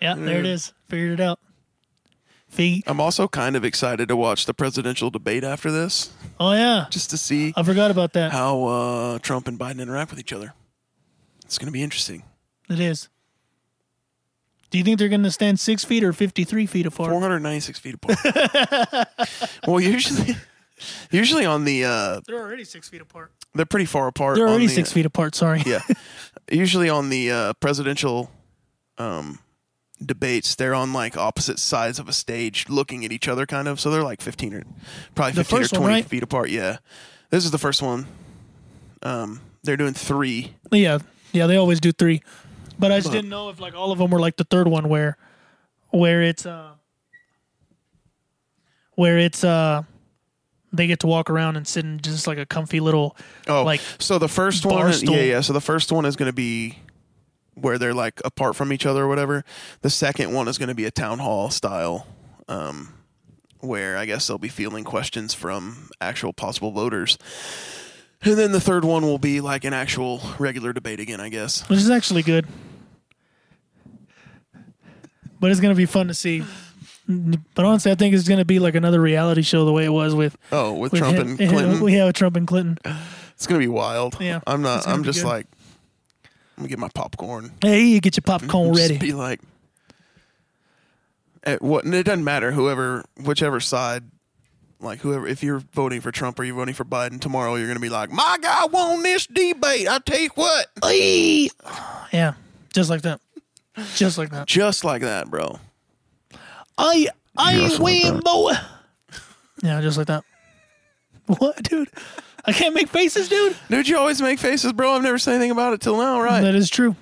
[SPEAKER 2] Yeah, there it is. Figured it out. Fee.
[SPEAKER 1] I'm also kind of excited to watch the presidential debate after this,
[SPEAKER 2] Oh yeah,
[SPEAKER 1] just to see
[SPEAKER 2] I forgot about that.
[SPEAKER 1] how uh, Trump and Biden interact with each other. It's going to be interesting.
[SPEAKER 2] It is. Do you think they're gonna stand six feet or fifty-three feet apart?
[SPEAKER 1] 496 feet apart. well, usually, usually on the uh,
[SPEAKER 2] They're already six feet apart.
[SPEAKER 1] they're pretty far apart.
[SPEAKER 2] They're
[SPEAKER 1] on
[SPEAKER 2] already
[SPEAKER 1] the- uh,
[SPEAKER 2] six feet apart. Sorry.
[SPEAKER 1] Yeah, usually on the uh, presidential um, debates, they're on like opposite sides of a stage, looking at each other, kind of. So they're like 15 or probably 15
[SPEAKER 2] The first
[SPEAKER 1] or
[SPEAKER 2] one,
[SPEAKER 1] 20
[SPEAKER 2] right?
[SPEAKER 1] feet apart. Yeah, this is the first one. Um, they're doing three.
[SPEAKER 2] Yeah. Yeah. They always do three. But I just didn't know if like all of them were like the third one where, where it's uh, where it's uh, they get to walk around and sit in just like a comfy little
[SPEAKER 1] Oh,
[SPEAKER 2] like
[SPEAKER 1] so the first
[SPEAKER 2] bar
[SPEAKER 1] one,
[SPEAKER 2] stool.
[SPEAKER 1] yeah, yeah. So the first one is going to be where they're like apart from each other or whatever. The second one is going to be a town hall style, um, where I guess they'll be fielding questions from actual possible voters. And then the third one will be like an actual regular debate again, I guess.
[SPEAKER 2] which is actually good. But it's gonna be fun to see. But honestly, I think it's gonna be like another reality show the way it was with,
[SPEAKER 1] Oh, with,
[SPEAKER 2] with
[SPEAKER 1] Trump
[SPEAKER 2] him-
[SPEAKER 1] and Clinton,
[SPEAKER 2] Yeah, with Trump and Clinton.
[SPEAKER 1] it's going to be wild.
[SPEAKER 2] Yeah,
[SPEAKER 1] I'm
[SPEAKER 2] it's
[SPEAKER 1] not.
[SPEAKER 2] gonna
[SPEAKER 1] I'm
[SPEAKER 2] be
[SPEAKER 1] just
[SPEAKER 2] good.
[SPEAKER 1] like, I'm gonna get my popcorn.
[SPEAKER 2] Hey, you get your popcorn
[SPEAKER 1] Just
[SPEAKER 2] ready.
[SPEAKER 1] be like, at what? And it doesn't matter whoever, whichever side, like whoever. If you're voting for Trump or you're voting for Biden tomorrow, you're gonna be like, my guy won this debate. I tell you what, Eee!
[SPEAKER 2] Yeah, just like that. Just like that.
[SPEAKER 1] just like that, bro.
[SPEAKER 2] I I
[SPEAKER 1] Just like
[SPEAKER 2] win
[SPEAKER 1] that.
[SPEAKER 2] boy. Yeah, just like that. What, dude? I can't make faces, dude.
[SPEAKER 1] Dude, you always make faces, bro. I've never said anything about it till now, right?
[SPEAKER 2] That is true.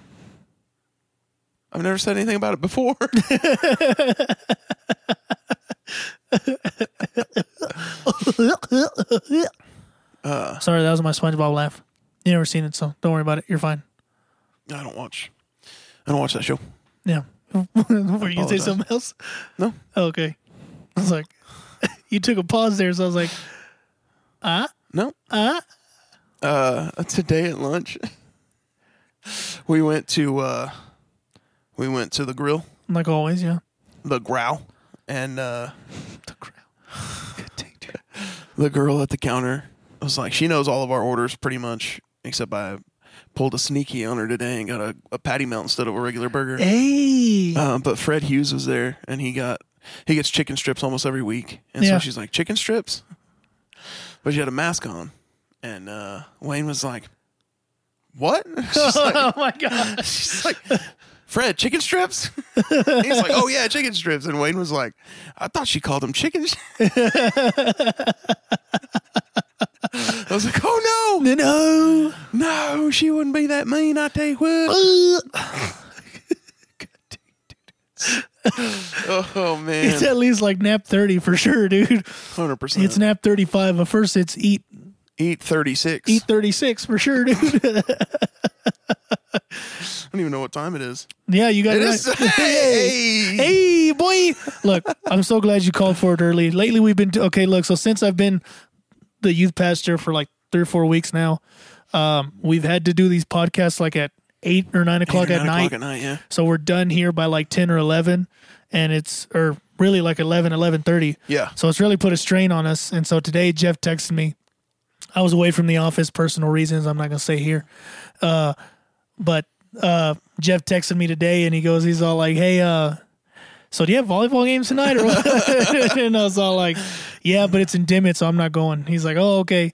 [SPEAKER 1] I've never said anything about it before. Uh.
[SPEAKER 2] Sorry, that was my SpongeBob laugh. You never seen it, so don't worry about it. You're fine.
[SPEAKER 1] I don't watch. I don't watch that show.
[SPEAKER 2] Yeah. Were you gonna say
[SPEAKER 1] apologize.
[SPEAKER 2] something else? Oh,
[SPEAKER 1] No.
[SPEAKER 2] Okay. I was like, you took a pause there, so I was like,
[SPEAKER 1] No. Uh? Uh, today at lunch, we went to uh, we went to the grill,
[SPEAKER 2] like always, yeah.
[SPEAKER 1] the growl, and uh,
[SPEAKER 2] The crowd. Good thing, dude.
[SPEAKER 1] the girl at the counter was like, she knows all of our orders pretty much, except I pulled a sneaky on her today and got a, a patty melt instead of a regular burger.
[SPEAKER 2] Eh. Hey.
[SPEAKER 1] Uh, but Fred Hughes was there, and he got he gets chicken strips almost every week, and
[SPEAKER 2] Yeah.
[SPEAKER 1] so she's like chicken strips, but she had a mask on, and uh, Wayne was like, "What?" She's like,
[SPEAKER 2] oh my gosh.
[SPEAKER 1] She's like, Fred, chicken strips? He's like, oh, yeah, chicken strips. And Wayne was like, I thought she called them chicken. sh-" I was like, oh, no.
[SPEAKER 2] No.
[SPEAKER 1] No, she wouldn't be that mean. I tell you what. Oh, oh, man.
[SPEAKER 2] It's at least like nap 30 for sure, dude.
[SPEAKER 1] 100%.
[SPEAKER 2] It's nap 35, but first it's eat
[SPEAKER 1] Eat 36.
[SPEAKER 2] eat 36 for sure, dude.
[SPEAKER 1] I don't even know what time it is.
[SPEAKER 2] yeah, you got
[SPEAKER 1] It
[SPEAKER 2] it.
[SPEAKER 1] is.
[SPEAKER 2] right.
[SPEAKER 1] Hey.
[SPEAKER 2] Hey, boy. Look, I'm so glad you called for it early. Lately, we've been, okay, look, so since I've been the youth pastor for like three or four weeks now, um, we've had to do these podcasts like at eight or nine o'clock,
[SPEAKER 1] Nine
[SPEAKER 2] at, night.
[SPEAKER 1] O'clock at night, yeah.
[SPEAKER 2] So we're done here by like 10 or 11 and it's, or really like 11, 11.30.
[SPEAKER 1] Yeah.
[SPEAKER 2] So it's really put a strain on us. And so today Jeff texted me. I was away from the office, personal reasons. I'm not gonna say here, uh, but uh, Jeff texted me today, and he goes, he's all like, "Hey, uh, so do you have volleyball games tonight?" Or what? and I was all like, "Yeah, but it's in Dimmitt, so I'm not going." He's like, "Oh, okay."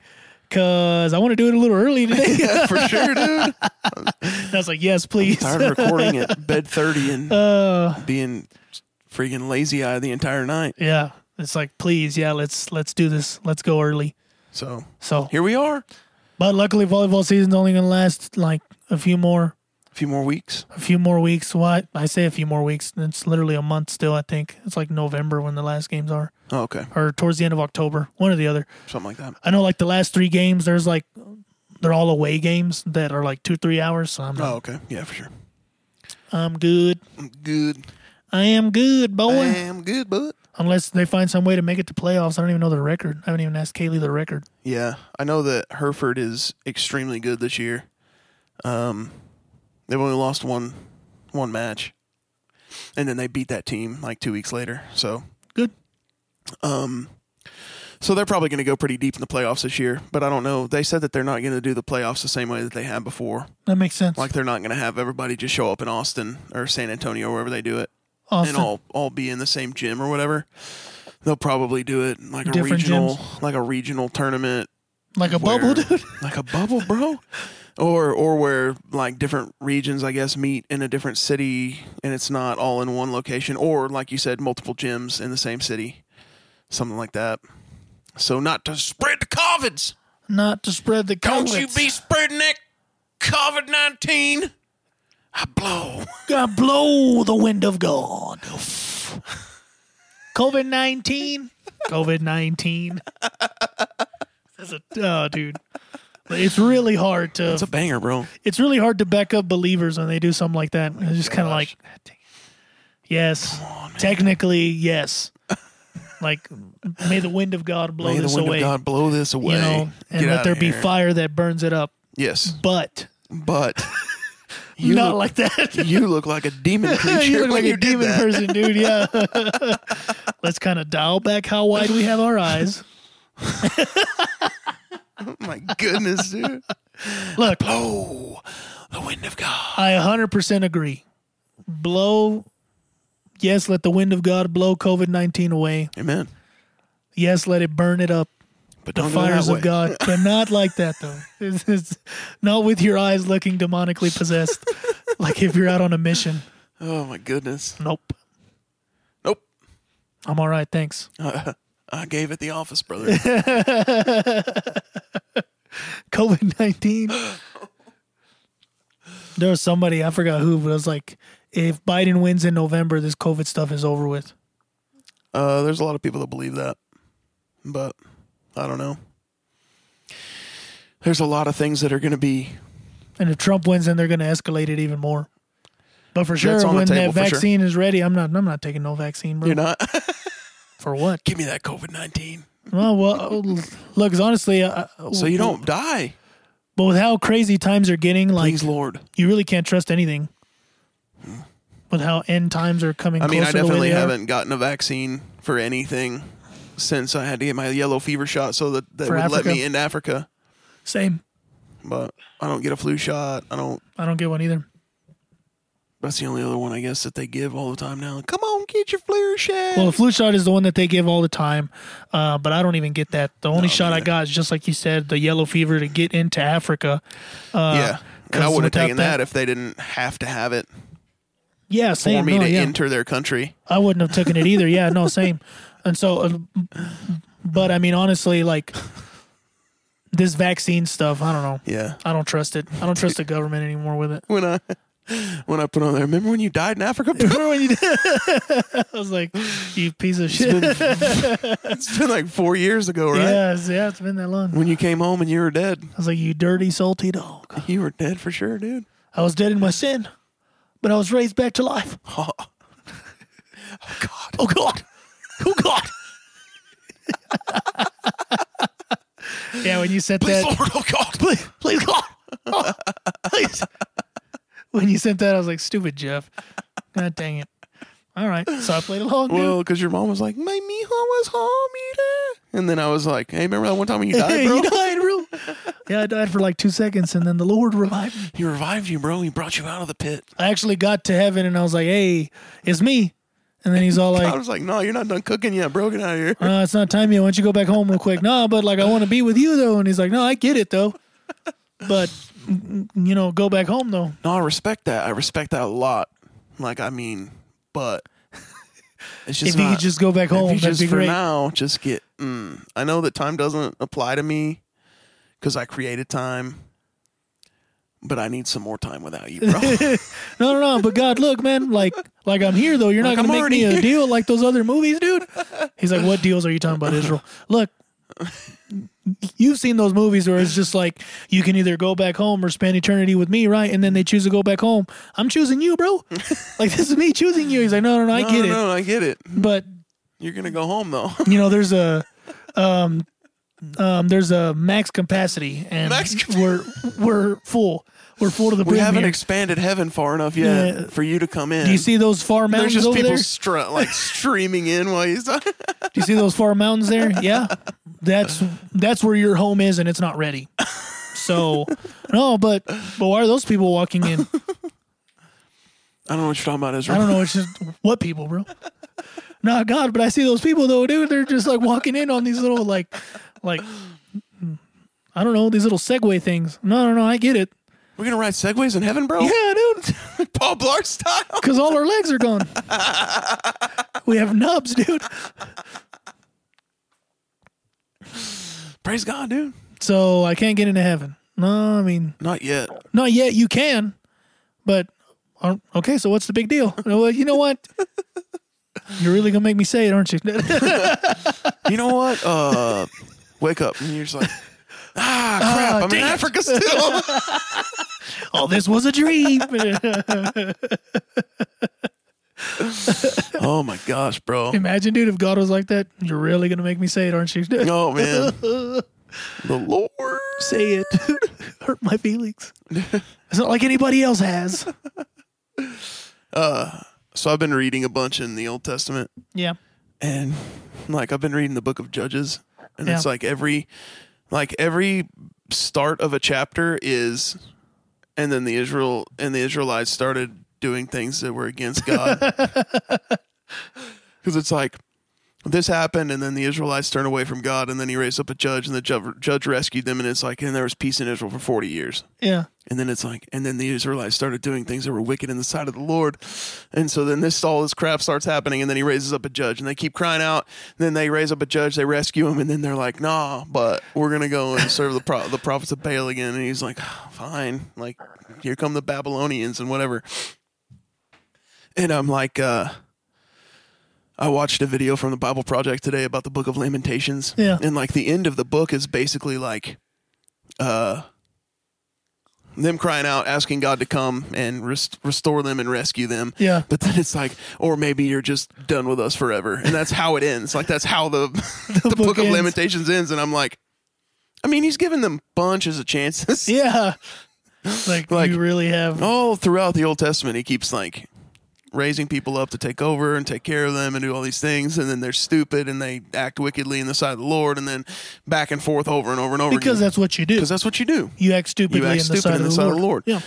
[SPEAKER 2] Cause I want to do it a little early today. and
[SPEAKER 1] For sure, dude.
[SPEAKER 2] I was like, "Yes, please."
[SPEAKER 1] Tired of recording at bed 30 and
[SPEAKER 2] Uh.
[SPEAKER 1] being freaking lazy eye the entire night.
[SPEAKER 2] Yeah, it's like, please, yeah, let's let's do this. Let's go early.
[SPEAKER 1] So
[SPEAKER 2] So
[SPEAKER 1] here we are.
[SPEAKER 2] But luckily, volleyball season's only gonna last like a few more,
[SPEAKER 1] A few more weeks.
[SPEAKER 2] a few more weeks. What I say, a few more weeks. It's literally a month still. I think it's like November when the last games are,
[SPEAKER 1] Oh, okay.
[SPEAKER 2] or towards the end of October, one or the other.
[SPEAKER 1] Something like that.
[SPEAKER 2] I know, like the last three games, there's like they're all away games that are like two, three hours. So I'm,
[SPEAKER 1] Oh, okay. Yeah, for sure.
[SPEAKER 2] I'm good.
[SPEAKER 1] I'm good.
[SPEAKER 2] I am good, boy.
[SPEAKER 1] I'm good, bud.
[SPEAKER 2] Unless they find some way to make it to playoffs, I don't even know the record. I haven't even asked Kaylee the record.
[SPEAKER 1] Yeah, I know that Hereford is extremely good this year. Um, they've only lost one one match, and then they beat that team like two weeks later. So, um,
[SPEAKER 2] Good.
[SPEAKER 1] so they're probably going to go pretty deep in the playoffs this year. But I don't know. They said that they're not going to do the playoffs the same way that they have before.
[SPEAKER 2] That makes sense.
[SPEAKER 1] Like they're not going to have everybody just show up in Austin or San Antonio or wherever they do it.
[SPEAKER 2] Austin.
[SPEAKER 1] and all all be in the same gym or whatever. They'll probably do it like a
[SPEAKER 2] Different
[SPEAKER 1] regional, like a regional tournament,
[SPEAKER 2] like a
[SPEAKER 1] where-
[SPEAKER 2] bubble, dude.
[SPEAKER 1] like a bubble, bro, or or where like different regions, I guess, meet in a different city, and it's not all in one location, or like you said, multiple gyms in the same city, something like that. So not to spread the covids.
[SPEAKER 2] Not to spread the
[SPEAKER 1] Don't you
[SPEAKER 2] colds.
[SPEAKER 1] be spreading that COVID nineteen. I blow.
[SPEAKER 2] God blow the wind of God. COVID 19. COVID 19. That's a, oh, dude. It's really hard to,
[SPEAKER 1] It's a banger, bro.
[SPEAKER 2] it's really hard to back up believers when they do something like that. It's
[SPEAKER 1] Oh
[SPEAKER 2] just kind of like, yes, technically, yes. Like, may the wind of God blow
[SPEAKER 1] May the
[SPEAKER 2] this
[SPEAKER 1] wind
[SPEAKER 2] away.
[SPEAKER 1] of God blow this away.
[SPEAKER 2] Oh, you know, and
[SPEAKER 1] Get
[SPEAKER 2] let
[SPEAKER 1] outta
[SPEAKER 2] there be
[SPEAKER 1] here.
[SPEAKER 2] fire that burns it up.
[SPEAKER 1] Yes,
[SPEAKER 2] But
[SPEAKER 1] but you
[SPEAKER 2] not
[SPEAKER 1] look,
[SPEAKER 2] like that.
[SPEAKER 1] you look like a demon creature.
[SPEAKER 2] you
[SPEAKER 1] when
[SPEAKER 2] look like a
[SPEAKER 1] you did
[SPEAKER 2] demon
[SPEAKER 1] that.
[SPEAKER 2] person, dude. Yeah. Let's kind of dial back how wide we have our eyes.
[SPEAKER 1] My goodness, dude.
[SPEAKER 2] Look,
[SPEAKER 1] Blow the wind of God.
[SPEAKER 2] I 100% agree. Blow. Yes, let the wind of God blow COVID 19 away.
[SPEAKER 1] Amen.
[SPEAKER 2] Yes, let it burn it up.
[SPEAKER 1] But
[SPEAKER 2] The
[SPEAKER 1] don't
[SPEAKER 2] fires
[SPEAKER 1] go that
[SPEAKER 2] of
[SPEAKER 1] way.
[SPEAKER 2] God. But not like that, though. It's, it's not with your eyes looking demonically possessed. like if you're out on a mission.
[SPEAKER 1] Oh my goodness.
[SPEAKER 2] Nope.
[SPEAKER 1] Nope.
[SPEAKER 2] I'm all right. Thanks.
[SPEAKER 1] I gave it the office, brother.
[SPEAKER 2] COVID 19. there was somebody, I forgot who, but it was like, if Biden wins in November, this COVID stuff is over with.
[SPEAKER 1] uh, there's a lot of people that believe that, but I don't know. There's a lot of things that are going to be
[SPEAKER 2] And if Trump wins, then they're going to escalate it even more. But for sure,
[SPEAKER 1] That's on the
[SPEAKER 2] when
[SPEAKER 1] table,
[SPEAKER 2] that
[SPEAKER 1] for sure.
[SPEAKER 2] vaccine is ready, I'm not. I'm not taking no vaccine, bro.
[SPEAKER 1] You're not.
[SPEAKER 2] For what?
[SPEAKER 1] Give me that COVID nineteen,
[SPEAKER 2] well, well, look. 'cause Honestly, uh,
[SPEAKER 1] so you don't die.
[SPEAKER 2] But with how crazy times are getting, like
[SPEAKER 1] Please, Lord.
[SPEAKER 2] you really can't trust anything. With how end times are coming,
[SPEAKER 1] I mean,
[SPEAKER 2] closer
[SPEAKER 1] I
[SPEAKER 2] the way
[SPEAKER 1] definitely
[SPEAKER 2] they are.
[SPEAKER 1] haven't gotten a vaccine for anything since I had to get my yellow fever shot, so that they
[SPEAKER 2] For
[SPEAKER 1] would let
[SPEAKER 2] Africa?
[SPEAKER 1] me in Africa.
[SPEAKER 2] Same.
[SPEAKER 1] But I don't get a flu shot. I don't.
[SPEAKER 2] I don't get one either.
[SPEAKER 1] That's the only other one I guess that they give all the time now. Come on, get your flu shot.
[SPEAKER 2] Well, uh, the flu shot is the one that they give all the time, uh, but I don't even get that. The only
[SPEAKER 1] me
[SPEAKER 2] shot I
[SPEAKER 1] neither.
[SPEAKER 2] got is just like you said, the yellow fever to get into Africa.
[SPEAKER 1] yeah, and I
[SPEAKER 2] 'cause
[SPEAKER 1] would have
[SPEAKER 2] without
[SPEAKER 1] taken that,
[SPEAKER 2] that-
[SPEAKER 1] if they didn't have to have it
[SPEAKER 2] Yeah,
[SPEAKER 1] for
[SPEAKER 2] same.
[SPEAKER 1] me
[SPEAKER 2] no,
[SPEAKER 1] to
[SPEAKER 2] yeah.
[SPEAKER 1] enter their country.
[SPEAKER 2] I wouldn't have taken it either. Yeah, no, same. And so, uh, but I mean, honestly, like this vaccine stuff, I don't know.
[SPEAKER 1] Yeah.
[SPEAKER 2] I don't trust it. I don't trust the government anymore with it.
[SPEAKER 1] When I when I put on there, remember when you died in Africa?
[SPEAKER 2] Remember when you did? I was like, you piece of shit.
[SPEAKER 1] it's been like four years ago, right?
[SPEAKER 2] Yeah, it's- yeah, it's been that long.
[SPEAKER 1] When you came home and you were dead,
[SPEAKER 2] I was like, you dirty, salty dog.
[SPEAKER 1] you were dead for sure, dude.
[SPEAKER 2] I was dead in my sin, but I was raised back to life.
[SPEAKER 1] Oh, God.
[SPEAKER 2] Oh God! Oh God! yeah, when you sent
[SPEAKER 1] Please,
[SPEAKER 2] that,
[SPEAKER 1] Lord, oh God, please.
[SPEAKER 2] please God, Oh, please. When you sent that, I was like, "Stupid Jeff." God dang it! All right, so I played along. dude.
[SPEAKER 1] Well, because your mom was like, my mijo was home, mira. And then I was like, hey, remember that one time when you died,
[SPEAKER 2] Hey,
[SPEAKER 1] bro?
[SPEAKER 2] you died real. Yeah, I died for like two seconds, and then the Lord revived me.
[SPEAKER 1] He revived you, bro. He brought you out of the pit.
[SPEAKER 2] I actually got to heaven, and I was like, "Hey, it's me." And then he's all
[SPEAKER 1] I
[SPEAKER 2] like,
[SPEAKER 1] was like, no, you're not done cooking yet, bro. Get out of here.
[SPEAKER 2] uh, "It's not time yet. Why don't you go back home real quick?" No, but like I want to be with you though. And he's like, "No, I get it though, but mm, mm, you know, go back home though."
[SPEAKER 1] No, I respect that. I respect that a lot. Like, I mean, but it's just
[SPEAKER 2] if you
[SPEAKER 1] not-
[SPEAKER 2] could just go back
[SPEAKER 1] if you
[SPEAKER 2] home, that'd
[SPEAKER 1] just
[SPEAKER 2] be
[SPEAKER 1] for
[SPEAKER 2] great.
[SPEAKER 1] now, just get. Mm, I know that time doesn't apply to me because I created time, but I need some more time without you, bro.
[SPEAKER 2] No, no, no. But God, look, man, like, like I'm here though. You're
[SPEAKER 1] Like,
[SPEAKER 2] not
[SPEAKER 1] I'm
[SPEAKER 2] gonna make me
[SPEAKER 1] already
[SPEAKER 2] a
[SPEAKER 1] here.
[SPEAKER 2] deal like those other movies, dude. He's like, what deals are you talking about, Israel? Look, you've seen those movies where it's just like you can either go back home or spend eternity with me, right? And then they choose to go back home. I'm choosing you, bro. Like this is me choosing you. He's like, no, no, no. I
[SPEAKER 1] no,
[SPEAKER 2] get it,
[SPEAKER 1] no, I get it.
[SPEAKER 2] but
[SPEAKER 1] You're gonna go home though.
[SPEAKER 2] you know, there's a um um there's a max capacity and
[SPEAKER 1] Max cap-
[SPEAKER 2] we're we're full. We're full to the brim.
[SPEAKER 1] We haven't
[SPEAKER 2] here.
[SPEAKER 1] expanded heaven far enough yet
[SPEAKER 2] Yeah.
[SPEAKER 1] for you to come in.
[SPEAKER 2] Do you see those far
[SPEAKER 1] There's
[SPEAKER 2] mountains
[SPEAKER 1] just
[SPEAKER 2] over
[SPEAKER 1] people
[SPEAKER 2] there?
[SPEAKER 1] str- like streaming in while he's talking.
[SPEAKER 2] Do you see those far mountains there? Yeah, that's that's where your home is, and it's not ready. So, no, but but why are those people walking in?
[SPEAKER 1] I don't know what you're talking about, Israel.
[SPEAKER 2] I don't know. It's just what people, bro. Not God, but I see those people though, dude. They're just like walking in on these little like like I don't know these little Segway things. No, no, no. I get it.
[SPEAKER 1] We're gonna ride segways in heaven, bro.
[SPEAKER 2] Yeah, dude.
[SPEAKER 1] Paul Blart style.
[SPEAKER 2] Because all our legs are gone. we have nubs, dude.
[SPEAKER 1] Praise God, dude.
[SPEAKER 2] So I can't get into heaven. No, I mean,
[SPEAKER 1] Not yet.
[SPEAKER 2] Not yet. You can, but Um, okay, so what's the big deal? Well, you know what? You're really gonna make me say it, aren't you?
[SPEAKER 1] You know what? Uh, wake up. And you're just like, ah, crap. I'm in
[SPEAKER 2] dang it."
[SPEAKER 1] Africa still.
[SPEAKER 2] All this was a dream.
[SPEAKER 1] oh my gosh, bro.
[SPEAKER 2] Imagine, dude, if God was like that. You're really gonna make me say it, aren't you?
[SPEAKER 1] Oh man. The Lord.
[SPEAKER 2] say it. Hurt my feelings. It's not like anybody else has.
[SPEAKER 1] So I've been reading a bunch in the Old Testament,
[SPEAKER 2] Yeah.
[SPEAKER 1] and like I've been reading the Book of Judges, and it's
[SPEAKER 2] Yeah.
[SPEAKER 1] like every, like every start of a chapter is, and then the Israel and the Israelites started doing things that were against God, because it's like. This happened, and then the Israelites turned away from God, and then He raised up a judge, and the ju- judge rescued them, and it's like, and there was peace in Israel for forty years.
[SPEAKER 2] Yeah.
[SPEAKER 1] And then it's like, and then the Israelites started doing things that were wicked in the sight of the Lord. And so then this all this crap starts happening, and then he raises up a judge, and they keep crying out. then they raise up a judge, they rescue him, and then they're like, nah, but we're gonna go and serve the pro- the prophets of Baal again. And he's like, "Oh, fine, like here come the Babylonians and whatever. And I'm like, uh, I watched a video from the Bible Project today about the Book of Lamentations.
[SPEAKER 2] Yeah.
[SPEAKER 1] and like the end of the book is basically like, uh them crying out, asking God to come and rest- restore them and rescue them.
[SPEAKER 2] Yeah.
[SPEAKER 1] But then it's like, or maybe you're just done with us forever, and that's how it ends. Like that's how the the,
[SPEAKER 2] book
[SPEAKER 1] book, of
[SPEAKER 2] ends.
[SPEAKER 1] Lamentations ends. And I'm like, I mean, he's given them bunches of chances.
[SPEAKER 2] Yeah. Like,
[SPEAKER 1] Like-
[SPEAKER 2] you really have.
[SPEAKER 1] All throughout the Old Testament, he keeps like raising people up to take over and take care of them and do all these things, and then they're stupid and they act wickedly in the sight of the Lord, and then back and forth over and over and over.
[SPEAKER 2] Because
[SPEAKER 1] again.
[SPEAKER 2] that's what you do.
[SPEAKER 1] because that's what you do.
[SPEAKER 2] You act stupidly
[SPEAKER 1] You act
[SPEAKER 2] in the
[SPEAKER 1] stupid
[SPEAKER 2] sight,
[SPEAKER 1] in
[SPEAKER 2] of,
[SPEAKER 1] the
[SPEAKER 2] the
[SPEAKER 1] sight of the Lord.
[SPEAKER 2] Lord. Yeah.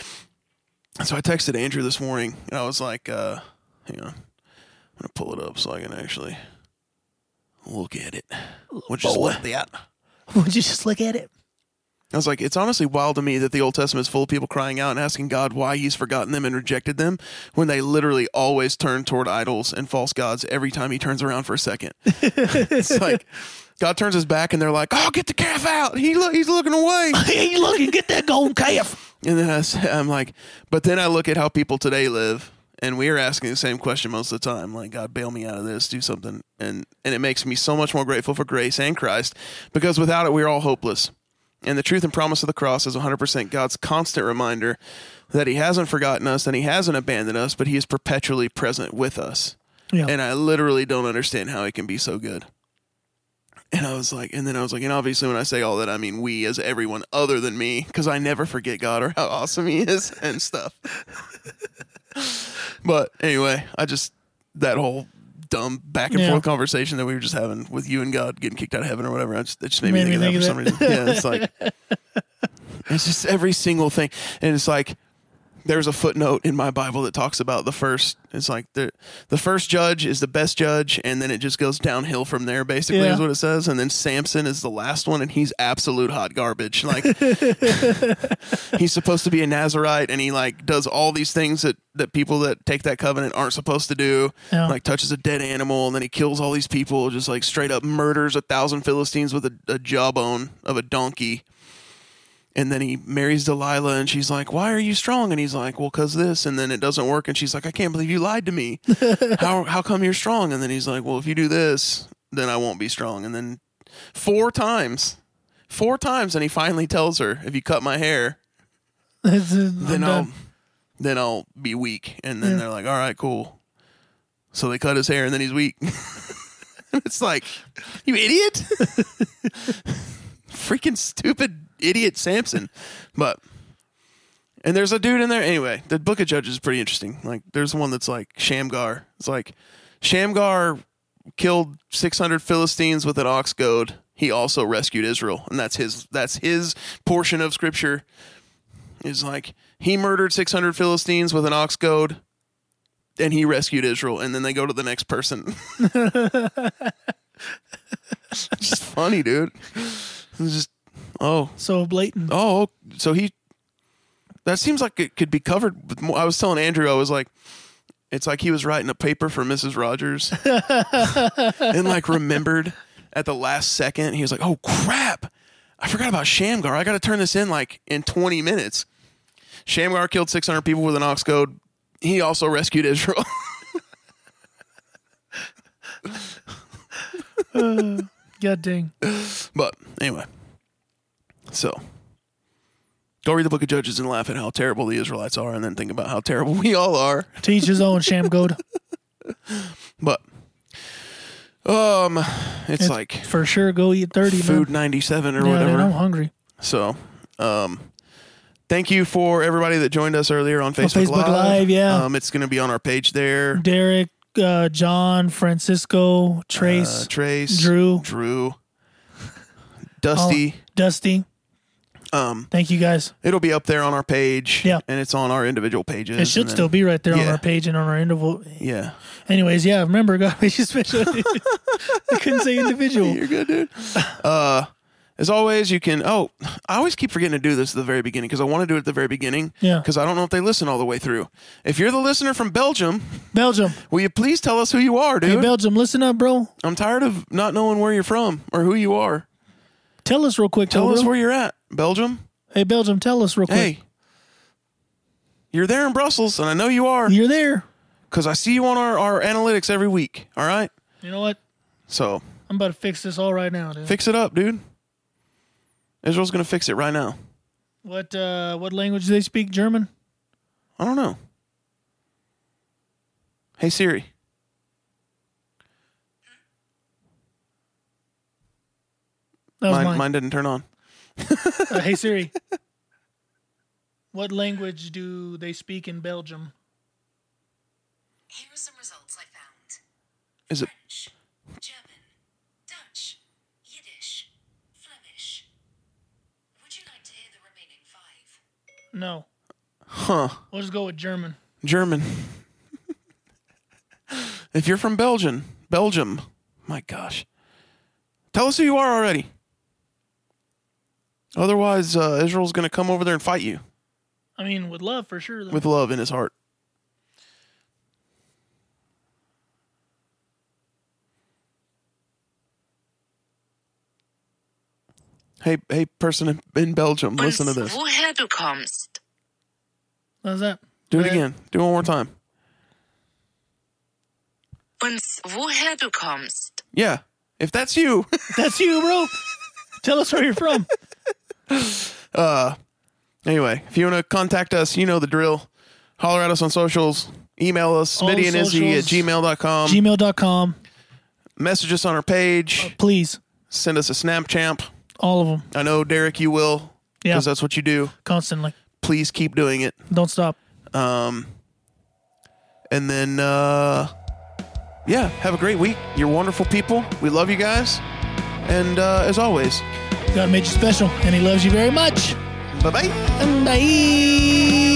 [SPEAKER 1] So I texted Andrew this morning and I was like, uh, hang on. I'm gonna pull it up so I can actually look at it. Which is what that.
[SPEAKER 2] Would you just look at it?
[SPEAKER 1] I was like, it's honestly wild to me that the Old Testament is full of people crying out and asking God why he's forgotten them and rejected them when they literally always turn toward idols and false gods every time he turns around for a second. it's like God turns his back and they're like, oh, get the calf out. He lo- he's looking away.
[SPEAKER 2] Hey, you look and get that golden calf.
[SPEAKER 1] And then I say, I'm like, but then I look at how people today live, and we are asking the same question most of the time, like, God, bail me out of this, do something, and and it makes me so much more grateful for grace and Christ, because without it, we're all hopeless. And the truth and promise of the cross is 100% God's constant reminder that He hasn't forgotten us and He hasn't abandoned us, but He is perpetually present with us.
[SPEAKER 2] Yeah.
[SPEAKER 1] And I literally don't understand how it can be so good. And I was like, and then I was like, and obviously when I say all that, I mean we as everyone other than me, because I never forget God or how awesome He is and stuff. but anyway, I just that whole dumb back and
[SPEAKER 2] Yeah.
[SPEAKER 1] forth conversation that we were just having with you and God getting kicked out of heaven or whatever, I just, it just made,
[SPEAKER 2] Made
[SPEAKER 1] me think
[SPEAKER 2] me
[SPEAKER 1] of that for
[SPEAKER 2] think
[SPEAKER 1] some reason. Yeah, it's like it's just every single thing, and it's like there's a footnote in my Bible that talks about the first. It's like the the first judge is the best judge, and then it just goes downhill from there. Basically,
[SPEAKER 2] Yeah.
[SPEAKER 1] is what it says. And then Samson is the last one, and he's absolute hot garbage. Like he's supposed to be a Nazarite, and he like does all these things that that people that take that covenant aren't supposed to do.
[SPEAKER 2] Yeah.
[SPEAKER 1] Like touches a dead animal, and then he kills all these people. Just like straight up murders a thousand Philistines with a, a jawbone of a donkey. And then he marries Delilah, and she's like, "Why are you strong?" And he's like, "Well, cause this." And then it doesn't work, and she's like, "I can't believe you lied to me. how how come you're strong?" And then he's like, "Well, if you do this, then I won't be strong." And then four times, four times, and he finally tells her, "If you cut my hair,
[SPEAKER 2] It's, uh, I'm
[SPEAKER 1] then I'll
[SPEAKER 2] done.
[SPEAKER 1] then I'll be weak." And then
[SPEAKER 2] Yeah.
[SPEAKER 1] they're like, "All right, cool." So they cut his hair, and then he's weak. it's like, you idiot, freaking stupid idiot Samson. But and there's a dude in there anyway. The Book of Judges is pretty interesting. Like there's one that's like Shamgar. It's like Shamgar killed 600 Philistines with an ox goad. He also rescued Israel, and that's his that's his portion of scripture. Is like he murdered 600 Philistines with an ox goad, and he rescued Israel. And then they go to the next person. It's just funny, dude. It's just oh
[SPEAKER 2] So blatant.
[SPEAKER 1] Oh, so he. That seems like it could be covered with more. I was telling Andrew, I was like, it's like he was writing a paper for Mrs. Rogers and like remembered at the last second. He was like, oh crap, I forgot about Shamgar. I got to turn this in like in 20 minutes. Shamgar killed 600 people with an ox goad. He also rescued Israel.
[SPEAKER 2] God dang.
[SPEAKER 1] but anyway, so go read the book of Judges and laugh at how terrible the Israelites are, and then think about how terrible we all are.
[SPEAKER 2] To each his own, Sham Goat.
[SPEAKER 1] But um, it's, like
[SPEAKER 2] For sure, go eat 30,
[SPEAKER 1] food
[SPEAKER 2] man.
[SPEAKER 1] ninety seven or
[SPEAKER 2] Yeah,
[SPEAKER 1] whatever.
[SPEAKER 2] man, I'm hungry.
[SPEAKER 1] So, um, thank you for everybody that joined us earlier on Facebook,
[SPEAKER 2] Facebook Live, yeah.
[SPEAKER 1] um, it's going to be on our page there.
[SPEAKER 2] Derek, uh, John, Francisco,
[SPEAKER 1] Uh,
[SPEAKER 2] Trace,
[SPEAKER 1] Trace,
[SPEAKER 2] Drew.
[SPEAKER 1] Drew, Dusty.
[SPEAKER 2] Dusty.
[SPEAKER 1] Um,
[SPEAKER 2] Thank you guys.
[SPEAKER 1] it'll be up there on our page.
[SPEAKER 2] Yeah.
[SPEAKER 1] and it's on our individual pages.
[SPEAKER 2] It should
[SPEAKER 1] and then-
[SPEAKER 2] still be right there on
[SPEAKER 1] yeah.
[SPEAKER 2] our page and on our interval.
[SPEAKER 1] Yeah,
[SPEAKER 2] Anyways, yeah, remember, God made you special. I couldn't say individual.
[SPEAKER 1] you're good, dude. Uh, as always, you can. Oh, I always keep forgetting to do this at the very beginning because I want to do it at the very beginning.
[SPEAKER 2] Yeah.
[SPEAKER 1] because I don't know if they listen all the way through. If you're the listener from Belgium,
[SPEAKER 2] Belgium.
[SPEAKER 1] will you please tell us who you are, dude?
[SPEAKER 2] Hey, Belgium, listen up, bro.
[SPEAKER 1] I'm tired of not knowing where you're from or who you are.
[SPEAKER 2] Tell us real quick.
[SPEAKER 1] Tell us
[SPEAKER 2] Tobro.
[SPEAKER 1] where you're at, Belgium.
[SPEAKER 2] hey, Belgium, tell us real quick.
[SPEAKER 1] Hey, you're there in Brussels, and I know you are
[SPEAKER 2] You're there.
[SPEAKER 1] because I see you on our, our analytics every week. All right,
[SPEAKER 2] You know what?
[SPEAKER 1] so
[SPEAKER 2] I'm about to fix this all right now, dude.
[SPEAKER 1] fix it up, dude. Israel's gonna fix it right now.
[SPEAKER 2] what uh, what language do they speak? German?
[SPEAKER 1] I don't know. Hey Siri.
[SPEAKER 2] That was
[SPEAKER 1] mine,
[SPEAKER 2] mine.
[SPEAKER 1] didn't turn on.
[SPEAKER 2] Uh, hey Siri. what language do they speak in Belgium?
[SPEAKER 3] Here are some results I found
[SPEAKER 1] Is it
[SPEAKER 3] French, German, Dutch, Yiddish, Flemish. Would you like to hear the remaining five?
[SPEAKER 2] No.
[SPEAKER 1] huh?
[SPEAKER 2] We'll just go with German.
[SPEAKER 1] German. if you're from Belgium, Belgium. My gosh. Tell us who you are already. Otherwise, uh, Israel's going to come over there and fight you
[SPEAKER 2] I mean, with love for sure. Though.
[SPEAKER 1] with love in his heart. Hey, hey, person in- in Belgium, listen to this.
[SPEAKER 3] Woher du kommst.
[SPEAKER 2] How's that?
[SPEAKER 1] Do it
[SPEAKER 2] Yeah.
[SPEAKER 1] again. Do it one more time.
[SPEAKER 3] Uns woher du kommst.
[SPEAKER 1] Yeah, if that's you.
[SPEAKER 2] That's you, bro. Tell us where you're from.
[SPEAKER 1] Anyway, if you want to contact us, you know the drill. Holler at us on socials. Email us,
[SPEAKER 2] All
[SPEAKER 1] Smitty and Izzy at
[SPEAKER 2] socials.
[SPEAKER 1] gmail.com.
[SPEAKER 2] Gmail.com.
[SPEAKER 1] Message us on our
[SPEAKER 2] Oh.
[SPEAKER 1] page.
[SPEAKER 2] Please.
[SPEAKER 1] Send us a Snapchamp.
[SPEAKER 2] All of them.
[SPEAKER 1] I know, Derek, you will,
[SPEAKER 2] Yeah.
[SPEAKER 1] because that's what you do.
[SPEAKER 2] Constantly.
[SPEAKER 1] Please keep doing it.
[SPEAKER 2] Don't stop.
[SPEAKER 1] Um, And then, uh, yeah, have a great week. You're wonderful people. We love you guys. And uh, as always,
[SPEAKER 2] God made you special, and He loves you very much.
[SPEAKER 1] bye bye.
[SPEAKER 2] Bye.